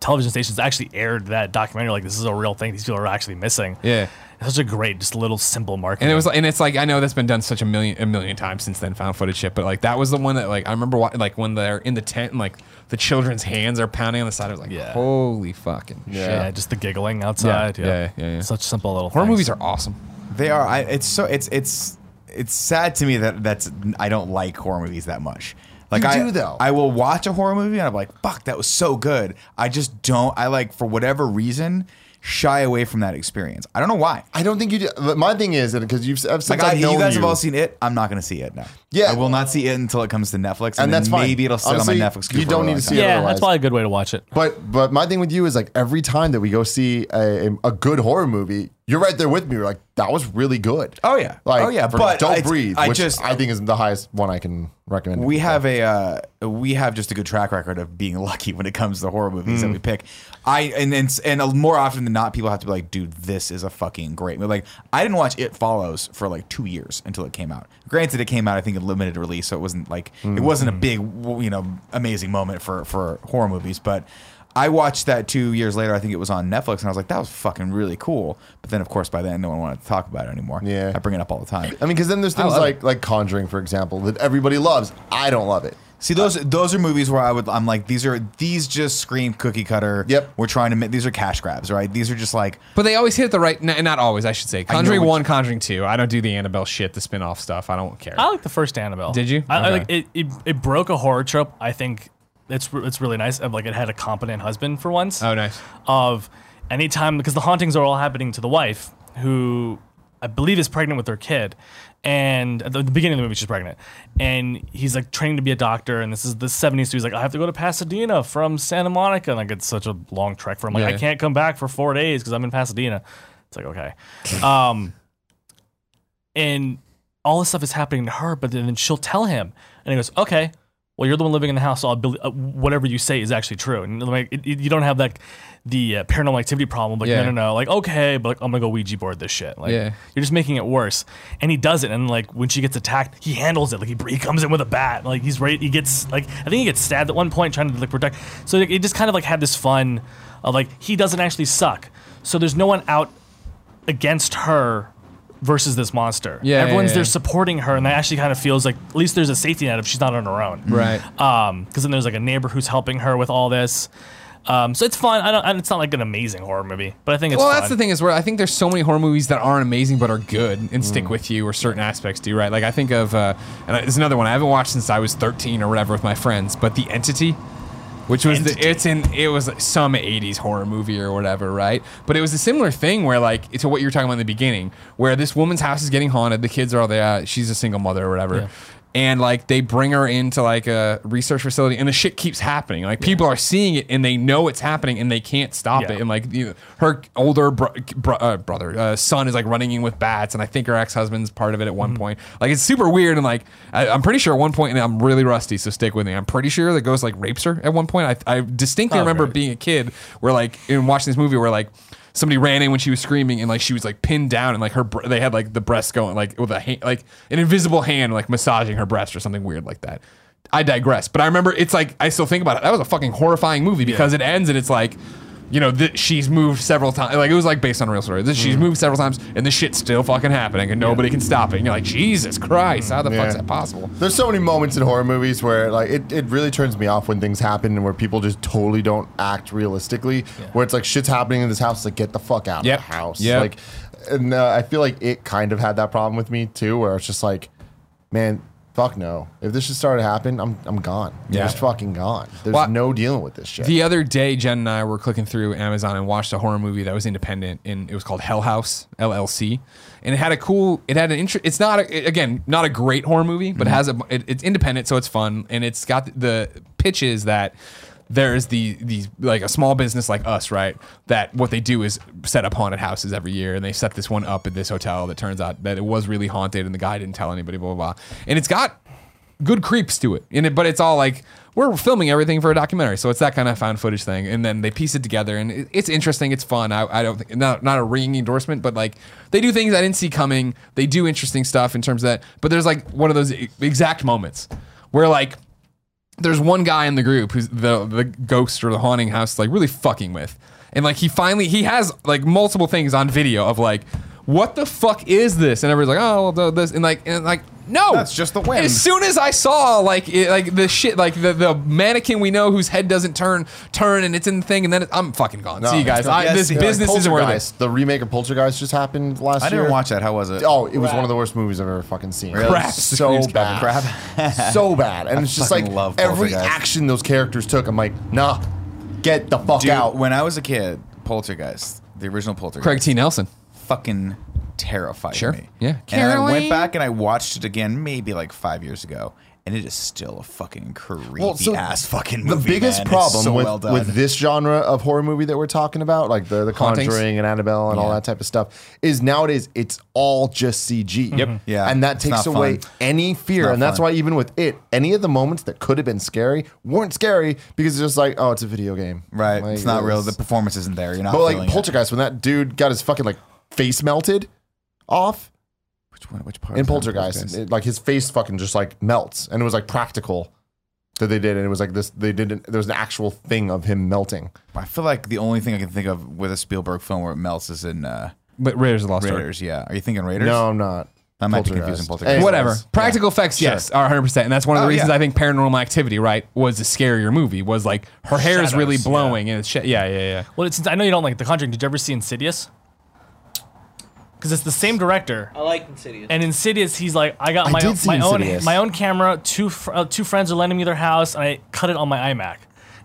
television stations actually aired that documentary like this is a real thing these people are actually missing
Yeah.
It's such a great, just little simple marketing.
And it was, and it's like I know that's been done such a million, a million times since then, found footage shit. But like that was the one that like I remember, wa- like when they're in the tent and like the children's hands are pounding on the side. I was like,
Yeah.
holy fucking shit.
yeah, just the giggling outside.
Yeah,
Yeah,
yeah, yeah, yeah.
Such simple little
Horror
things.
movies are awesome.
They are. I, it's so. It's it's it's sad to me that that's I don't like horror movies that much. Like
You
I
do, though.
I will watch a horror movie and I'm like, fuck, that was so good. I just don't. I like for whatever reason shy away from that experience. I don't know why.
I don't think you. Do, but my thing is because you've I've, since
Like I,
I've known
you guys have all seen it. I'm not going to see it now.
Yeah.
I will not see it until it comes to Netflix, and,
And
then
that's fine.
maybe it'll sit on
Honestly,
my Netflix. queue
you
for a
don't
really
need to
long time.
see it.
Yeah,
otherwise.
that's probably a good way to watch it.
But but my thing with you is like every time that we go see a, a good horror movie, you're right there with me. You're like that was really good.
Oh, yeah.
like
Oh, yeah,
for
but
don't
it's-
breathe.
I
which
just-
I think is the highest one I can recommend.
we have a uh, we have just a good track record of being <laughs> lucky when it comes to the horror movies that we pick. I and and, and uh, more often than not, people have to be like, "Dude, this is a fucking great movie." Like, I didn't watch It Follows for like two years until it came out. Granted, it came out I think in limited release, so it wasn't like it wasn't a big you know amazing moment for for horror movies, but. I watched that two years later. I think it was on Netflix, and I was like, "That was fucking really cool." But then, of course, by then, no one wanted to talk about it anymore.
Yeah.
I bring it up all the time.
I mean, because then there's things
love
like like Conjuring, for example, that everybody loves. I don't love it.
See those those are movies where I would I'm like these are these just scream cookie cutter.
Yep.
We're trying to make these are cash grabs, right? These are just like
But they always hit it the right, n- not always, I should say. Conjuring
what you-
one, Conjuring two. I don't do the Annabelle shit, the spin off stuff. I don't care.
I like the first Annabelle.
Did you?
I, I
Okay.
like it, it. It broke a horror trope. I think it's re- it's really nice. Of like it had a competent husband for once.
oh, nice.
Of anytime because the hauntings are all happening to the wife who I believe is pregnant with her kid. And at the the beginning of the movie, she's pregnant, and he's like training to be a doctor. And this is the '70s, so he's like, "I have to go to Pasadena from Santa Monica." And like, it's such a long trek for him. Like,
Yeah.
I can't come back for four days because I'm in Pasadena. It's like, okay, um, and all this stuff is happening to her, but then she'll tell him, and he goes, "Okay, well, you're the one living in the house, so I'll bel- uh, whatever you say is actually true. And like, it, it- you don't have like the uh, paranormal activity problem. Like,
Yeah.
no, no, no. Like, okay, but like, I'm gonna go Ouija board this shit. Like,
Yeah.
you're just making it worse. And he does it. And like, when she gets attacked, he handles it. Like, he, he comes in with a bat. Like, he's ready. He gets like, I think he gets stabbed at one point trying to like protect. So like, it just kind of like had this fun of like he doesn't actually suck. So there's no one out against her versus this monster.
Yeah,
everyone's
yeah,
there
yeah.
supporting her, and that actually kind of feels like at least there's a safety net if she's not on her own.
Right.
Um, because then there's like a neighbor who's helping her with all this. Um, so it's fun. I don't. and It's not like an amazing horror movie, but I think it's
well,
fun.
that's the thing is where I think there's so many horror movies that aren't amazing but are good and stick with you or certain aspects do right. Like I think of uh, and I- there's another one I haven't watched since I was 13 or whatever with my friends, but The Entity, which was the
Entity.
it's in it was like some 80s horror movie or whatever, right? But it was a similar thing where like to what you were talking about in the beginning, where this woman's house is getting haunted, the kids are all there, uh, she's a single mother or whatever. And like they bring her into like a research facility, and the shit keeps happening. Like people are seeing it, and they know it's happening, and they can't stop
Yeah.
it. And like you know, her older bro- bro- uh, brother uh, son is like running in with bats, and I think her ex husband's part of it at one
Mm-hmm.
point. Like it's super weird, and like I, I'm pretty sure at one point, and I'm really rusty, so stick with me. I'm pretty sure the ghost like rapes her at one point. I, I distinctly
Oh,
remember
right.
being a kid where like in watching this movie where like. Somebody ran in when she was screaming, and like she was like pinned down, and like her br- they had like the breast going like with a hand, like an invisible hand like massaging her breast or something weird like that. I digress, but I remember it's like I still think about it. That was a fucking horrifying movie because it ends and it's like you know, th- she's moved several times. Like it was like based on a real story. This, She's moved several times, and this shit's still fucking happening, and nobody can stop it. And you're like, Jesus Christ, how the fuck's
Yeah.
that possible?
There's so many moments in horror movies where like it, it really turns me off when things happen and where people just totally don't act realistically. Where it's like shit's happening in this house, like get the fuck out
Yep.
of the house.
Yep.
Like, and uh, I feel like it kind of had that problem with me too, where it's just like, man, fuck no. If this shit started to happen, I'm I'm gone.
Yeah.
I'm just fucking gone. There's
Well,
no dealing with this shit.
The other day, Jen and I were clicking through Amazon and watched a horror movie that was independent, and it was called Hell House LLC, and it had a cool. It had an interest. It's not a, it- again not a great horror movie, but it has a. It, it's independent, so it's fun, and it's got the, the pitch is that. There's the these like a small business like us, right? That what they do is set up haunted houses every year, and they set this one up at this hotel. That turns out that it was really haunted, and the guy didn't tell anybody. Blah blah. blah. And it's got good creeps to it. And it, but it's all like we're filming everything for a documentary, so it's that kind of found footage thing. And then they piece it together, and it, it's interesting. It's fun. I, I don't think not not a ringing endorsement, but like they do things I didn't see coming. They do interesting stuff in terms of that. But there's like one of those e- exact moments where like there's one guy in the group who's the the ghost or the haunting house is, like really fucking with. And like he finally he has like multiple things on video of like what the fuck is this? And everybody's like, oh, well, this and like and like no,
That's just the wind.
As soon as I saw like it, like the shit like the, the mannequin we know whose head doesn't turn turn and it's in the thing and then it, I'm fucking gone.
No,
see you guys.
it's not-
I,
yeah,
this
see, like,
business isn't worth it.
Poltergeist, The remake of Poltergeist just happened last
I
year.
didn't watch that. How was it?
Oh, it was
Crap.
one of the worst movies I've ever fucking seen.
Really?
Crap.
So
Screams
bad. Crap. <laughs> so bad. And it's just
fucking
like
love
every
Poltergeist.
action those characters took, I'm like, nah, get the fuck
Dude,
out.
when I was a kid, Poltergeist, the original Poltergeist,
Craig T. Nelson.
fucking terrified
Sure,
me.
yeah.
And I
Caroline.
went back and I watched it again, maybe like five years ago, and it is still a fucking creepy
so
ass fucking
the
movie.
biggest
man. It's
problem
so
with,
well done.
with this genre of horror movie that we're talking about, like the, the
Hauntings.
Conjuring and Annabelle and all
Yeah.
that type of stuff, is nowadays it's all just CG. Yep.
Yeah,
And that
it's
takes
not
away
fun.
any fear.
not
And that's
fun.
why even with it, any of the moments that could have been scary weren't scary because it's just like, oh, it's a video game.
right?
Like,
it's not real.
it's-
The performance isn't there. You're not.
But like
feeling it.
Poltergeist, when that dude got his fucking like face melted off
Which one? Which part?
in
is that?
Poltergeist, it- like his face fucking just like melts, and it was like practical that they did, and it was like this. They didn't. There was an actual thing of him melting.
I feel like the only thing I can think of with a Spielberg film where it melts is in uh,
But Raiders of the Lost Ark.
Raiders. Yeah. Are you thinking Raiders?
No, I'm not.
I might be confusing Poltergeist.
Whatever.
Anyways.
Practical effects, yes, are 100%. And that's one of the
Oh,
reasons
yeah.
I think Paranormal Activity, right, was a scarier movie, was like her hair is really
Shadows, yeah.
blowing and it's, sh- yeah, yeah, yeah.
well, it's, I know you don't like The Conjuring. Did you ever see Insidious? Because it's the same director.
I like Insidious.
And Insidious, he's like, I got my,
did see
my own
Insidious.
my own camera. Two fr- uh, two friends are lending me their house, and I cut it on my iMac.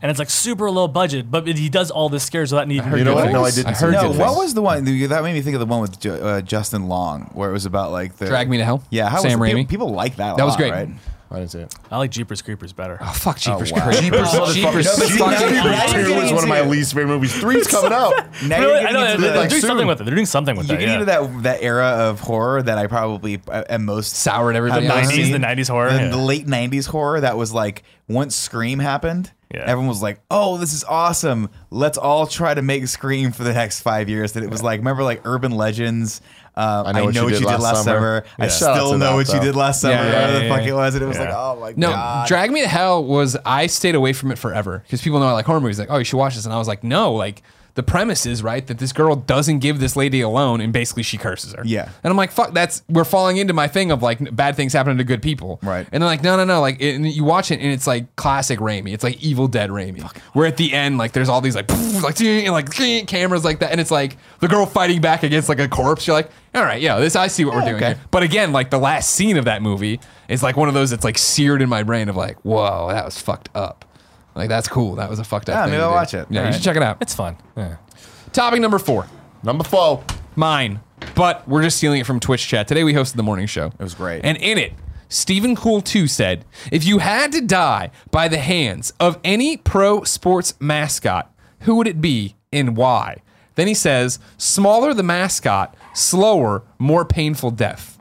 And it's like super low budget, but he does all the scares without needing.
You know what? No, I
I
didn't.
heard
see
good
No,
that.
things.
what was the one that made me think of the one with Ju- uh, Justin Long, where it was about like the
Drag Me to Hell?
Yeah, how
Sam
was it?
Raimi?
People, people like that. A
That was
lot,
great.
Right?
I didn't see it.
I like Jeepers Creepers better.
Oh, fuck Jeepers
wow.
Creepers. Jeepers,
No, but see,
fucking
now-
Creepers.
now you're
Two
getting
was one
into
of my
it.
least favorite movies.
<laughs>
Three's coming out.
Now
Really?
you're
I know,
getting into
they're,
the-
doing something
soon.
with it. They're doing something with
You
that.
get
yeah.
into that that era of horror that I probably uh, at most
Soured everybody
have not
else.
The 90s,
seen.
the 90s horror,
the,
yeah.
the late '90s horror that was like once Scream happened,
Yeah.
everyone was like, "Oh, this is awesome! Let's all try to make Scream for the next five years." That it was like, remember like Urban Legends. Uh, I know, what, you did last summer. I
Yeah. Shout out
still
to
know
that,
what you
though.
did last summer.
Yeah, yeah,
whatever the
yeah,
fuck
yeah.
it was, and it was
Yeah.
like, "Oh my
No,
god!"
Drag Me to Hell was I stayed away from it forever because people know I like horror movies. Like, oh, you should watch this, and I was like, no. Like, the premise is right that this girl doesn't give this lady alone, and basically she curses her.
Yeah.
and I'm like, fuck, that's we're falling into my thing of like n- bad things happening to good people.
Right.
and they're like, no, no, no. Like, it, and you watch it, and it's like classic Raimi. It's like Evil Dead Raimi, where at the end, like, there's all these like <laughs> like and, like cameras like that, and it's like the girl fighting back against like a corpse. You're like, all right, yeah, this I see what we're doing.
okay.
here. But again, like the last scene of that movie is like one of those that's like seared in my brain of like, whoa, that was fucked up. Like that's cool. That was a fucked up.
Yeah,
thing
maybe
to
I'll
do.
watch
Yeah,
it.
you
Alright.
should check it out.
It's fun. Yeah.
Topic number four,
Number four.
mine, but we're just stealing it from Twitch chat. Today we hosted the morning show. It
was great.
And in it, Stephen Cool too said, if you had to die by the hands of any pro sports mascot, who would it be and why? Then he says, smaller the mascot, slower, more painful death.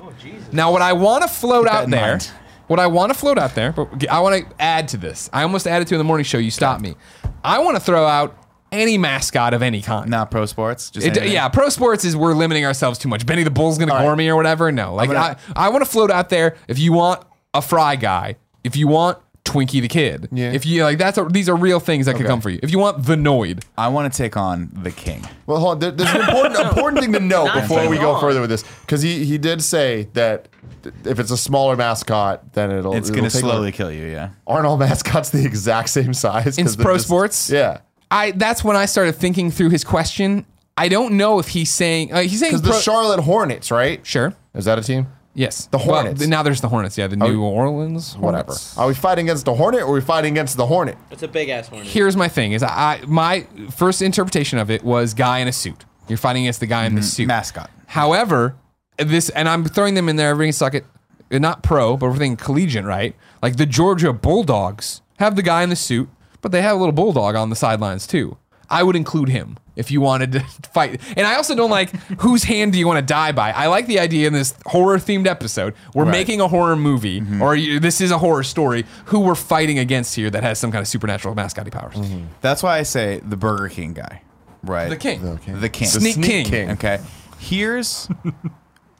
Now, what I want to float
that
out
in
there,
mind.
what I want to float out there, but I want to add to this. I almost added to in the morning show. You stopped me. I want to throw out any mascot of any kind.
not pro sports. Just
It,
anything.
yeah, pro sports is we're limiting ourselves too much. Benny the Bull's gonna gore me or whatever. No, like
gonna-
I, I want to float out there. If you want a fry guy, if you want Twinkie the kid,
Yeah.
if you like, that's a, these are real things that could come for you. If you want the Noid,
I want to take on the king.
Well, hold on. There, there's an
<laughs>
important, important thing to note
Not
before
so
we go
long.
further with this, because he, he did say that th- if it's a smaller mascot, then it'll
It's
it'll
gonna
take
slowly
over.
kill you. Yeah.
Aren't all <laughs> mascots the exact same size? 'Cause
In
they're
pro
just-
sports?
yeah,
I that's when I started thinking through his question. I don't know if he's saying uh, he's saying
because the
pro-
Charlotte Hornets, right?
sure.
Is that a team?
Yes,
The
Well,
Hornets. Oh,
th- now there's the Hornets. Yeah, the New Orleans.
Whatever.
Hornets. Uh,
Are we fighting against the Hornet or are we fighting against the Hornet?
It's a big ass one.
Here's my thing: is I, I my first interpretation of it was guy in a suit. You're fighting against the guy
Mm-hmm.
in the suit
Mascot.
However, this and I'm throwing them in there every socket, not pro, but we're thinking collegiate, right? Like the Georgia Bulldogs have the guy in the suit, but they have a little bulldog on the sidelines too. I would include him if you wanted to <laughs> fight. And I also don't like <laughs> whose hand do you want to die by. I like the idea in this horror themed episode. We're making a horror movie, or you, this is a horror story. Who we're fighting against here that has some kind of supernatural mascot powers?
That's why I say the Burger King guy. Right.
The king,
The king.
Sneak, king.
Okay. Here's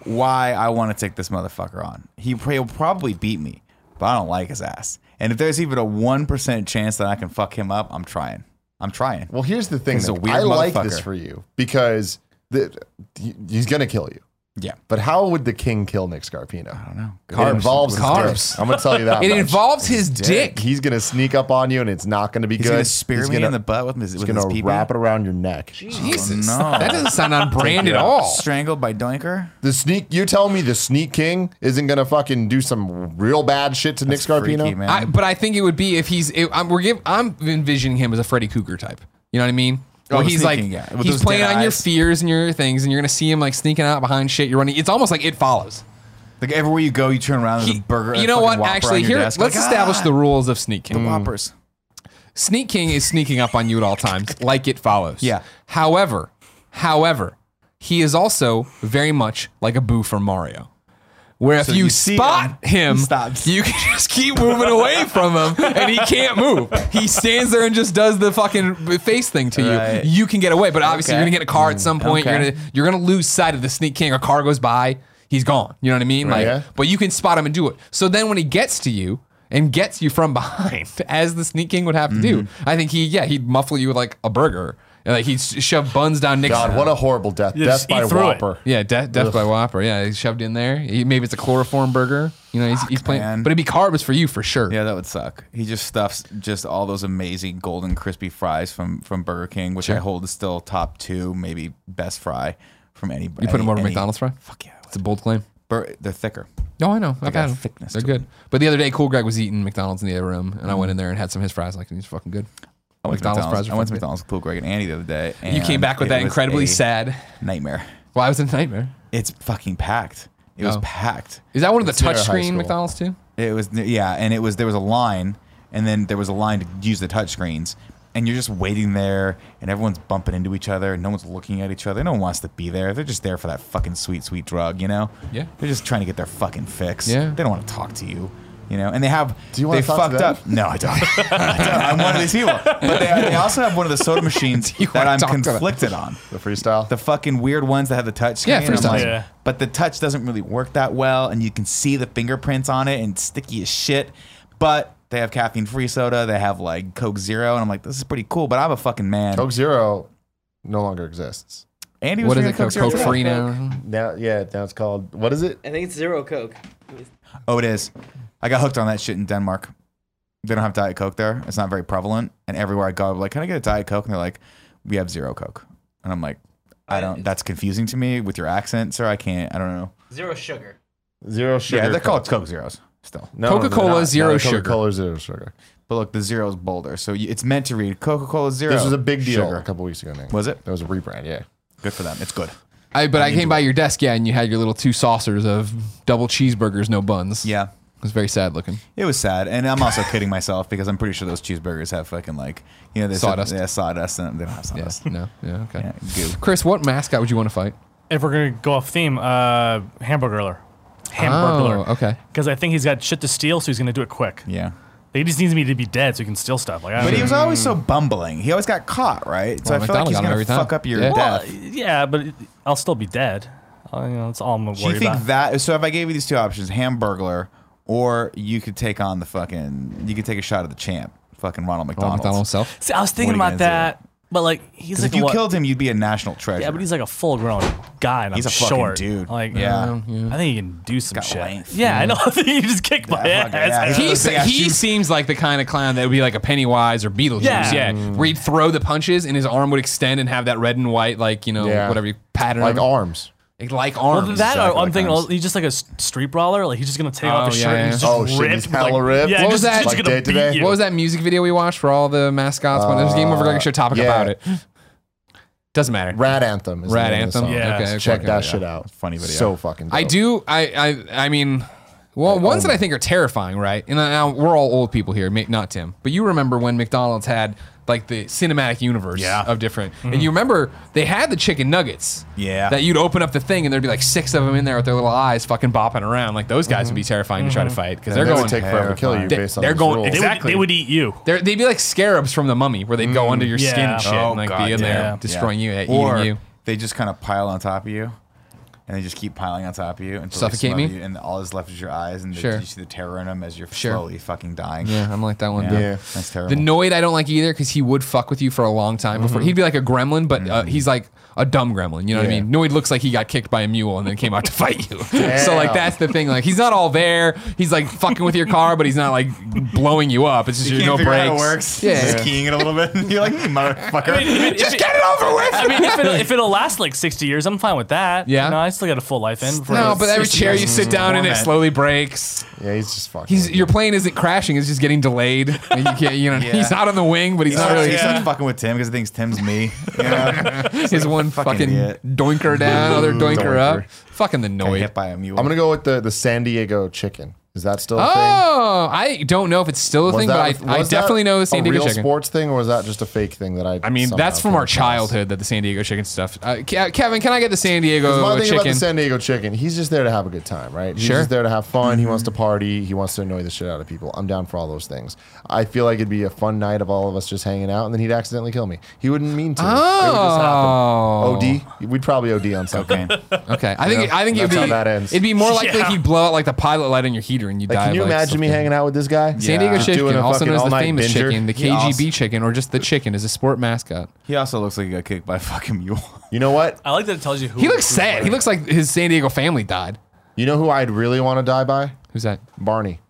why I want to take this motherfucker on. He pr- he'll probably beat me, but I don't like his ass. And if there's even a one percent chance that I can fuck him up, I'm trying. I'm trying.
Well, here's the thing.
He's a
Nick.
weird
I like this
motherfucker.
for you because the, he- he's going to kill you.
yeah.
But how would the king kill Nick Scarpino? I don't know.
Carbs.
It involves his
Carbs.
dick. I'm going to tell you that.
It
much.
involves his dick.
He's going to sneak up on you, and it's not going to be
He's
good.
gonna spear
he's
me
gonna,
in the butt with his
He's
with
going
his
to
pee
wrap it around your neck.
Jesus,
no.
that doesn't sound on brand at all.
strangled by Doinker.
The sneak. You're telling me the sneak king isn't going to fucking do some real bad shit to Nick Scarpino?
Freaky, man.
I, but I think it would be if he's. It, I'm, we're give, I'm envisioning him as a Freddy Cougar type. You know what I mean?
Oh,
Where
the
he's like
sneaking guy with
he's
those
playing
dead
on your
eyes.
fears and your things, and you're gonna see him like sneaking out behind shit. You're running. It's almost like it follows.
like everywhere you go, you turn around there's
He-
a burger.
you know what? Actually, here let's establish the rules of Sneak King.
ah, Whoppers.
Sneak King is sneaking up on you at all times, like it follows.
Yeah.
However, however, he is also very much like a boo from Mario. Where if
So
you,
you see
spot him,
him, he stops.
you can <laughs> just keep moving away from him and he can't move. He stands there and just does the fucking face thing to you.
Right.
You can get away, but obviously
Okay.
you're gonna get a car at some point.
okay.
You're gonna you're gonna lose sight of the sneak king. A car goes by, he's gone. You know what I mean? Like,
yeah.
but you can spot him and do it. So then when he gets to you and gets you from <laughs> behind, as the sneak king would have to do,
Mm-hmm.
I think he, yeah, he'd muffle you with like a burger. And, Like he'd s- shove buns down Nick's.
God, what a horrible death.
Yeah,
death
just eat
by
through it.
Whopper.
<laughs> yeah, death, death by Whopper. Yeah, he's shoved in there. He, maybe it's a chloroform burger. You know, he's, he's playing,
man.
but it'd be carbs for you for sure.
Yeah, that would suck. He just stuffs just all those amazing golden crispy fries from from Burger King, which I hold is still top two, maybe best fry from any.
you put them over McDonald's Oh, fry.
Fuck yeah, I
It's a bold claim.
Bur- they're thicker.
No, I know. I've
got
had them.
thickness
They're
to Mm-hmm.
good. But the other day, Cool Greg was eating McDonald's in the other room, and I went in there and had some of his fries. Like, these are fucking good.
I went to
McDonald's
McDonald's.
fries are
I went to
fucking good.
McDonald's with Cool Greg and Andy the other day. And
You came back with
it
that
was
incredibly
a
sad.
nightmare.
Well, I was in a nightmare.
It's fucking packed. It was
Oh.
packed.
Is that one of the
It's near high
touchscreen
school.
McDonald's too?
It was yeah, and it was there was a line, and then there was a line to use the touchscreens, and you're just waiting there, and everyone's bumping into each other, and no one's looking at each other. No one wants to be there. They're just there for that fucking sweet, sweet drug, you know?
Yeah.
They're just trying to get their fucking fix.
Yeah.
They don't want to talk to you. You know, and they have.
Do you wanna
they
talk to
fucked
them?
up? No, I don't. <laughs> I am one of these people. But they, they also have one of the
<laughs>
soda machines
you
that
wanna
I'm
talk to them?
conflicted on.
The freestyle.
The fucking weird ones that have the touch screen.
Yeah,
I'm
freestyle.
like,
Yeah.
But the touch doesn't really work that well, and you can see the fingerprints on it, and it's sticky as shit. But they have caffeine free soda. They have like Coke Zero, and I'm like, this is pretty cool. But I'm a fucking man.
Coke Zero no longer exists.
Andy was
What is it
drinking
called?
Zero
Coke
today.
free now?
Now, yeah, now it's called. What is it?
I think it's zero coke.
Oh, it is. I got hooked on that shit in Denmark. They don't have Diet Coke there. It's not very prevalent. And everywhere I go, I'm like, can I get a Diet Coke? And they're like, we have zero Coke. And I'm like, I don't. That's confusing to me with your accent, sir. I can't. I don't know.
Zero sugar.
Zero sugar.
yeah, they're
Coke.
called Coke Zeros still.
No, they're
Coca-Cola
not.
Zero
No,
Sugar.
Coca-Cola Zero Sugar.
But look, the zero is bolder, so you- it's meant to read Coca Cola Zero.
This was a big deal a
Sugar.
couple weeks ago. Nick.
Was it?
That was Mm-hmm. a rebrand. Yeah.
Good for them. It's good.
I, but I, came by your desk, yeah, and you had your little two saucers of double cheeseburgers, no buns.
Yeah.
It was very sad <laughs> looking.
It was sad, and I'm also kidding myself because I'm pretty sure those cheeseburgers have fucking like you know they said-
Sawdust.
yeah, sawdust, and they don't have
Yeah,
sawdust.
no. Yeah. Okay.
Yeah, goo.
Chris, what mascot would you want to fight?
If we're gonna go off theme, uh, Hamburglar. Hamburglar.
Oh, okay.
Because I think he's got shit to steal, so he's gonna do it quick.
yeah.
He just needs me to be dead so he can steal stuff. Like, I
But
don't-
he was always so bumbling. He always got caught, right? So
Well,
I feel like
McDonald
he's
got him
gonna
every time.
fuck up your
Yeah.
Well,
death.
yeah, but it- I'll still be dead. I, you know, that's all I'm worried
Do you think
about.
that? So if I gave you these two options, Hamburglar, or you could take on the fucking, you could take a shot at the champ, fucking
Donald,
Ronald McDonald.
McDonald Oh, himself.
See, I was thinking
What are you gonna
about that, but like he's
'Cause
like
if you
what?
killed him, you'd be a national treasure.
Yeah, but he's like a full-grown guy, and
He's
I'm
a fucking
short,
dude.
Like,
Yeah.
I think he can do some
Got
shit.
length.
yeah, I know. <laughs> I think he just kicked my
Yeah, fuck it, yeah.
ass.
He's-
He,
Those big ass
he
shoes.
seems like the kind of clown that would be like a Pennywise or Beetlejuice. Yeah.
Yeah.
Where he'd throw the punches and his arm would extend and have that red and white, like, you know,
Yeah.
whatever you pattern.
Like
of-
arms.
like
Well,
arms.
that
exactly
or I'm
like
thinking
ours.
oh, he's just like a s- street brawler. Like he's just gonna take
Oh,
off his
yeah,
shirt
yeah.
and he's just
Oh, shit,
ripped.
he's hella
like,
ripped.
Yeah,
What
just,
was that?
just
Like
gonna
Day Today?
beat you.
What was that music video we watched for all the mascots? When There's a game over. I should topic
yeah.
about it. Doesn't matter.
Rat Anthem. Is the
Rat
name of the
anthem.
song.
Yeah.
Okay, okay,
Check
okay,
that
yeah.
shit out.
Funny video.
So fucking. Dope.
I do. I. I. I mean, well, ones that I think are terrifying, right? And now we're all old people here, ma- not Tim, but you remember when McDonald's had like the cinematic universe
Yeah.
of different,
Mm-hmm.
and you remember they had the chicken nuggets.
Yeah.
That you'd open up the thing and there'd be like six of them in there with their little eyes fucking bopping around. Like those
Mm-hmm.
guys would be terrifying to try to fight because they're
They're
going.
going to take forever to kill you
They-
based on
they're
these
going-
rules.
They would-
Exactly.
They would eat you.
they're, they'd be like scarabs from the mummy, where they'd go under your skin
Yeah.
and shit,
Oh,
and like
God,
be in there
yeah.
destroying you, E eating
or
you.
they just kind of pile on top of you, and they just keep piling on top of you until
Suffocate
they smother
me?
you, and all that's left is your eyes, and they-
Sure.
you see the terror in them as you're
Sure.
slowly fucking dying.
Yeah, I'm like that one.
Yeah.
dude.
Yeah.
that's terrible.
The Noid I don't like either because he would fuck with you for a long time before.
Mm-hmm.
He'd be like a gremlin, but
Mm.
uh, he's like a dumb gremlin. You know what I
Yeah.
mean? Noid looks like he got kicked by a mule and then came out to fight you. <laughs> so like
Damn.
that's the thing. Like he's not all there. He's like fucking with your car, but he's not like blowing you up. It's just
you
your
can't
no
figure out
brakes.
how it works.
Yeah.
just keying it a little bit. <laughs> You're like,
<laughs>
"You motherfucker,
Just get it over with.
<laughs> I mean, if it'll, if it'll last like 60 years, I'm fine with that.
Yeah.
You know, I still got a full life in. before
no,
it's
but every
60
chair
years.
you sit down in, it
Format.
slowly breaks.
Yeah, he's just fucking.
He's, your plane isn't crashing; it's just getting delayed. Like, you can't, you know, <laughs>
Yeah.
he's not on the wing, but he's not really.
He's not fucking with Tim because he thinks Tim's me.
<laughs>
You know?
His one
Fucking
fucking,
idiot.
doinker down, other doinker, up.
Doinker.
Fucking the
Got
Noid.
hit by a mule. <laughs>
I'm gonna go with the the San Diego chicken. Is that still a thing?
Oh, I don't know if it's still a
Was
thing,
that-
but I, I
was that
definitely know the San
a
Diego
real
chicken.
sports thing, or was that just a fake thing that I?
I mean, that's from our childhood that the San Diego chicken stuff. Uh, Ke- Kevin, can I get the San Diego
My thing about
chicken?
the San Diego chicken, he's just there to have a good time, right? He's
Sure. Mm-hmm.
just there to have fun. He wants to party. He wants to annoy the shit out of people. I'm down for all those things. I feel like it'd be a fun night of all of us just hanging out, and then he'd accidentally kill me. He wouldn't mean to.
Oh.
It would just happen. OD. We'd probably OD on something.
cocaine.
okay, I think I think it'd
that's
be
how that ends.
it'd be more
<laughs>
likely
Yeah.
he'd blow out like the pilot light on your heater and you
Like,
die.
can
of,
you
like,
imagine me
something.
hanging out with this guy?
San Diego
Just doing
chicken,
a
also
fucking
known as the
all-night
famous
binger?
chicken, the
He also-
KGB chicken, or just the chicken, is a sport mascot.
He also looks like he got kicked by a fucking mule.
You know what?
I like that it tells you who.
He looks
who-
sad. He looks like his San Diego family died.
You know who I'd really want to die by?
Who's that?
Barney.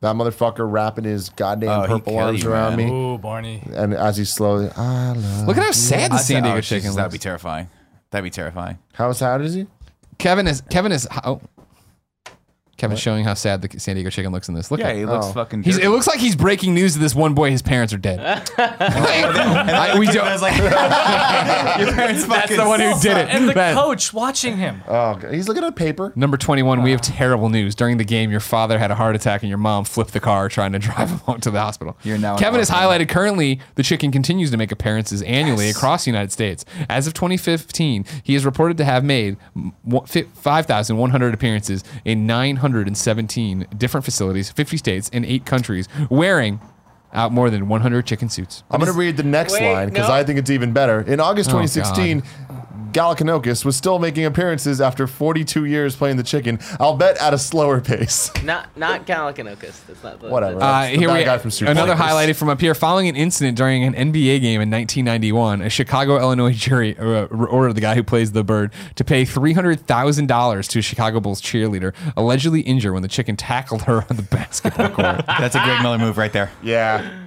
That motherfucker wrapping his goddamn
Oh, he
purple
kill
arms
you,
around
man.
me,
Ooh, Barney.
and as he slowly, I love.
Look at how sad the
I'd
San
say-
Diego
oh,
chicken
Jesus,
looks.
That'd be terrifying. That'd be terrifying.
How sad is he?
Kevin is Kevin is oh. Kevin's showing how sad the San Diego chicken looks in this. Look
Yeah,
at
he
it.
looks
Oh.
fucking.
He's, it looks like he's breaking news to this one boy. His parents are <laughs> dead. I- we don't-
I was like, <laughs> your
<laughs> that's
parents fucking.
the one who did it. Uh,
And the
That-
coach watching him.
Oh, God. he's looking at paper.
Number 21, we have terrible news. During the game, your father had a heart attack and your mom flipped the car trying to <laughs> drive him home to the hospital.
You're now an
Kevin is
orphan.
highlighted currently. The chicken continues to make appearances annually across the United States. As of 2015, he is reported to have made mm, one- fi- 5,100 appearances in 900 117 different facilities, 50 states, and eight countries, wearing out more than 100 chicken suits.
I'm going to read the next
Wait,
line because
no.
I think it's even better. In August
Oh,
2016, Galifianakis was still making appearances after 42 years playing the chicken, I'll bet at a
<laughs>
slower pace.
Not not Galifianakis. That's not the
Whatever.
Uh,
That's the
here
bad
we
guy from Super
another
Bowl.
highlighted from up here. Following an incident during an NBA game in 1991, a Chicago, Illinois jury uh, ordered the guy who plays the bird to pay $300,000 to a Chicago Bulls cheerleader allegedly injured when the chicken tackled her on the <laughs> basketball court.
That's a Greg Miller move right <laughs> there.
Yeah.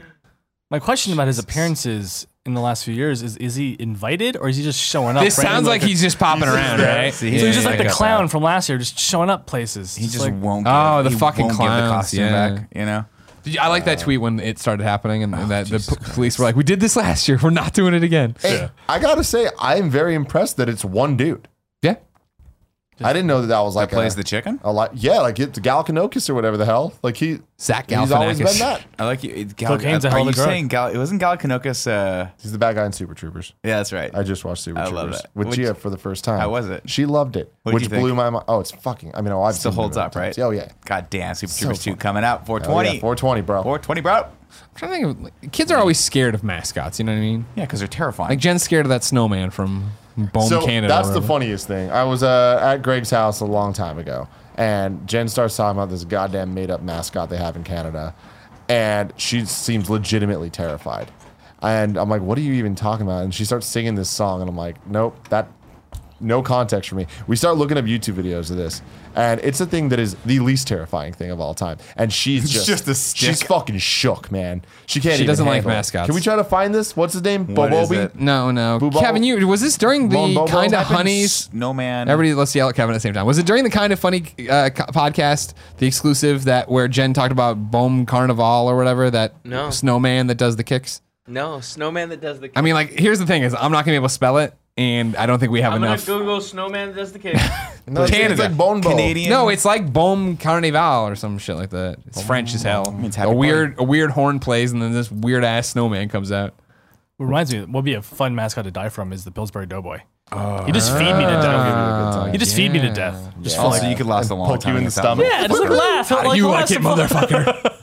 My question about his appearances in the last few years is: Is he invited or is he just showing up?
this
randomly?
sounds like he's just popping around, right?
See,
So he's just
Yeah,
like
I
the
got
clown from last year, just showing up places.
He
It's
just
like,
won't.
Oh,
give-
the
he
fucking
won't Give
clowns,
the costume
yeah.
back. You know.
Did you- I like that tweet when it started happening, and, and that the p- police were like, "We did this last year. We're not doing it again."
Oh, Hey, I got to say, I'm very impressed that it's one dude.
Yeah,
I didn't know that that was like
Plays
a,
the chicken.
a lot. Yeah, like it's Galifianakis or whatever the hell. Like he,
Zach
he's always
Galifianakis.
been that.
I like you. it- Gal,
Cocaine's a
are
hell of
you
a drug.
saying Gal? It wasn't Galifianakis. Uh,
He's the bad guy in Super Troopers.
yeah, that's right.
I just watched Super
I
Troopers
love that.
with
Which-
Gia for the first time.
How was it?
She loved it,
What'd
which
you
blew
think?
my mind. Oh, it's fucking. I mean, oh, I've
Still
seen it
holds
a million
up, right?
times. Oh yeah.
God damn, Super Troopers 2 coming out.
Oh,
420.
yeah. 420, bro.
420, bro.
I'm trying to think. Of, like, kids are always scared of mascots. You know what I mean?
Yeah, because they're terrifying.
Like Jen's scared of that snowman from Bone,
so
Canada.
that's
or
the
whatever.
funniest thing. I was uh, at Greg's house a long time ago, and Jen starts talking about this goddamn made-up mascot they have in Canada, and she seems legitimately terrified. And I'm like, "What are you even talking about?" And she starts singing this song, and I'm like, "Nope, that." No context for me. We start looking up YouTube videos of this, and it's a thing that is the least terrifying thing of all time. And
<laughs>
she's
It's
just,
just a
she's
stick.
fucking shook, man. She can't.
She
even
doesn't like
handle it.
mascots.
Can we try to find this? What's his name?
What is
Bobobi?
it?
No, no.
Boo Ball?
Kevin, you was this during the
Bone Bobo?
kind of
Happens-
honeys?
Snowman.
Everybody, let's yell at Kevin at the same time. Was it during the kind of funny uh, co- podcast, the exclusive that where Jen talked about Bone Carnival or whatever that
No.
snowman that does the kicks?
no snowman that does the.
I mean, like, here's the thing: is I'm not gonna be able to spell it, and I don't think we have
I'm
enough.
gonna Google snowman that does
<laughs>
the cake.
No, it's-
Canada.
It's like Bone Bowl.
Canadian.
no, it's like Bom Carnival or some shit like that. It's French as hell.
It's happy
a
party.
weird, a weird horn plays, and then this weird ass snowman comes out.
What reminds me, what would be a fun mascot to die from is the Pillsbury Doughboy. you just feed me to
Ah,
death. You just feed me to death. Just for
Also,
like,
you could last a long
poke
time.
you in the
without-
stomach. <laughs>
yeah, just like laugh.
How do
like,
you
laugh
like it,
some fun.
motherfucker?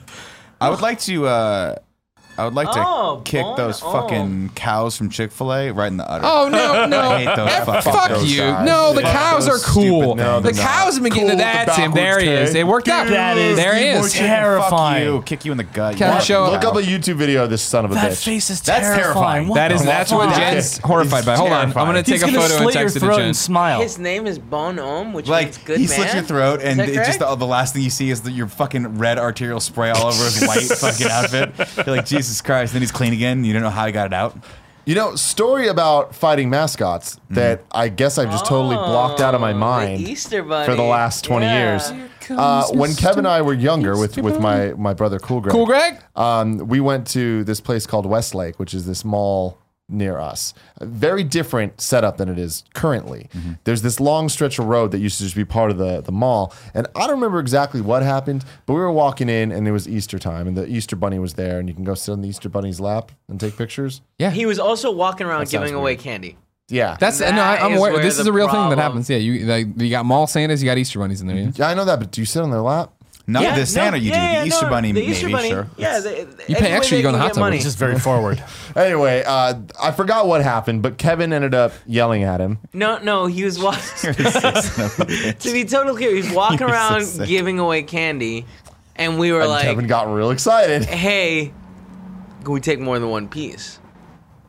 I would like to. Uh, I would like to
Oh,
kick
bon-
those
oh.
fucking cows from Chick Fil A right in the udder.
oh no, no.
<laughs> I hate those.
Eh,
fuck,
Fuck
those
you.
guys.
No, the
Fuck
cows are
those
cool.
stupid- no,
the
they're
cows
not.
have been getting to
Cool,
that's
the
him. There he
backwards
is. It worked out.
That is
There he
the more
is.
chicken. terrifying.
Fuck you. Kick you in the gut.
Can I
you
show-
Look
cow.
up a YouTube video of this son of a
<laughs> That
bitch.
face is
That's terrifying.
terrifying. What
That is
the
that's
fuck?
what Jen's horrified by. Hold on, I'm gonna
He's
take a
gonna
photo and
slit
text
your
it to
throat
Jen.
and smile.
His name is Bon Om, which
Like
means good
he
man.
slits your throat, and
Is
it
that
just
correct?
the, the last thing you see is the, your fucking red arterial spray all over <laughs> his white fucking outfit. You're like Jesus Christ. Then he's clean again. You don't know how he got it out.
You know, story about fighting mascots that I guess I've just totally blocked out of my
Mm-hmm. Oh, the
mind
Easter bunny.
for the last 20
Yeah.
years. Uh, when Kevin and I were younger with, with my, my brother Cool Greg,
Cool, Greg.
um, we went to this place called Westlake, which is this mall near us. A very different setup than it is currently. There's this long stretch of road that used to just be part of the, the mall. And I don't remember exactly what happened, but we were walking in and it was Easter time and the Easter bunny was there and you can go sit on the Easter bunny's lap and take pictures.
Yeah,
He was also walking around giving
sounds
away
weird.
candy.
Yeah.
That's
That
no, I, I'm
is
aware.
where
This
the
is a real thing
problem-
that happens. Yeah, you like, you got mall Santas, you got Easter bunnies in there. Yeah?
yeah, I know that, but do you sit on their lap?
Not
Yeah,
Uh, the Santa
no,
you
yeah,
do.
yeah,
The Easter
no,
Bunny,
the
maybe.
Easter bunny.
Sure.
Yeah, they,
You pay extra, you go in the hot tub.
Money.
It's
It's just
<laughs>
very forward.
Anyway, uh, I forgot what happened, but Kevin ended up yelling at him.
No, no, he
<laughs>
was walking. <laughs> to be totally clear, he was walking
You're so
around
sick.
giving away candy, and we were
And
like,
Kevin got real excited.
"Hey, can we take more than one piece?"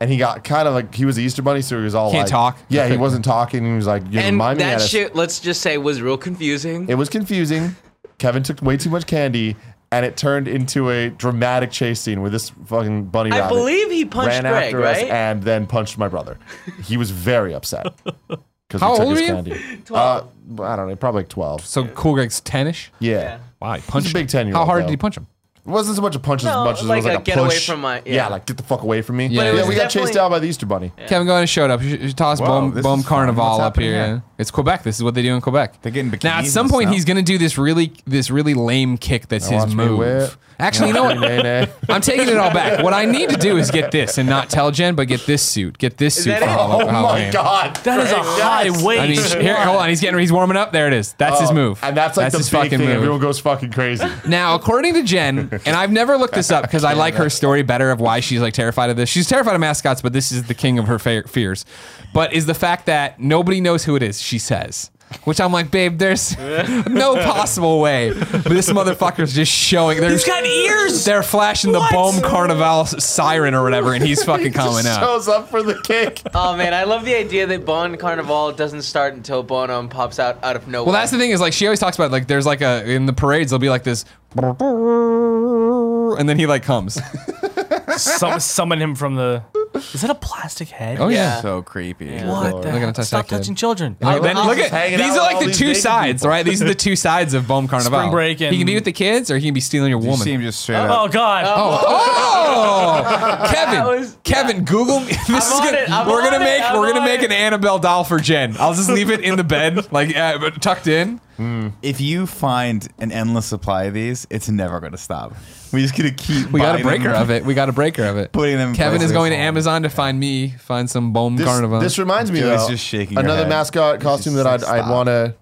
And he got kind of like, he was the Easter Bunny, so he was all
Can't
like,
talk.
Yeah, he wasn't talking. He was like, you
And
remind me
that
how to-
shit, let's just say, was real confusing.
It was confusing. Kevin took way too much candy, and it turned into a dramatic chase scene where this fucking bunny
I
rabbit
believe he punched
ran
Greg,
after us
right?
and then punched my brother. He was very
<laughs>
upset because
How
he took
old
his
were you?
candy. Uh, I don't know, probably like twelve.
So Cool Greg's tenish.
Yeah.
Wow, he punched.
big
him.
10-year-old,
How hard
though.
did he punch him?
It wasn't so much a punch as
No,
much as
like
it was like
a
a,
get away
push.
from my- yeah.
yeah. like get the fuck away from me.
But it
yeah,
was Oh,
we got chased
definitely-
out by the Easter Bunny.
Kevin, go ahead and show it up. You should, you should toss
Whoa,
Boom
this
Boom
is fun.
Carnival
What's
up here.
happening
Yeah.
here?
It's Quebec. This is what they do in Quebec.
They get in
now at
bikinis
some
and
point
stuff.
he's gonna do this really this really lame kick that's
Watch
his
me whip.
move. Actually, you know
<laughs> Nay,
what?
nay, nay.
I'm taking it all back. What I need to do is get this and not tell Jen, but get this suit. Get this suit
that
for
it?
Hall-
<laughs> Oh
Halloween.
my god.
That is a high weight.
I mean, <laughs> here, hold on. He's getting he's warming up. There it is. That's his move.
Oh, And that's like
his
the big
fucking
thing.
move.
Everyone goes
<laughs>
fucking crazy.
Now, according to Jen, and I've never looked this up because I like her story better of why she's like terrified of this. She's terrified of mascots, but this is the king of her fe- fears. But is the fact that nobody knows who it is, she says. Which I'm like, babe,
<laughs>
there's no possible way. This motherfucker's just showing. There's,
He's got ears!
They're flashing the
What?
Boom Carnival s- siren or whatever, and
<laughs>
he's fucking coming out.
Just shows up for the kick.
Oh man, I love the idea that Bon Carnival doesn't start until Bonum pops out out of nowhere.
Well, that's the thing is like she always talks about like there's like a in the parades there'll be like this, and then he like comes.
<laughs> Some, summon him from the. Is that a plastic head?
Oh yeah.
So creepy.
What
Lord.
the
They're gonna
hell?
touch
Stop
that kid.
touching children.
Look, then,
I'll
look
just
at
hang it
these
out
are
with
like
all
the
these
two
naked
sides, right? These are the two sides of Bom Carnival.
Spring break and-
he can be with the kids, or he can be stealing your
You
woman.
see him just straight
Oh
up.
God.
Oh, Kevin,
was-
Kevin, <laughs> Google. This is
on
gonna,
it, I'm
we're
on
gonna
it,
make
I'm
we're gonna
on
make
it.
an Annabelle doll for Jen. I'll just leave it in the bed, like uh, but tucked in.
If you find an endless supply of these, it's never going to stop. We just going to keep.
We got a
buying
breaker
them.
of it. We got a breaker of it.
Putting them in
Kevin is
places.
going to Amazon to find me find some Bom
This,
Carnival.
this reminds me
Joey's
though,
just shaking her
another
head.
mascot costume that I'd,
just like,
I'd want to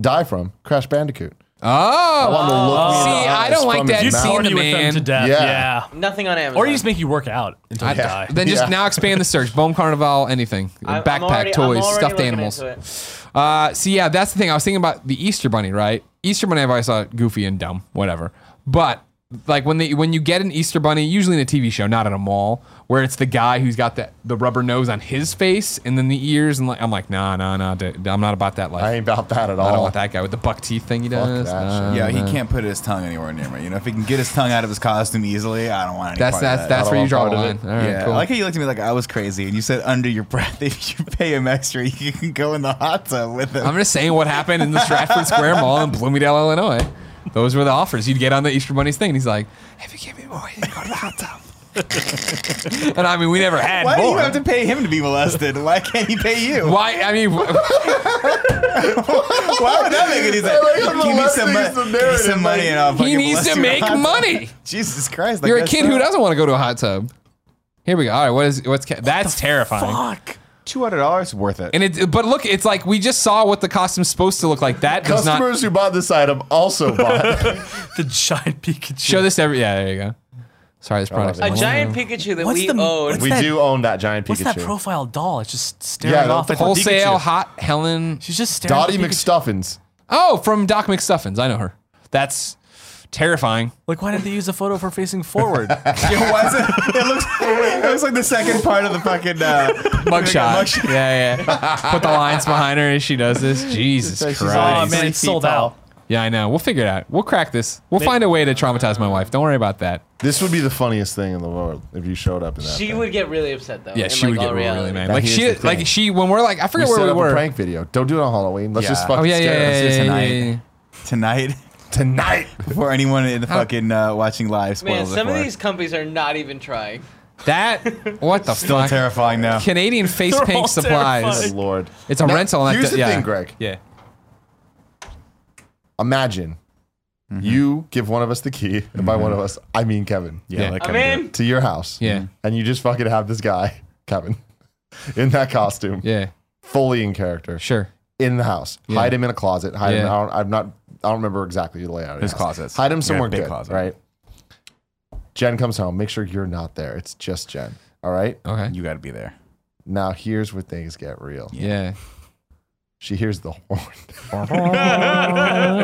die from. Crash Bandicoot.
oh,
want to look
see,
me in the
I don't
eyes
like
from
that
his
scene
mouth.
to
Argue with them
man.
to death.
Yeah.
Yeah.
nothing on Amazon.
Or you just make you work out until you die.
Then just
Yeah.
now expand the search. Bone Carnival, anything.
I'm-
Backpack,
I'm already- I'm
toys,
already
stuffed
looking
animals.
into it.
Uh, see, yeah, that's the thing. I was thinking about the Easter Bunny, right? Easter Bunny, I've always thought goofy and dumb, whatever. But like when they when you get an Easter Bunny, usually in a TV show, not in a mall, where it's the guy who's got the, the rubber nose on his face and then the ears, and like I'm like, nah, nah, nah, dude, I'm not about that life.
I
I,
ain't about that at all.
don't want that guy with the buck teeth thing he does.
that
Nah.
shit.
Yeah, he can't put his tongue anywhere near me. You know, if he can get his tongue out of his costume easily, I don't want any
That's
part of
that's
that.
that's where
don't
you
want
draw the line.
part of
All
it.
right,
yeah,
cool.
I like how you looked at me like I was crazy, and you said under your breath, <laughs> if you pay him extra, you can go in the hot tub with him.
I'm just saying what happened in the Stratford Square Mall in Bloomingdale, Illinois. Those were the offers you'd get on the Easter Bunny's thing. And he's like, if you give me more, you can go to the hot tub. <laughs> and I mean, we never had
Why do you
more.
have to pay him to be molested? Why can't he pay you? Why,
Why? I mean, wh-
<laughs> would that make
<laughs>
any sense?
Like, I'm
give me some,
molesting
mo-
is the
give me some
narrative,
money
like-
and I'll
he
fucking
needs
molest
to
you.
make
<laughs>
money.
Jesus Christ! I
You're a
guess
kid
so.
who doesn't want to go to a hot tub. Here we go. All right, what is what's ca- that's terrifying.
Fuck.
Two hundred dollars
<laughs>
worth it.
And it, but look, it's like we just saw what the costume's supposed to look like. That does not
Customers who bought this item
<laughs>
also bought.
The giant <laughs> Pikachu.
show this every. Yeah, there you go. Sorry, this product's
love
A giant Pikachu that
What's
we
the-
own.
what's
we
that-
do own that giant
What's
Pikachu.
that profile doll? It's just staring
Yeah,
off
the
at the
Wholesale
Pikachu.
hot Helen
She's just staring.
Dottie
at the Pikachu.
McStuffins.
Oh, from Doc McStuffins. I know her. That's terrifying.
<laughs>
Like, why didn't they use a photo of her facing forward? Oh,
Yo, why is it,
<laughs>
it looks it looks like the second part of the fucking uh,
Mugshot.
mugshot.
Yeah, yeah. <laughs> Put the lines behind her as she does
<laughs>
this. Jesus
She's
Christ.
oh
all-
man, it's sold out.
Yeah, I know. We'll figure it out. We'll crack this. We'll find a way to traumatize my wife. Don't worry about that.
This would be the funniest thing in the world if you showed up in that.
She
thing.
would get really upset though.
Yeah,
in,
she
like,
would get
all
really,
reality.
really mad.
Now,
Like
here's
she,
the
like
thing.
she, when we're like, I
We
forget
set
where we
up a
were.
prank video. Don't do it on Halloween. Let's
Yeah.
just
Oh
fucking
yeah, yeah,
scare
yeah,
us.
yeah, yeah,
tonight.
yeah, yeah.
tonight <laughs>
<laughs> Tonight.
before anyone in the fucking uh, watching live spoils
Man,
it
some of
for her.
these companies are not even trying.
That
<laughs>
what the
still
fuck?
terrifying now.
Canadian face
They're all
paint supplies.
Good
terrifying.
Lord.
It's a
Now,
rental. and I
Here's
d-
the
yeah.
thing, Greg.
Yeah.
Imagine you give one of us the key, and by one of us, I mean Mm-hmm. Kevin.
Yeah.
like
I'm
I'm
in.
To your house. Mm-hmm.
Yeah.
And you just fucking have this guy, Kevin, <laughs> in that costume,
Yeah.
fully in character,
Sure.
in the house. Hide him in a closet. Hide him.
Yeah.
I don't, I'm not. I don't remember exactly the layout. of
His
the house.
closets.
Hide
Yeah,
him somewhere
big
good.
closet.
Right. Jen comes home. Make sure you're not there. It's just Jen. All right.
Okay.
You got to be there.
Now here's where things get real.
Yeah.
She hears the horn.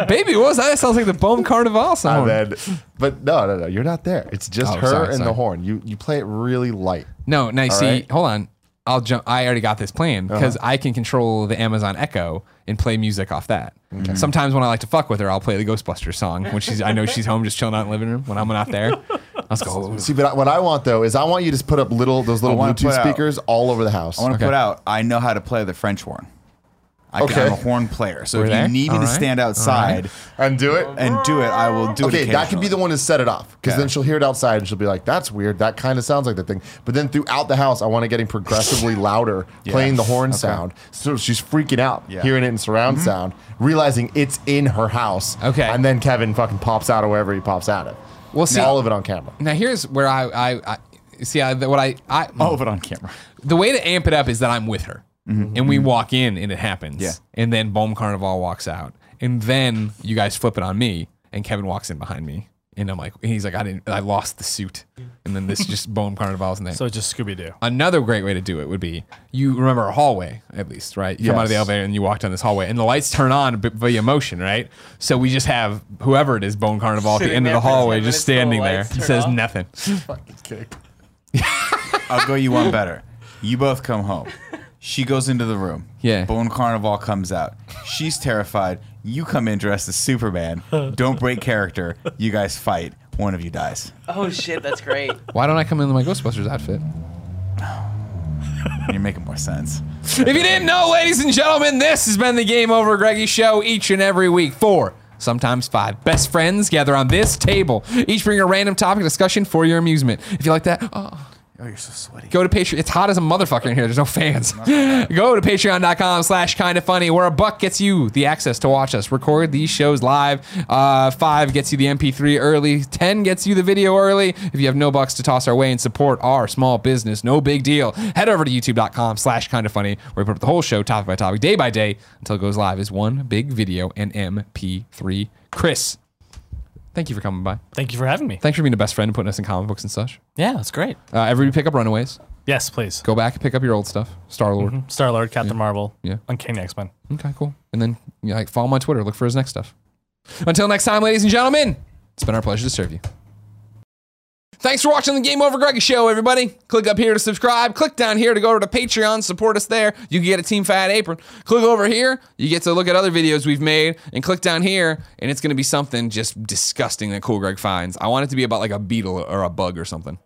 Baby, what was that? That sounds like the Bone Carnival song.
and then, but no, no, no. You're not there. It's just
Oh,
her
sorry,
and
sorry.
the horn. You you play it really light.
No, no. see,
right.
hold on. I'll jump. I already got this plan because I can control the Amazon Echo and play music off that. Sometimes when I like to fuck with her, I'll play the Ghostbusters song when she's. I know she's home, just chilling out in the living room. When I'm not there, I'll just go.
See, but I- what I want though is I want you to just put up little those little
wanna
Bluetooth
put out-
speakers all over the house.
I want to
Okay.
put out. I know how to play the French horn. I can,
Okay.
I'm a horn player, so if
We're there?
you need me
All
to
right.
stand outside
and do it.
and do it, I will do it.
okay, that
<laughs>
could be the
occasionally.
one to set it off because
Okay.
then she'll hear it outside and she'll be like, "That's weird. That kind of sounds like that thing." But then throughout the house, I want it
<laughs>
getting progressively louder, playing the horn sound. So she's freaking out,
Yeah. Mm-hmm.
hearing it in surround sound, realizing it's in her house.
Okay.
and then Kevin fucking pops out of wherever he pops out of.
We'll see.
all of it on camera.
Now here's where I I, I see I, what I I
All of it on camera.
the way to amp it up is that I'm with her, and we walk in, and it happens.
Yeah.
And then Bohm Carnival walks out, and then you guys flip it on me, and Kevin walks in behind me, and I'm like, and he's like, I didn't, I lost the suit, and then this just <laughs> Bohm Carnival's in there.
So it's just Scooby Doo.
Another great way to do it would be you remember a hallway at least, right? You come out of the
Yes.
elevator and you walk down this hallway, and the lights turn on b- via motion, right? So we just have whoever it is, Bone Carnival, at the
Sitting
end of the
there for 10
hallway,
minutes
just
till the
standing there,
lights turn
says
off.
nothing.
I'll go
<laughs>
you one better. You both come home. She goes into the room.
Yeah.
Bone Carnival comes out. She's terrified. You come in dressed as Superman. Don't break character. You guys fight. One of you dies.
Oh shit,
<laughs>
that's great.
<laughs> Why don't I come in my Ghostbusters outfit?
You're making more sense.
If you didn't know, ladies and gentlemen, this has been the Game Over Greggy Show each and every week. Four, sometimes five, best friends gather on this table. Each bring a random topic of discussion for your amusement. If you like that, oh,
Oh, you're so sweaty.
go to Patreon. It's hot as a motherfucker in here. There's no fans. go to patreon.com slash kind of funny, where a buck gets you the access to watch us record these shows live. Uh, five gets you the MP3 early. Ten gets you the video early. If you have no bucks to toss our way and support our small business, no big deal. Head over to youtube.com slash kind of funny, where we put up the whole show topic by topic, day by day, until it goes live as one big video and MP3. Chris, thank you for coming by.
Thank you for having me.
Thanks for being a best friend and putting us in comic books and such.
Yeah, that's great.
Uh, everybody pick up Runaways.
Yes, please.
Go back and pick up your old stuff. Star Lord.
Star Lord, Captain Marvel,
Yeah.
Uncanny X Men.
Okay, cool. And then you know, like follow him on Twitter. Look for his next stuff. Until next time, ladies and gentlemen, it's been our pleasure to serve you. Thanks for watching the Game Over Greggy show, everybody. Click up here to subscribe. Click down here to go to Patreon, support us there. You can get a Team Fat Apron. Click over here, you get to look at other videos we've made. And click down here, and it's going to be something just disgusting that Cool Greg finds. I want it to be about like a beetle or a bug or something.